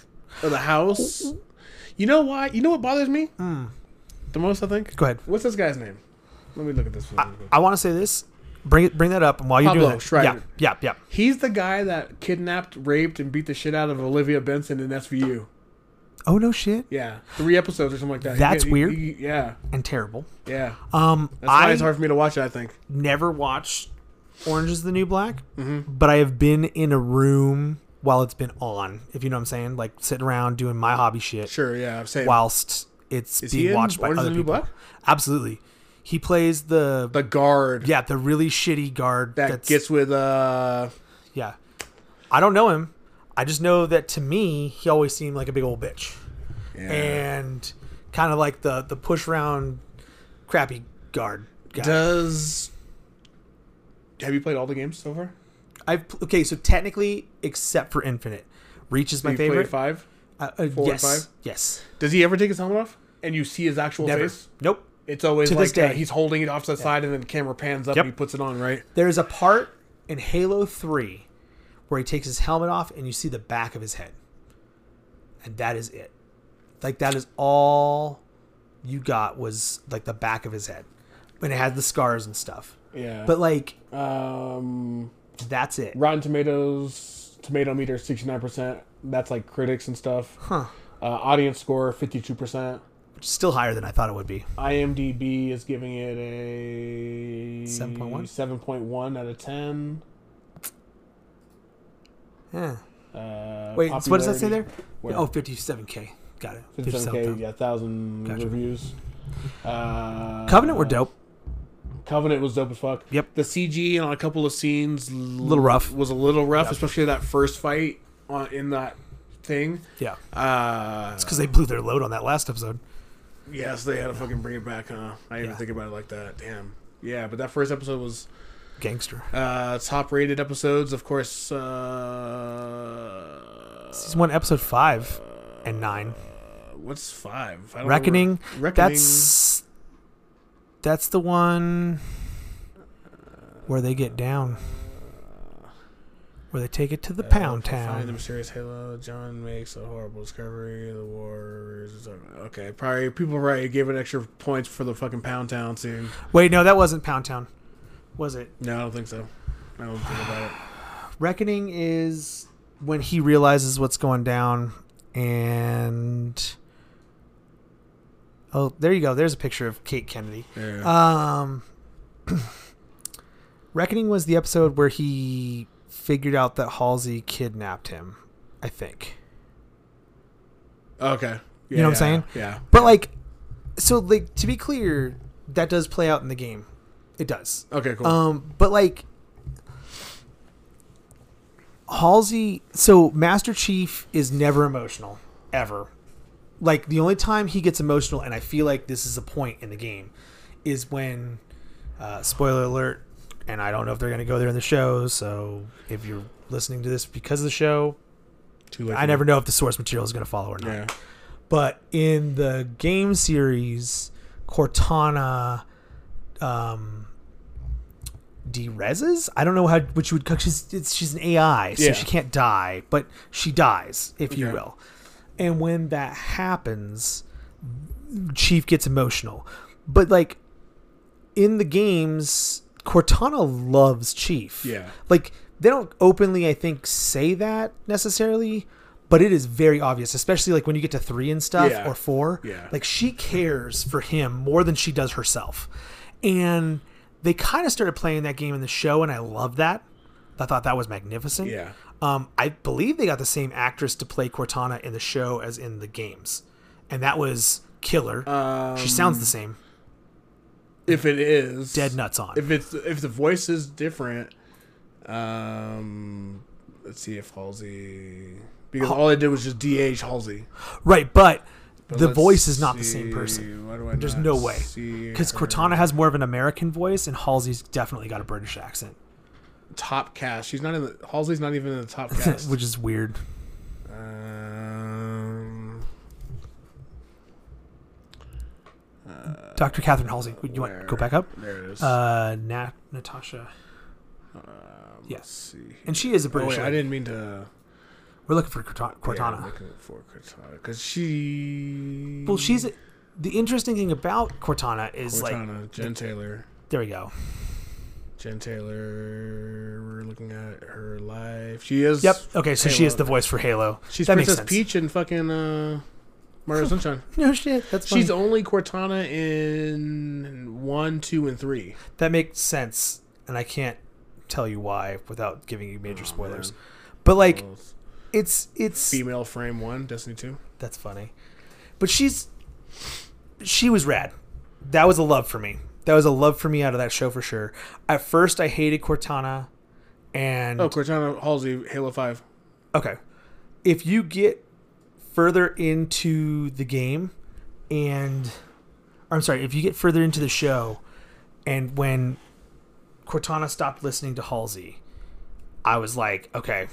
[SPEAKER 1] of the house. You know why? You know what bothers me the most? I think.
[SPEAKER 2] Hmm. Go ahead.
[SPEAKER 1] What's this guy's name? Let me look at this. One. real quick.
[SPEAKER 2] i want to say this bring it bring that up and while you're
[SPEAKER 1] Pablo
[SPEAKER 2] doing that
[SPEAKER 1] Schreiber.
[SPEAKER 2] yeah yeah yeah
[SPEAKER 1] He's the guy that kidnapped, raped, and beat the shit out of Olivia Benson in SVU.
[SPEAKER 2] oh no shit
[SPEAKER 1] Yeah, three episodes or something like that. He-
[SPEAKER 2] That's
[SPEAKER 1] he-
[SPEAKER 2] weird.
[SPEAKER 1] he- yeah,
[SPEAKER 2] and terrible
[SPEAKER 1] yeah.
[SPEAKER 2] um
[SPEAKER 1] That's why
[SPEAKER 2] I,
[SPEAKER 1] it's hard for me to watch it. I think.
[SPEAKER 2] never watched Orange is the New Black,
[SPEAKER 1] Mm-hmm.
[SPEAKER 2] but I have been in a room while it's been on, if you know what I'm saying, like sitting around doing my hobby shit
[SPEAKER 1] Sure. Yeah. I'm saying.
[SPEAKER 2] whilst it's
[SPEAKER 1] Is he
[SPEAKER 2] being
[SPEAKER 1] in
[SPEAKER 2] watched by
[SPEAKER 1] Orange is
[SPEAKER 2] other
[SPEAKER 1] the New
[SPEAKER 2] people.
[SPEAKER 1] Black?
[SPEAKER 2] Absolutely. He plays the,
[SPEAKER 1] The guard
[SPEAKER 2] yeah, the really shitty guard
[SPEAKER 1] that
[SPEAKER 2] that's-
[SPEAKER 1] gets with uh.
[SPEAKER 2] yeah. I don't know him. I just know that to me, he always seemed like a big old bitch. And kind of like the the push round crappy guard guy.
[SPEAKER 1] Does have you played all the games so far?
[SPEAKER 2] I've pl- okay, so technically, except for Infinite, Reach is my
[SPEAKER 1] you played
[SPEAKER 2] favorite.
[SPEAKER 1] five.
[SPEAKER 2] Uh, uh,
[SPEAKER 1] four and
[SPEAKER 2] yes,
[SPEAKER 1] five?
[SPEAKER 2] yes,
[SPEAKER 1] Does he ever take his helmet off? And you see his actual
[SPEAKER 2] never.
[SPEAKER 1] face.
[SPEAKER 2] Nope.
[SPEAKER 1] It's always
[SPEAKER 2] To
[SPEAKER 1] like
[SPEAKER 2] this
[SPEAKER 1] uh,
[SPEAKER 2] day.
[SPEAKER 1] he's holding it off to the side, and then the camera pans up
[SPEAKER 2] Yep.
[SPEAKER 1] and he puts it on. Right?
[SPEAKER 2] There's a part in Halo Three where he takes his helmet off and you see the back of his head, and that is it. Like that is all you got was like the back of his head, and it had the scars and stuff.
[SPEAKER 1] Yeah.
[SPEAKER 2] But like
[SPEAKER 1] um,
[SPEAKER 2] that's it.
[SPEAKER 1] Rotten Tomatoes tomato meter sixty nine percent. That's like critics and stuff.
[SPEAKER 2] Huh.
[SPEAKER 1] Uh, audience score fifty two percent.
[SPEAKER 2] Still higher than I thought it would
[SPEAKER 1] Uh,
[SPEAKER 2] be.
[SPEAKER 1] IMDb is giving it a
[SPEAKER 2] 7.1?
[SPEAKER 1] seven point one out of ten.
[SPEAKER 2] Yeah.
[SPEAKER 1] Uh,
[SPEAKER 2] Wait, so what does that say there?
[SPEAKER 1] popularity- Where?
[SPEAKER 2] Oh, 57k. Got it.
[SPEAKER 1] 57k,
[SPEAKER 2] 57k.
[SPEAKER 1] yeah, thousand
[SPEAKER 2] Gotcha.
[SPEAKER 1] reviews. Uh,
[SPEAKER 2] Covenant were dope.
[SPEAKER 1] Covenant was dope as fuck.
[SPEAKER 2] Yep.
[SPEAKER 1] The CG on a couple of scenes, a
[SPEAKER 2] little rough.
[SPEAKER 1] was a little rough, especially that first fight on, in that thing.
[SPEAKER 2] Yeah.
[SPEAKER 1] Uh,
[SPEAKER 2] Because they blew their load on that last episode.
[SPEAKER 1] yes, they had to fucking bring it back, huh? I didn't even
[SPEAKER 2] Yeah.
[SPEAKER 1] think about it like that. Damn. Yeah, but that first episode was
[SPEAKER 2] Gangster.
[SPEAKER 1] uh, top rated episodes, of course. Uh,
[SPEAKER 2] Season 1, episode 5 and 9.
[SPEAKER 1] what's five? I don't
[SPEAKER 2] Reckoning.
[SPEAKER 1] remember.
[SPEAKER 2] That's. That's the one where they get down. Where they take it to the pound
[SPEAKER 1] Finally, the
[SPEAKER 2] town.
[SPEAKER 1] mysterious halo. John makes a horrible discovery. The war. Is okay, probably people right gave it extra points for the fucking Pound Town scene.
[SPEAKER 2] Wait, no, that wasn't pound town. Was it?
[SPEAKER 1] No, I don't think so. I don't think about it.
[SPEAKER 2] Reckoning is when he realizes what's going down and Oh, there you go. There's a picture of Kate Kennedy.
[SPEAKER 1] Yeah.
[SPEAKER 2] Um Reckoning was the episode where he figured out that Halsey kidnapped him, I think.
[SPEAKER 1] okay,
[SPEAKER 2] Uh, You know what I'm
[SPEAKER 1] Yeah,
[SPEAKER 2] saying?
[SPEAKER 1] Yeah,
[SPEAKER 2] But like so like to be clear, that does play out in the game. It does.
[SPEAKER 1] Okay, cool.
[SPEAKER 2] Um, but like Halsey, so Master Chief is never emotional ever. Like the only time he gets emotional, and I feel like this is a point in the game, is when uh, spoiler alert. And I don't know if they're going to go there in the show. So if you're listening to this because of the show,
[SPEAKER 1] Too late.
[SPEAKER 2] I never know if the source material is going to follow or not.
[SPEAKER 1] Yeah.
[SPEAKER 2] But in the game series, Cortana um, dereses. I don't know how which you would because she's it's, she's an AI, so
[SPEAKER 1] Yeah.
[SPEAKER 2] she can't die, but she dies, if you
[SPEAKER 1] Okay.
[SPEAKER 2] will. And when that happens, Chief gets emotional. But like in the games, Cortana loves Chief.
[SPEAKER 1] Yeah.
[SPEAKER 2] Like they don't openly, I think, say that necessarily, but it is very obvious, especially like when you get to three and stuff
[SPEAKER 1] Yeah.
[SPEAKER 2] or four.
[SPEAKER 1] Yeah.
[SPEAKER 2] Like she cares for him more than she does herself. And they kind of started playing that game in the show, and I love that. I thought that was magnificent.
[SPEAKER 1] Yeah.
[SPEAKER 2] Um, I believe they got the same actress to play Cortana in the show as in the games, and that was killer. she sounds
[SPEAKER 1] Um,
[SPEAKER 2] the same.
[SPEAKER 1] If it is
[SPEAKER 2] Dead nuts on.
[SPEAKER 1] If it's if the voice is different, um, let's see if Halsey because all I did was just DH Halsey.
[SPEAKER 2] Right, but,
[SPEAKER 1] But
[SPEAKER 2] the
[SPEAKER 1] let's
[SPEAKER 2] voice is not the
[SPEAKER 1] see,
[SPEAKER 2] same person.
[SPEAKER 1] why do I
[SPEAKER 2] There's
[SPEAKER 1] not
[SPEAKER 2] no way.
[SPEAKER 1] see
[SPEAKER 2] Because
[SPEAKER 1] her?
[SPEAKER 2] Cortana has more of an American voice, and Halsey's definitely got a British accent,
[SPEAKER 1] top cast. She's not in the Halsey's not even in the
[SPEAKER 2] [laughs]
[SPEAKER 1] top cast.
[SPEAKER 2] which is weird.
[SPEAKER 1] um,
[SPEAKER 2] Dr. Catherine Halsey, would you want to go back up?
[SPEAKER 1] there it is.
[SPEAKER 2] Uh, Nat, Natasha. yes. And she is a
[SPEAKER 1] oh,
[SPEAKER 2] British.
[SPEAKER 1] wait, I
[SPEAKER 2] lady.
[SPEAKER 1] didn't mean to.
[SPEAKER 2] We're looking for Corta- Cortana.
[SPEAKER 1] Yeah, looking for Cortana because she.
[SPEAKER 2] well, she's. The interesting thing about Cortana is like.
[SPEAKER 1] Cortana, Jen Taylor.
[SPEAKER 2] There we go.
[SPEAKER 1] Jen Taylor. We're looking at her life. She is.
[SPEAKER 2] Yep. Okay, so she
[SPEAKER 1] Halo.
[SPEAKER 2] is the voice for Halo.
[SPEAKER 1] She's
[SPEAKER 2] that
[SPEAKER 1] Princess
[SPEAKER 2] makes sense.
[SPEAKER 1] Peach in fucking uh, Mario Sunshine.
[SPEAKER 2] No shit. That's funny.
[SPEAKER 1] She's only Cortana in one, two, and three.
[SPEAKER 2] that makes sense, and I can't tell you why without giving you major spoilers. But like, it's it's
[SPEAKER 1] Female frame one, Destiny two.
[SPEAKER 2] that's funny. But she's she was rad. That was a love for me. That was a love for me out of that show for sure. At first, I hated Cortana, and
[SPEAKER 1] Oh, Cortana Halsey, Halo five.
[SPEAKER 2] Okay. If you get further into the game and or I'm sorry, if you get further into the show and when Cortana stopped listening to Halsey, I was like, okay,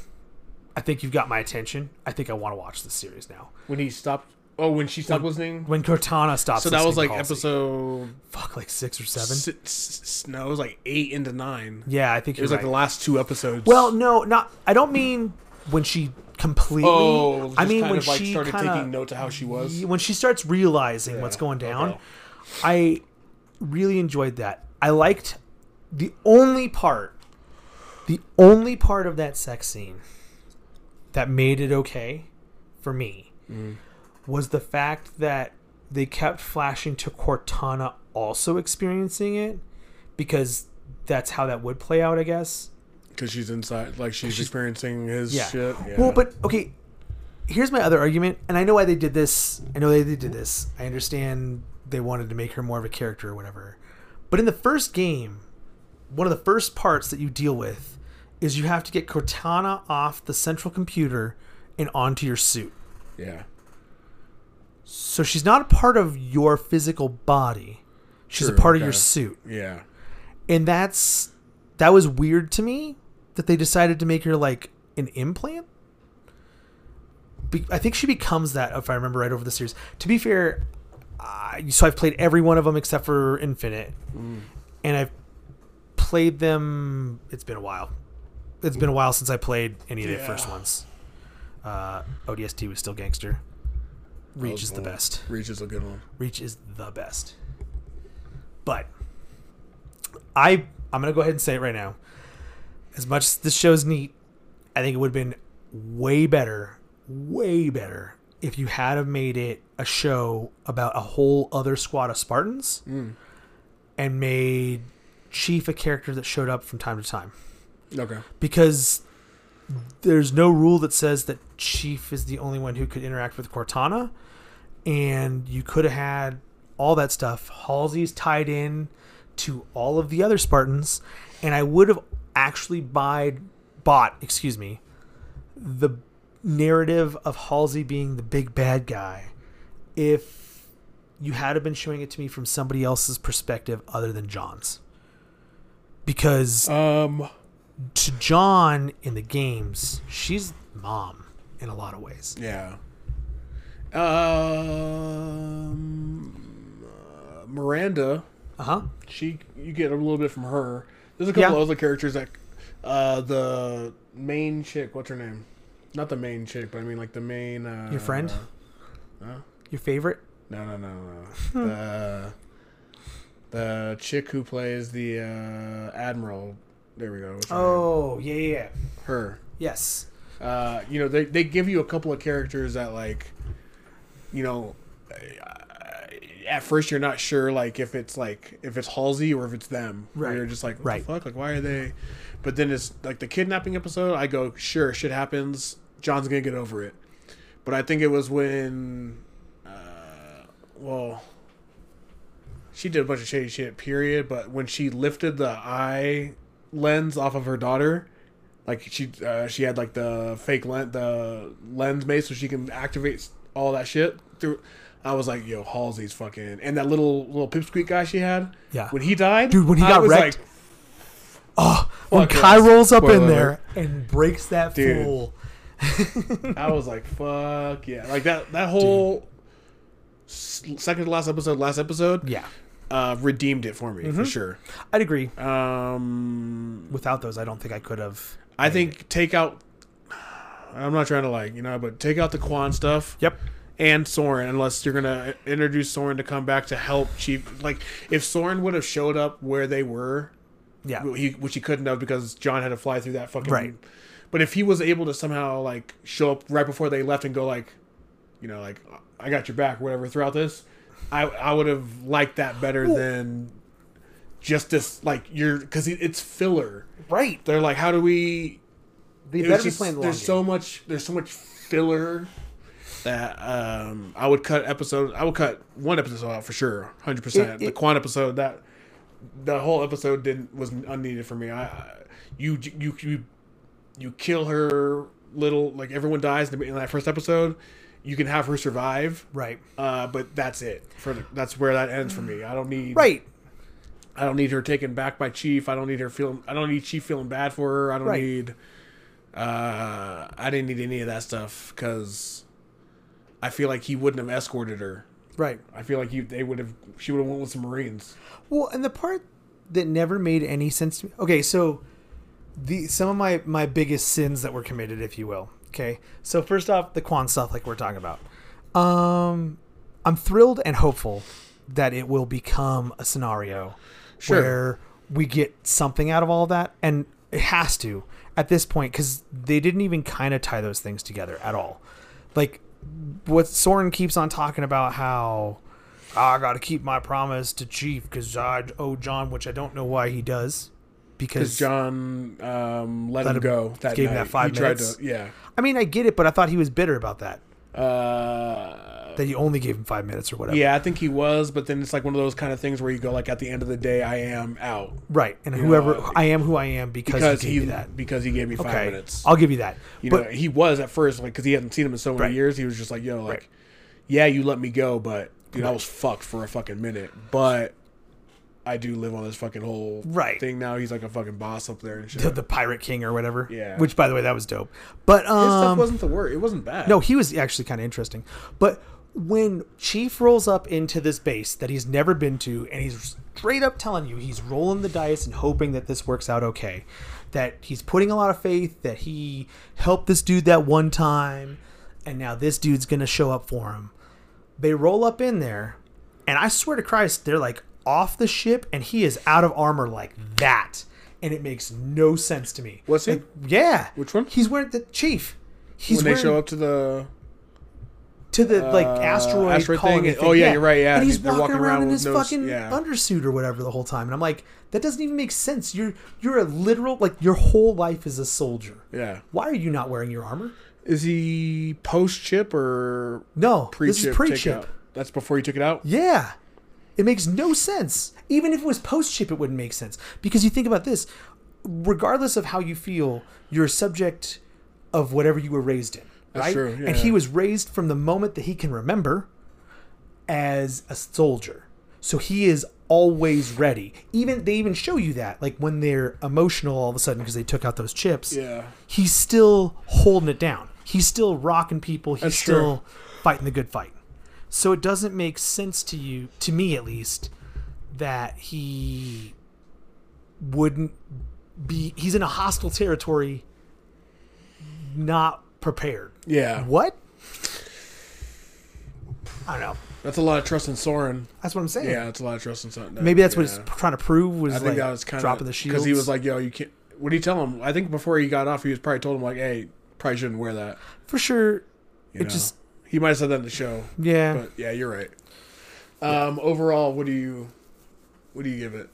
[SPEAKER 2] I think you've got my attention. I think I want to watch this series now.
[SPEAKER 1] When he stopped. Oh, when she stopped listening.
[SPEAKER 2] When Cortana stopped,
[SPEAKER 1] So that was
[SPEAKER 2] listening
[SPEAKER 1] like
[SPEAKER 2] to Halsey-
[SPEAKER 1] episode
[SPEAKER 2] fuck like six or seven.
[SPEAKER 1] six, s- no, it was like eight into nine.
[SPEAKER 2] yeah, I think
[SPEAKER 1] It was like the last two episodes.
[SPEAKER 2] Well, no, not. I don't mean when she completely.
[SPEAKER 1] oh,
[SPEAKER 2] I mean
[SPEAKER 1] kind
[SPEAKER 2] when
[SPEAKER 1] of like
[SPEAKER 2] she
[SPEAKER 1] started
[SPEAKER 2] kinda-
[SPEAKER 1] taking note to how she was.
[SPEAKER 2] when she starts realizing what's
[SPEAKER 1] Yeah,
[SPEAKER 2] going down.
[SPEAKER 1] okay.
[SPEAKER 2] I really enjoyed that. I liked the only part, the only part of that sex scene that made it okay for me
[SPEAKER 1] Mm.
[SPEAKER 2] was the fact that they kept flashing to Cortana also experiencing it because that's how that would play out, I guess.
[SPEAKER 1] because she's inside, like she's experiencing his
[SPEAKER 2] Yeah.
[SPEAKER 1] shit.
[SPEAKER 2] Well, but okay. Here's my other argument, and I know why they did this. I know they they did this. I understand they wanted to make her more of a character or whatever. But in the first game, one of the first parts that you deal with is you have to get Cortana off the central computer and onto your suit.
[SPEAKER 1] yeah,
[SPEAKER 2] So she's not a part of your physical body. She's
[SPEAKER 1] True,
[SPEAKER 2] a part of your
[SPEAKER 1] okay.
[SPEAKER 2] suit.
[SPEAKER 1] yeah,
[SPEAKER 2] And that's that was weird to me that they decided to make her like an implant. Be- I think she becomes that if I remember right over the series. To be fair, I so I've played every one of them except for Infinite, and I've played them. It's been a while. It's been a while since I played any of the first ones. Uh, ODST was still gangster. Reach is the
[SPEAKER 1] Well,
[SPEAKER 2] best.
[SPEAKER 1] Reach is a good one.
[SPEAKER 2] Reach is the best. But I I'm gonna go ahead and say it right now. As much as this show's neat, I think it would have been way better, way better if you had have made it a show about a whole other squad of Spartans and made Chief a character that showed up from time to time.
[SPEAKER 1] Okay,
[SPEAKER 2] Because there's no rule that says that Chief is the only one who could interact with Cortana, and you could have had all that stuff. Halsey's tied in to all of the other Spartans, and I would have actually buyed, bought, excuse me, the narrative of Halsey being the big bad guy if you had have been showing it to me from somebody else's perspective other than John's. Because
[SPEAKER 1] um,
[SPEAKER 2] to John in the games, she's mom in a lot of ways.
[SPEAKER 1] yeah, um, uh, Miranda.
[SPEAKER 2] Uh huh.
[SPEAKER 1] she you get a little bit from her. There's a couple
[SPEAKER 2] Yeah.
[SPEAKER 1] other characters that uh the main chick, what's her name? Not the main chick, but I mean like the main uh
[SPEAKER 2] Your friend? Your favorite?
[SPEAKER 1] No, no, no,
[SPEAKER 2] [laughs]
[SPEAKER 1] no. the the chick who plays the uh admiral. There we go. what's her
[SPEAKER 2] Oh, yeah, yeah, yeah.
[SPEAKER 1] name? her.
[SPEAKER 2] Yes.
[SPEAKER 1] Uh you know, they they give you a couple of characters that like you know uh, at first you're not sure like if it's like if it's Halsey or if it's them. Right.
[SPEAKER 2] Right.
[SPEAKER 1] You're just like what
[SPEAKER 2] Right.
[SPEAKER 1] the fuck? Like why are they? But then it's like the kidnapping episode. I go sure shit happens. John's gonna get over it. But I think it was when, uh, well, she did a bunch of shady shit. Period. But when she lifted the eye lens off of her daughter. Like she, uh, she had like the fake lens, the lens made so she can activate all that shit through. I was like, "Yo, Halsey's fucking," and that little little pipsqueak guy she had.
[SPEAKER 2] Yeah.
[SPEAKER 1] When he died,
[SPEAKER 2] Dude, when he
[SPEAKER 1] I
[SPEAKER 2] got
[SPEAKER 1] was
[SPEAKER 2] wrecked,
[SPEAKER 1] like,
[SPEAKER 2] Oh, When
[SPEAKER 1] Fuck
[SPEAKER 2] Kai
[SPEAKER 1] yes.
[SPEAKER 2] rolls up
[SPEAKER 1] Spoiler
[SPEAKER 2] in there and breaks that
[SPEAKER 1] Dude.
[SPEAKER 2] fool.
[SPEAKER 1] I was like, "Fuck yeah!" Like that that whole s second to last episode, last episode,
[SPEAKER 2] Yeah. Mm-hmm.
[SPEAKER 1] uh, redeemed it for me for sure.
[SPEAKER 2] I'd agree.
[SPEAKER 1] Um,
[SPEAKER 2] Without those, I don't think I could have.
[SPEAKER 1] I think take out. I'm not trying to like you know, but take out the Quan stuff.
[SPEAKER 2] Yep.
[SPEAKER 1] and Soren, unless you're gonna introduce Soren to come back to help Chief. Like, if Soren would have showed up where they were,
[SPEAKER 2] Yeah.
[SPEAKER 1] wh- he, which he couldn't have because John had to fly through that fucking.
[SPEAKER 2] Right.
[SPEAKER 1] But if he was able to somehow like show up right before they left and go like, you know, like I got your back, whatever, throughout this, I I would have liked that better than just this like you're because it's filler.
[SPEAKER 2] Right.
[SPEAKER 1] They're like, how do we
[SPEAKER 2] They
[SPEAKER 1] it
[SPEAKER 2] better
[SPEAKER 1] was
[SPEAKER 2] be
[SPEAKER 1] just-
[SPEAKER 2] playing the long
[SPEAKER 1] there's so much there's so much filler that um I would cut episode I would cut one episode out for sure 100%
[SPEAKER 2] It-
[SPEAKER 1] the
[SPEAKER 2] it-
[SPEAKER 1] Quan episode that the whole episode didn't was unneeded for me I, I you you you you kill her little like everyone dies in that first episode you can have her survive
[SPEAKER 2] Right.
[SPEAKER 1] uh but that's it for the, that's where that ends for me I don't need
[SPEAKER 2] Right.
[SPEAKER 1] I don't need her taken back by Chief. I don't need her feeling. I don't need Chief feeling bad for her. I don't
[SPEAKER 2] Right.
[SPEAKER 1] need. Uh, I didn't need any of that stuff because I feel like he wouldn't have escorted her.
[SPEAKER 2] Right.
[SPEAKER 1] I feel like he, they would have. She would have went with some Marines.
[SPEAKER 2] Well, and the part that never made any sense to me. Okay, so the some of my my biggest sins that were committed, if you will. Okay, so first off, the Quan stuff, like we're talking about. Um, I'm thrilled and hopeful that it will become a scenario
[SPEAKER 1] Sure.
[SPEAKER 2] where we get something out of all that, and it has to at this point because they didn't even kind of tie those things together at all. Like what Soren keeps on talking about how I got to keep my promise to Chief because I owe John, which I don't know why he does. Because
[SPEAKER 1] Because John um, let,
[SPEAKER 2] Let
[SPEAKER 1] him,
[SPEAKER 2] him-
[SPEAKER 1] go. That
[SPEAKER 2] gave him
[SPEAKER 1] night.
[SPEAKER 2] that five
[SPEAKER 1] he tried
[SPEAKER 2] minutes.
[SPEAKER 1] to, yeah.
[SPEAKER 2] I mean, I get it, but I thought he was bitter about that.
[SPEAKER 1] Uh,
[SPEAKER 2] That you only gave him five minutes or whatever.
[SPEAKER 1] yeah, I think he was, but then it's like one of those kind of things where you go like, at the end of the day, I am out
[SPEAKER 2] Right. And whoever
[SPEAKER 1] know,
[SPEAKER 2] I am who I am because,
[SPEAKER 1] because
[SPEAKER 2] you
[SPEAKER 1] he
[SPEAKER 2] gave me that.
[SPEAKER 1] because he gave me five
[SPEAKER 2] Okay.
[SPEAKER 1] minutes.
[SPEAKER 2] I'll give you that.
[SPEAKER 1] you
[SPEAKER 2] but
[SPEAKER 1] know, he was at first like because he hadn't seen him in so many
[SPEAKER 2] Right.
[SPEAKER 1] years. He was just like, yo, like,
[SPEAKER 2] Right.
[SPEAKER 1] yeah, you let me go, but dude, I was fucked for a fucking minute, but. I do live on this fucking whole
[SPEAKER 2] Right.
[SPEAKER 1] thing now. He's like a fucking boss up there and shit.
[SPEAKER 2] the, the Pirate King or whatever.
[SPEAKER 1] Yeah.
[SPEAKER 2] Which by the way, that was dope. But um
[SPEAKER 1] His stuff wasn't the word. It wasn't bad.
[SPEAKER 2] No, he was actually kind of interesting. But when Chief rolls up into this base that he's never been to, and he's straight up telling you he's rolling the dice and hoping that this works out okay, that he's putting a lot of faith, that he helped this dude that one time, and now this dude's going to show up for him. They roll up in there, and I swear to Christ, they're like off the ship, and he is out of armor like that. And it makes no sense to me.
[SPEAKER 1] Was he?
[SPEAKER 2] Like, yeah.
[SPEAKER 1] Which one?
[SPEAKER 2] He's wearing the chief. He's
[SPEAKER 1] when they
[SPEAKER 2] wearing-
[SPEAKER 1] show up to the
[SPEAKER 2] to the like
[SPEAKER 1] Uh,
[SPEAKER 2] asteroid,
[SPEAKER 1] asteroid
[SPEAKER 2] colony
[SPEAKER 1] thing. Oh, yeah, you're right, yeah.
[SPEAKER 2] and he's
[SPEAKER 1] He- they're
[SPEAKER 2] walking,
[SPEAKER 1] walking
[SPEAKER 2] around
[SPEAKER 1] around
[SPEAKER 2] in
[SPEAKER 1] with
[SPEAKER 2] his
[SPEAKER 1] no s-
[SPEAKER 2] fucking
[SPEAKER 1] yeah.
[SPEAKER 2] undersuit or whatever the whole time, and I'm like, that doesn't even make sense. You're you're a literal like your whole life is a soldier.
[SPEAKER 1] yeah,
[SPEAKER 2] Why are you not wearing your armor?
[SPEAKER 1] is he post chip or
[SPEAKER 2] No,
[SPEAKER 1] pre
[SPEAKER 2] this
[SPEAKER 1] chip?
[SPEAKER 2] is pre-chip.
[SPEAKER 1] That's before he took it out.
[SPEAKER 2] Yeah. It makes no sense. Even if it was post chip, it wouldn't make sense. Because you think about this regardless of how you feel, you're a subject of whatever you were raised in.
[SPEAKER 1] That's
[SPEAKER 2] Right?
[SPEAKER 1] true,
[SPEAKER 2] And
[SPEAKER 1] yeah.
[SPEAKER 2] he was raised from the moment that he can remember as a soldier. So he is always ready. Even they even show you that, like when they're emotional all of a sudden because they took out those chips.
[SPEAKER 1] Yeah.
[SPEAKER 2] He's still holding it down. He's still rocking people. He's
[SPEAKER 1] That's true.
[SPEAKER 2] still fighting the good fight. So it doesn't make sense to you, to me at least, that he wouldn't be. He's in a hostile territory, not prepared.
[SPEAKER 1] Yeah,
[SPEAKER 2] What? I don't know.
[SPEAKER 1] that's a lot of trust in Soren.
[SPEAKER 2] That's what I'm saying.
[SPEAKER 1] Yeah, that's a lot of trust in Soren. That-
[SPEAKER 2] Maybe that's what
[SPEAKER 1] yeah.
[SPEAKER 2] it's trying to prove was
[SPEAKER 1] I
[SPEAKER 2] like
[SPEAKER 1] think that was kind of
[SPEAKER 2] dropping the shield.
[SPEAKER 1] because he was like, "Yo, you can't." What do you tell him? I think before he got off, he was probably told him like, "Hey, probably shouldn't wear that."
[SPEAKER 2] for sure.
[SPEAKER 1] you
[SPEAKER 2] It
[SPEAKER 1] know?
[SPEAKER 2] just
[SPEAKER 1] he might have said that in the show.
[SPEAKER 2] yeah.
[SPEAKER 1] But yeah, you're right. Um, overall, what do you what do you give it?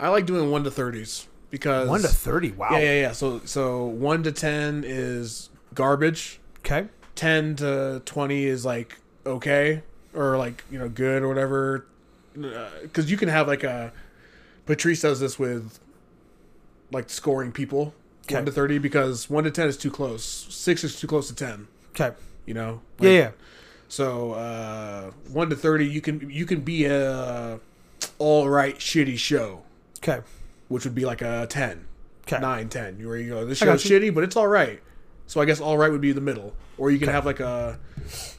[SPEAKER 1] I like doing one to thirties because
[SPEAKER 2] One to thirty. Wow.
[SPEAKER 1] Yeah, yeah, yeah. So so one to ten is garbage.
[SPEAKER 2] Okay.
[SPEAKER 1] Ten to twenty is like okay or like you know good or whatever. Because you can have like a Patrice does this with like scoring people one
[SPEAKER 2] Okay.
[SPEAKER 1] to thirty because one to ten is too close. Six is too close to ten.
[SPEAKER 2] Okay.
[SPEAKER 1] You know.
[SPEAKER 2] Yeah,
[SPEAKER 1] Like,
[SPEAKER 2] yeah.
[SPEAKER 1] So uh, one to thirty, you can you can be a all right shitty show,
[SPEAKER 2] Okay.
[SPEAKER 1] which would be like a ten.
[SPEAKER 2] Okay.
[SPEAKER 1] nine, ten. You where you go, this
[SPEAKER 2] I got
[SPEAKER 1] show's
[SPEAKER 2] you.
[SPEAKER 1] shitty, but it's all right. So I guess all right would be the middle, or you can have like a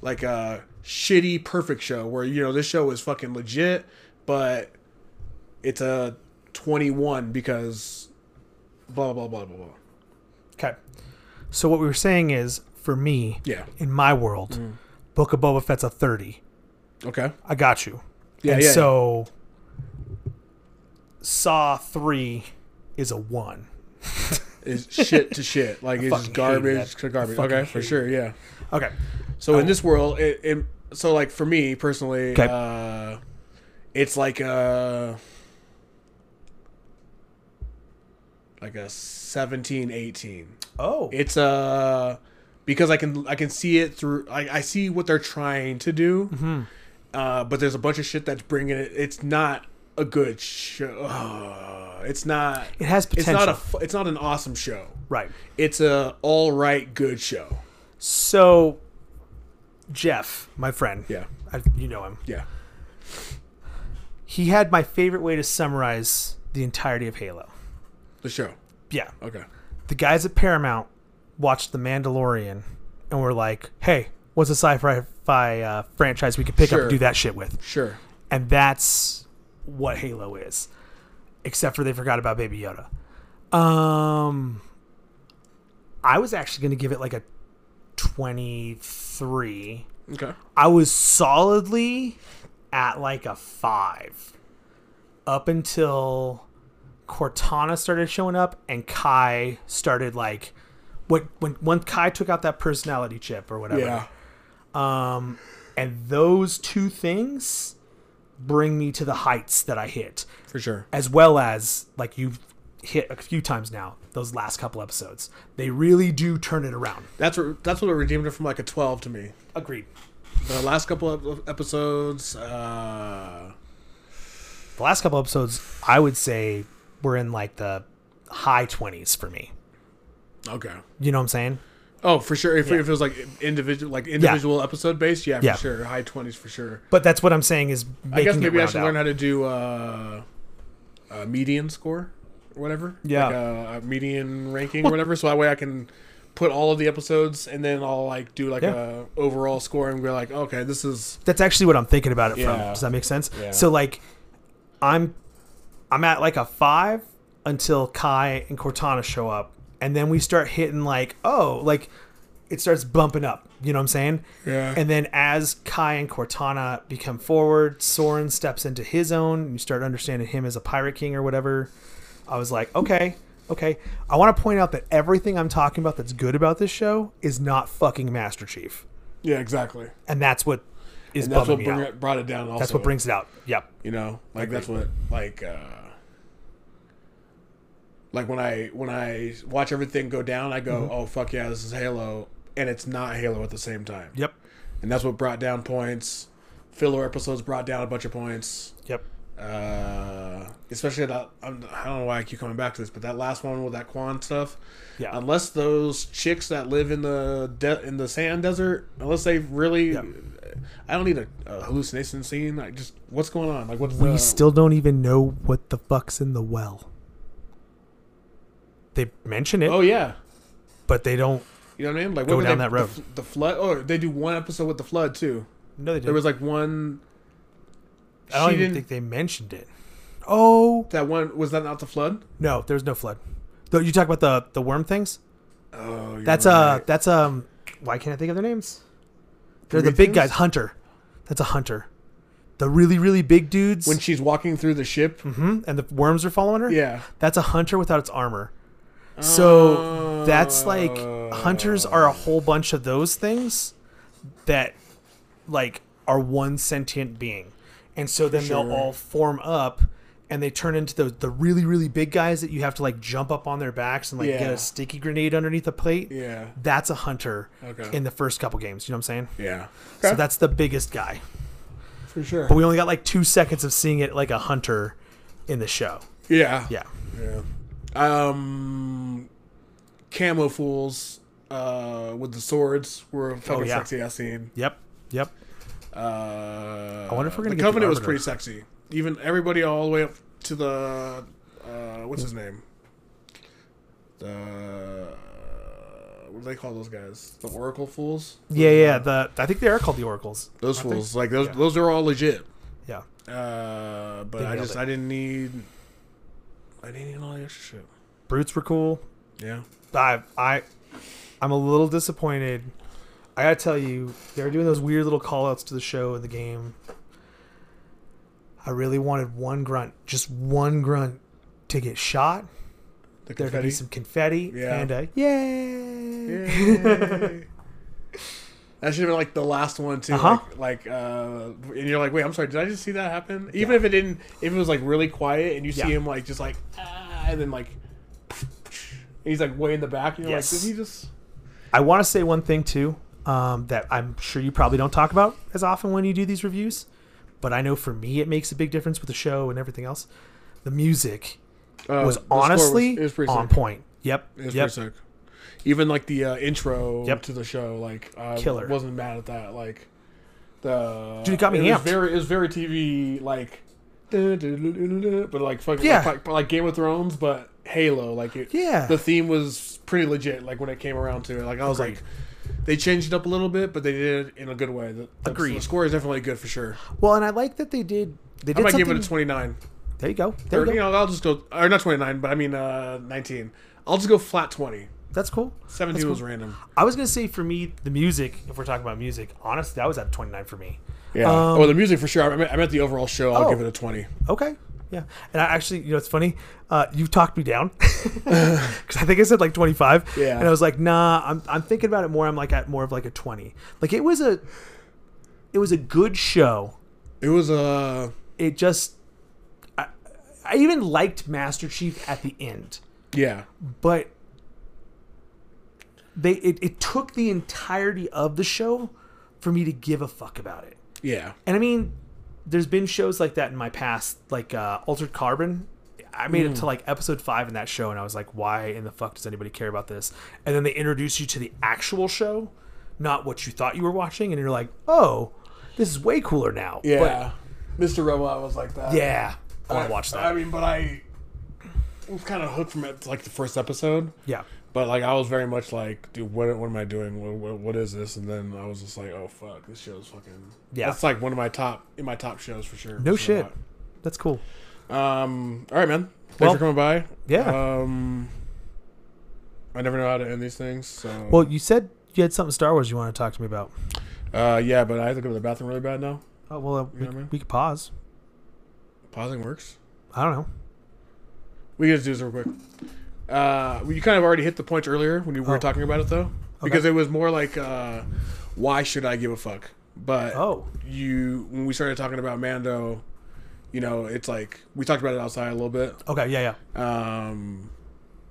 [SPEAKER 1] like a shitty perfect show where you know this show is fucking legit, but it's a twenty one because blah blah blah blah blah.
[SPEAKER 2] Okay. So what we were saying is, for me,
[SPEAKER 1] Yeah. Mm.
[SPEAKER 2] in my world, Book of Boba Fett's a thirty.
[SPEAKER 1] Okay.
[SPEAKER 2] I got you.
[SPEAKER 1] Yeah.
[SPEAKER 2] and
[SPEAKER 1] yeah.
[SPEAKER 2] so Saw three is a one.
[SPEAKER 1] is shit to
[SPEAKER 2] [laughs]
[SPEAKER 1] shit. Like it's just
[SPEAKER 2] fucking hate
[SPEAKER 1] garbage
[SPEAKER 2] that.
[SPEAKER 1] to
[SPEAKER 2] I
[SPEAKER 1] garbage.
[SPEAKER 2] fucking
[SPEAKER 1] Okay, for
[SPEAKER 2] hate
[SPEAKER 1] sure. Yeah.
[SPEAKER 2] Okay.
[SPEAKER 1] So
[SPEAKER 2] Oh.
[SPEAKER 1] in this world, it, it so like for me personally,
[SPEAKER 2] 'Kay.
[SPEAKER 1] uh, it's like a like a 17, 18.
[SPEAKER 2] Oh.
[SPEAKER 1] It's a because I can I can see it through. I I see what they're trying to do,
[SPEAKER 2] Mm-hmm.
[SPEAKER 1] uh, but there's a bunch of shit that's bringing it. It's not a good show. [sighs] it's not.
[SPEAKER 2] It has
[SPEAKER 1] It's not a.
[SPEAKER 2] potential.
[SPEAKER 1] fu- It's not an awesome show
[SPEAKER 2] right.
[SPEAKER 1] it's a all right good show.
[SPEAKER 2] So Jeff, my friend.
[SPEAKER 1] Yeah.
[SPEAKER 2] I, you know him.
[SPEAKER 1] Yeah.
[SPEAKER 2] he had my favorite way to summarize the entirety of Halo.
[SPEAKER 1] The show.
[SPEAKER 2] Yeah.
[SPEAKER 1] Okay.
[SPEAKER 2] The guys at Paramount watched The Mandalorian and were like, hey, what's a sci fi uh, franchise we could pick up
[SPEAKER 1] Sure.
[SPEAKER 2] and do that shit with?
[SPEAKER 1] Sure.
[SPEAKER 2] And that's what Halo is. Except for they forgot about Baby Yoda. Um, I was actually going to give it like a 23.
[SPEAKER 1] Okay.
[SPEAKER 2] I was solidly at like a five up until Cortana started showing up and Kai started like what when when Kai took out that personality chip or whatever.
[SPEAKER 1] Yeah.
[SPEAKER 2] And those two things bring me to the heights that I hit.
[SPEAKER 1] For sure.
[SPEAKER 2] As well as like you've hit a few times now, those last couple episodes. They really do turn it around.
[SPEAKER 1] That's what that's what redeemed it from like a twelve to me.
[SPEAKER 2] Agreed.
[SPEAKER 1] The last couple of e, episodes, uh
[SPEAKER 2] the last couple episodes, I would say were in like the high twenties for me.
[SPEAKER 1] okay.
[SPEAKER 2] You know what I'm saying?
[SPEAKER 1] Oh, for sure. If, if it was like individual, like individual episode based, yeah, for
[SPEAKER 2] Yeah.
[SPEAKER 1] sure. High twenties for sure.
[SPEAKER 2] But that's what I'm saying is making
[SPEAKER 1] I guess
[SPEAKER 2] it
[SPEAKER 1] maybe I
[SPEAKER 2] round
[SPEAKER 1] should
[SPEAKER 2] out.
[SPEAKER 1] learn how to do uh, a median score or whatever.
[SPEAKER 2] Yeah.
[SPEAKER 1] Like uh, a, a median ranking or whatever. So that way I can put all of the episodes and then I'll like do like
[SPEAKER 2] Yeah.
[SPEAKER 1] a overall score and be like, okay, this is
[SPEAKER 2] that's actually what I'm thinking about it from.
[SPEAKER 1] Yeah.
[SPEAKER 2] Does that make sense?
[SPEAKER 1] Yeah.
[SPEAKER 2] So like, I'm I'm at like a five until Kai and Cortana show up, and then we start hitting like oh like it starts bumping up. You know what I'm saying?
[SPEAKER 1] Yeah.
[SPEAKER 2] And then as Kai and Cortana become forward, Soren steps into his own. And you start understanding him as a pirate king or whatever. I was like, okay. Okay, I want to point out that everything I'm talking about that's good about this show is not fucking Master Chief,
[SPEAKER 1] yeah, exactly.
[SPEAKER 2] and that's what is
[SPEAKER 1] And that's
[SPEAKER 2] bumming
[SPEAKER 1] what
[SPEAKER 2] me
[SPEAKER 1] bring
[SPEAKER 2] out.
[SPEAKER 1] it, brought it down. Also,
[SPEAKER 2] That's what brings it out. Yep.
[SPEAKER 1] you know, like that's what like uh like when I when I watch everything go down, I
[SPEAKER 2] Mm-hmm.
[SPEAKER 1] go, oh fuck yeah, this is Halo, and it's not Halo at the same time.
[SPEAKER 2] Yep.
[SPEAKER 1] and that's what brought down points. Filler episodes brought down a bunch of points.
[SPEAKER 2] Yep.
[SPEAKER 1] Uh, especially that I'm, I don't know why I keep coming back to this, but that last one with that Quan stuff.
[SPEAKER 2] Yeah.
[SPEAKER 1] Unless those chicks that live in the de- in the sand desert, unless they really, I don't need a, a hallucination scene. Like, just what's going on? Like, what's
[SPEAKER 2] we
[SPEAKER 1] the,
[SPEAKER 2] still don't even know what the fuck's in the well. They mention
[SPEAKER 1] [laughs]
[SPEAKER 2] it,
[SPEAKER 1] Oh yeah,
[SPEAKER 2] but they don't.
[SPEAKER 1] you know what I mean. Like,
[SPEAKER 2] Go
[SPEAKER 1] what were
[SPEAKER 2] down
[SPEAKER 1] they-
[SPEAKER 2] that road.
[SPEAKER 1] The, f- the flood. Oh, they do one episode with the flood too.
[SPEAKER 2] No, they didn't.
[SPEAKER 1] There was like one.
[SPEAKER 2] I don't
[SPEAKER 1] she
[SPEAKER 2] even
[SPEAKER 1] didn't-
[SPEAKER 2] think they mentioned it. Oh
[SPEAKER 1] That one was that not the flood?
[SPEAKER 2] no, there's no flood. Though you talk about the the worm things.
[SPEAKER 1] Oh, you're
[SPEAKER 2] That's uh,
[SPEAKER 1] right.
[SPEAKER 2] that's um. Why can't I think of their names? They're the big
[SPEAKER 1] Prometheus?
[SPEAKER 2] guys. Hunter. That's a hunter. The really really big dudes.
[SPEAKER 1] when she's walking through the ship.
[SPEAKER 2] Mhm, and the worms are following her.
[SPEAKER 1] Yeah.
[SPEAKER 2] That's a hunter without its armor. So that's like hunters are a whole bunch of those things that like are one sentient being. And so then they'll all form up and they turn into those the really really big guys that you have to like jump up on their backs and like get
[SPEAKER 1] Yeah.
[SPEAKER 2] a sticky grenade underneath a plate.
[SPEAKER 1] Yeah.
[SPEAKER 2] That's a hunter
[SPEAKER 1] Okay.
[SPEAKER 2] in the first couple games, you know what I'm saying?
[SPEAKER 1] Yeah.
[SPEAKER 2] So that's the biggest guy.
[SPEAKER 1] for sure.
[SPEAKER 2] But we only got like 2 seconds of seeing it like a hunter in the show.
[SPEAKER 1] Yeah.
[SPEAKER 2] Yeah.
[SPEAKER 1] Yeah. Um, camo fools uh, with the swords were a fucking
[SPEAKER 2] Oh, yeah.
[SPEAKER 1] sexy ass scene.
[SPEAKER 2] Yep. Yep.
[SPEAKER 1] Uh,
[SPEAKER 2] wonder if we're gonna
[SPEAKER 1] the
[SPEAKER 2] get the
[SPEAKER 1] covenant was
[SPEAKER 2] Arbiter.
[SPEAKER 1] pretty sexy. Even everybody all the way up to the uh, what's his name? The what do they call those guys? The Oracle fools.
[SPEAKER 2] Yeah, yeah. The I think they are called the Oracles.
[SPEAKER 1] Those fools, like those, those are all legit.
[SPEAKER 2] Yeah.
[SPEAKER 1] Uh, but I
[SPEAKER 2] nailed
[SPEAKER 1] just
[SPEAKER 2] it.
[SPEAKER 1] I didn't need I didn't need all the extra shit.
[SPEAKER 2] Brutes were cool.
[SPEAKER 1] Yeah.
[SPEAKER 2] I I I'm a little disappointed. I gotta tell you, they were doing those weird little call outs to the show and the game. I really wanted one grunt, just one grunt to get shot.
[SPEAKER 1] The
[SPEAKER 2] There to
[SPEAKER 1] confetti.
[SPEAKER 2] be some confetti
[SPEAKER 1] Yeah.
[SPEAKER 2] and a yay.
[SPEAKER 1] Yay. That should have been like the last one too.
[SPEAKER 2] Uh-huh.
[SPEAKER 1] Like, like uh, and you're like, wait, I'm sorry, did I just see that happen? Even if it didn't, if it was like really quiet and you see
[SPEAKER 2] Yeah.
[SPEAKER 1] him like just like, ah, and then like, and he's like way in the back, and you're
[SPEAKER 2] Yes.
[SPEAKER 1] like, did he just?
[SPEAKER 2] I want to say one thing too um, that I'm sure you probably don't talk about as often when you do these reviews, but I know for me it makes a big difference with the show and everything else. The music
[SPEAKER 1] Uh,
[SPEAKER 2] was
[SPEAKER 1] the score
[SPEAKER 2] honestly
[SPEAKER 1] it was pretty
[SPEAKER 2] on
[SPEAKER 1] sick.
[SPEAKER 2] point. Yep.
[SPEAKER 1] It was
[SPEAKER 2] yep.
[SPEAKER 1] pretty sick. Even like the uh, intro
[SPEAKER 2] Yep.
[SPEAKER 1] to the show, like I
[SPEAKER 2] Killer.
[SPEAKER 1] wasn't mad at that. Like the
[SPEAKER 2] Dude, it got me
[SPEAKER 1] was
[SPEAKER 2] amped.
[SPEAKER 1] very, it was very TV like but like fucking
[SPEAKER 2] Yeah.
[SPEAKER 1] like, like Game of Thrones, but Halo. Like it,
[SPEAKER 2] Yeah.
[SPEAKER 1] the theme was pretty legit. Like when it came around to it, like I was
[SPEAKER 2] Agreed.
[SPEAKER 1] like, they changed it up a little bit, but they did it in a good way. The, the,
[SPEAKER 2] Agreed.
[SPEAKER 1] The score is definitely good for sure.
[SPEAKER 2] Well, and I like that they did. They
[SPEAKER 1] I
[SPEAKER 2] did
[SPEAKER 1] might
[SPEAKER 2] something.
[SPEAKER 1] give it a twenty nine.
[SPEAKER 2] there you go. There
[SPEAKER 1] Or
[SPEAKER 2] you
[SPEAKER 1] you
[SPEAKER 2] go.
[SPEAKER 1] know, I'll just go or not twenty nine, but I mean uh nineteen. I'll just go flat twenty.
[SPEAKER 2] That's cool.
[SPEAKER 1] Seventeen
[SPEAKER 2] That's
[SPEAKER 1] was
[SPEAKER 2] cool.
[SPEAKER 1] random.
[SPEAKER 2] I was gonna say for me, the music. If we're talking about music, honestly, that was at twenty nine for me.
[SPEAKER 1] Yeah.
[SPEAKER 2] Um,
[SPEAKER 1] oh, the music for sure. I meant, I meant the overall show. I'll
[SPEAKER 2] Oh.
[SPEAKER 1] give it a twenty.
[SPEAKER 2] Okay. Yeah. And I actually, you know, it's funny. Uh, you talked
[SPEAKER 1] [laughs]
[SPEAKER 2] me down [laughs] because I think I said like 25.
[SPEAKER 1] Yeah.
[SPEAKER 2] And I was like, nah, I'm, I'm thinking about it more. I'm like at more of like a 20. Like it was a, it was a good show.
[SPEAKER 1] It was uh
[SPEAKER 2] It just, I, I even liked Master Chief at the end,
[SPEAKER 1] yeah.
[SPEAKER 2] but they, it, it took the entirety of the show for me to give a fuck about it.
[SPEAKER 1] Yeah.
[SPEAKER 2] And I mean, there's been shows like that in my past, like uh, Altered Carbon. I made it to like episode five in that show, and I was like, why in the fuck does anybody care about this? And then they introduce you to the actual show, not what you thought you were watching, and you're like, oh, this is way cooler now. But
[SPEAKER 1] Yeah. Mr. Robot was like that.
[SPEAKER 2] yeah, I want to watch that.
[SPEAKER 1] I mean, but I was kind of hooked from it, like the first episode.
[SPEAKER 2] yeah.
[SPEAKER 1] But like I was very much like, dude, what, what am I doing? What, what, what is this? And then I was just like, oh fuck, this show's fucking.
[SPEAKER 2] Yeah.
[SPEAKER 1] that's like one of my top in my top shows for sure.
[SPEAKER 2] No
[SPEAKER 1] Mr.
[SPEAKER 2] shit.
[SPEAKER 1] Robot.
[SPEAKER 2] That's cool.
[SPEAKER 1] Um. All right, man. Thanks
[SPEAKER 2] Well,
[SPEAKER 1] for coming by.
[SPEAKER 2] yeah.
[SPEAKER 1] Um. I never know how to end these things. So.
[SPEAKER 2] Well, you said you had something Star Wars you want to talk to me about.
[SPEAKER 1] uh. Yeah, but I have to go to the bathroom really bad now.
[SPEAKER 2] Oh, well, uh, we,
[SPEAKER 1] know what I mean?
[SPEAKER 2] we could pause.
[SPEAKER 1] Pausing works.
[SPEAKER 2] I don't know.
[SPEAKER 1] We can just do this real quick. Uh, you kind of already hit the point earlier when you were
[SPEAKER 2] Oh.
[SPEAKER 1] talking about it, though, because it was more like, uh, why should I give a fuck? But
[SPEAKER 2] Oh.
[SPEAKER 1] you when we started talking about Mando, you know, it's like we talked about it outside a little bit.
[SPEAKER 2] Okay. Yeah. Yeah.
[SPEAKER 1] Um,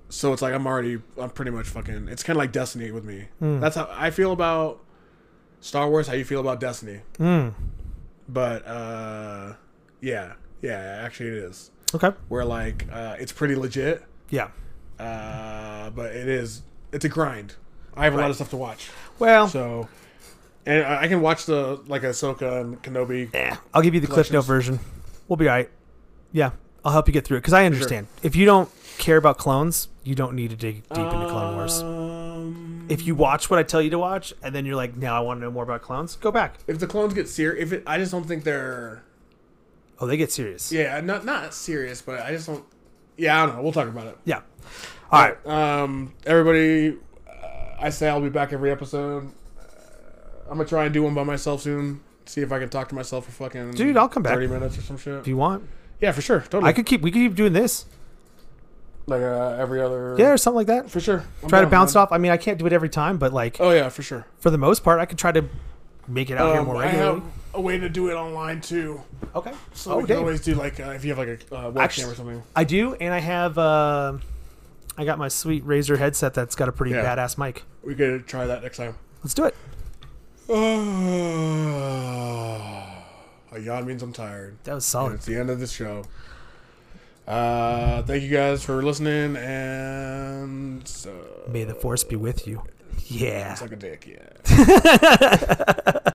[SPEAKER 1] so it's like I'm already, I'm pretty much fucking. It's kind of like Destiny with me.
[SPEAKER 2] Hmm.
[SPEAKER 1] That's how I feel about Star Wars. How you feel about Destiny?
[SPEAKER 2] Hmm.
[SPEAKER 1] But uh, yeah, yeah, actually it is.
[SPEAKER 2] Okay.
[SPEAKER 1] Where like uh, it's pretty legit
[SPEAKER 2] Yeah.
[SPEAKER 1] uh, but it is it's a grind. I have a lot of stuff to watch,
[SPEAKER 2] Well,
[SPEAKER 1] so and I I can watch the like Ahsoka and Kenobi.
[SPEAKER 2] Eh, I'll give you the Cliff Note version. We'll be all right. Yeah, I'll help you get through it because I understand. If you don't care about clones, you don't need to dig deep into Clone Wars.
[SPEAKER 1] Um,
[SPEAKER 2] If you watch what I tell you to watch, and then you're like, "Now I want to know more about clones," go back.
[SPEAKER 1] if the clones get serious, if it, I just don't think they're
[SPEAKER 2] Oh, they get serious.
[SPEAKER 1] yeah not not serious, but I just don't. Yeah, I don't know. We'll talk about it.
[SPEAKER 2] Yeah. All right.
[SPEAKER 1] Um, everybody, uh, I say I'll be back every episode. Uh, I'm gonna try and do one by myself soon. See if I can talk to myself for fucking
[SPEAKER 2] Dude, I'll come back.
[SPEAKER 1] thirty minutes or some shit.
[SPEAKER 2] If you want,
[SPEAKER 1] yeah, for sure, totally.
[SPEAKER 2] I could keep. We could keep doing this.
[SPEAKER 1] like uh, every other
[SPEAKER 2] Yeah, or something like that.
[SPEAKER 1] for sure. I'm
[SPEAKER 2] Try to
[SPEAKER 1] down,
[SPEAKER 2] bounce
[SPEAKER 1] man.
[SPEAKER 2] off. I mean, I can't do it every time, but like
[SPEAKER 1] Oh yeah, for sure.
[SPEAKER 2] for the most part, I could try to make it out here
[SPEAKER 1] Um,
[SPEAKER 2] more
[SPEAKER 1] I have
[SPEAKER 2] regularly.
[SPEAKER 1] a way to do it online too.
[SPEAKER 2] Okay.
[SPEAKER 1] So
[SPEAKER 2] oh,
[SPEAKER 1] we can
[SPEAKER 2] dang.
[SPEAKER 1] always do like uh, if you have like a uh, webcam
[SPEAKER 2] Actu-
[SPEAKER 1] or something.
[SPEAKER 2] I do, and I have. Uh, I got my sweet Razer headset that's got a pretty
[SPEAKER 1] Yeah.
[SPEAKER 2] badass mic.
[SPEAKER 1] We could try that next time. [sighs]
[SPEAKER 2] Let's do it.
[SPEAKER 1] a yawn means I'm tired.
[SPEAKER 2] That was
[SPEAKER 1] And
[SPEAKER 2] solid.
[SPEAKER 1] it's the end of the show. Uh, thank you guys for listening and uh,
[SPEAKER 2] May the force be with you. Yeah.
[SPEAKER 1] suck a dick. Yeah.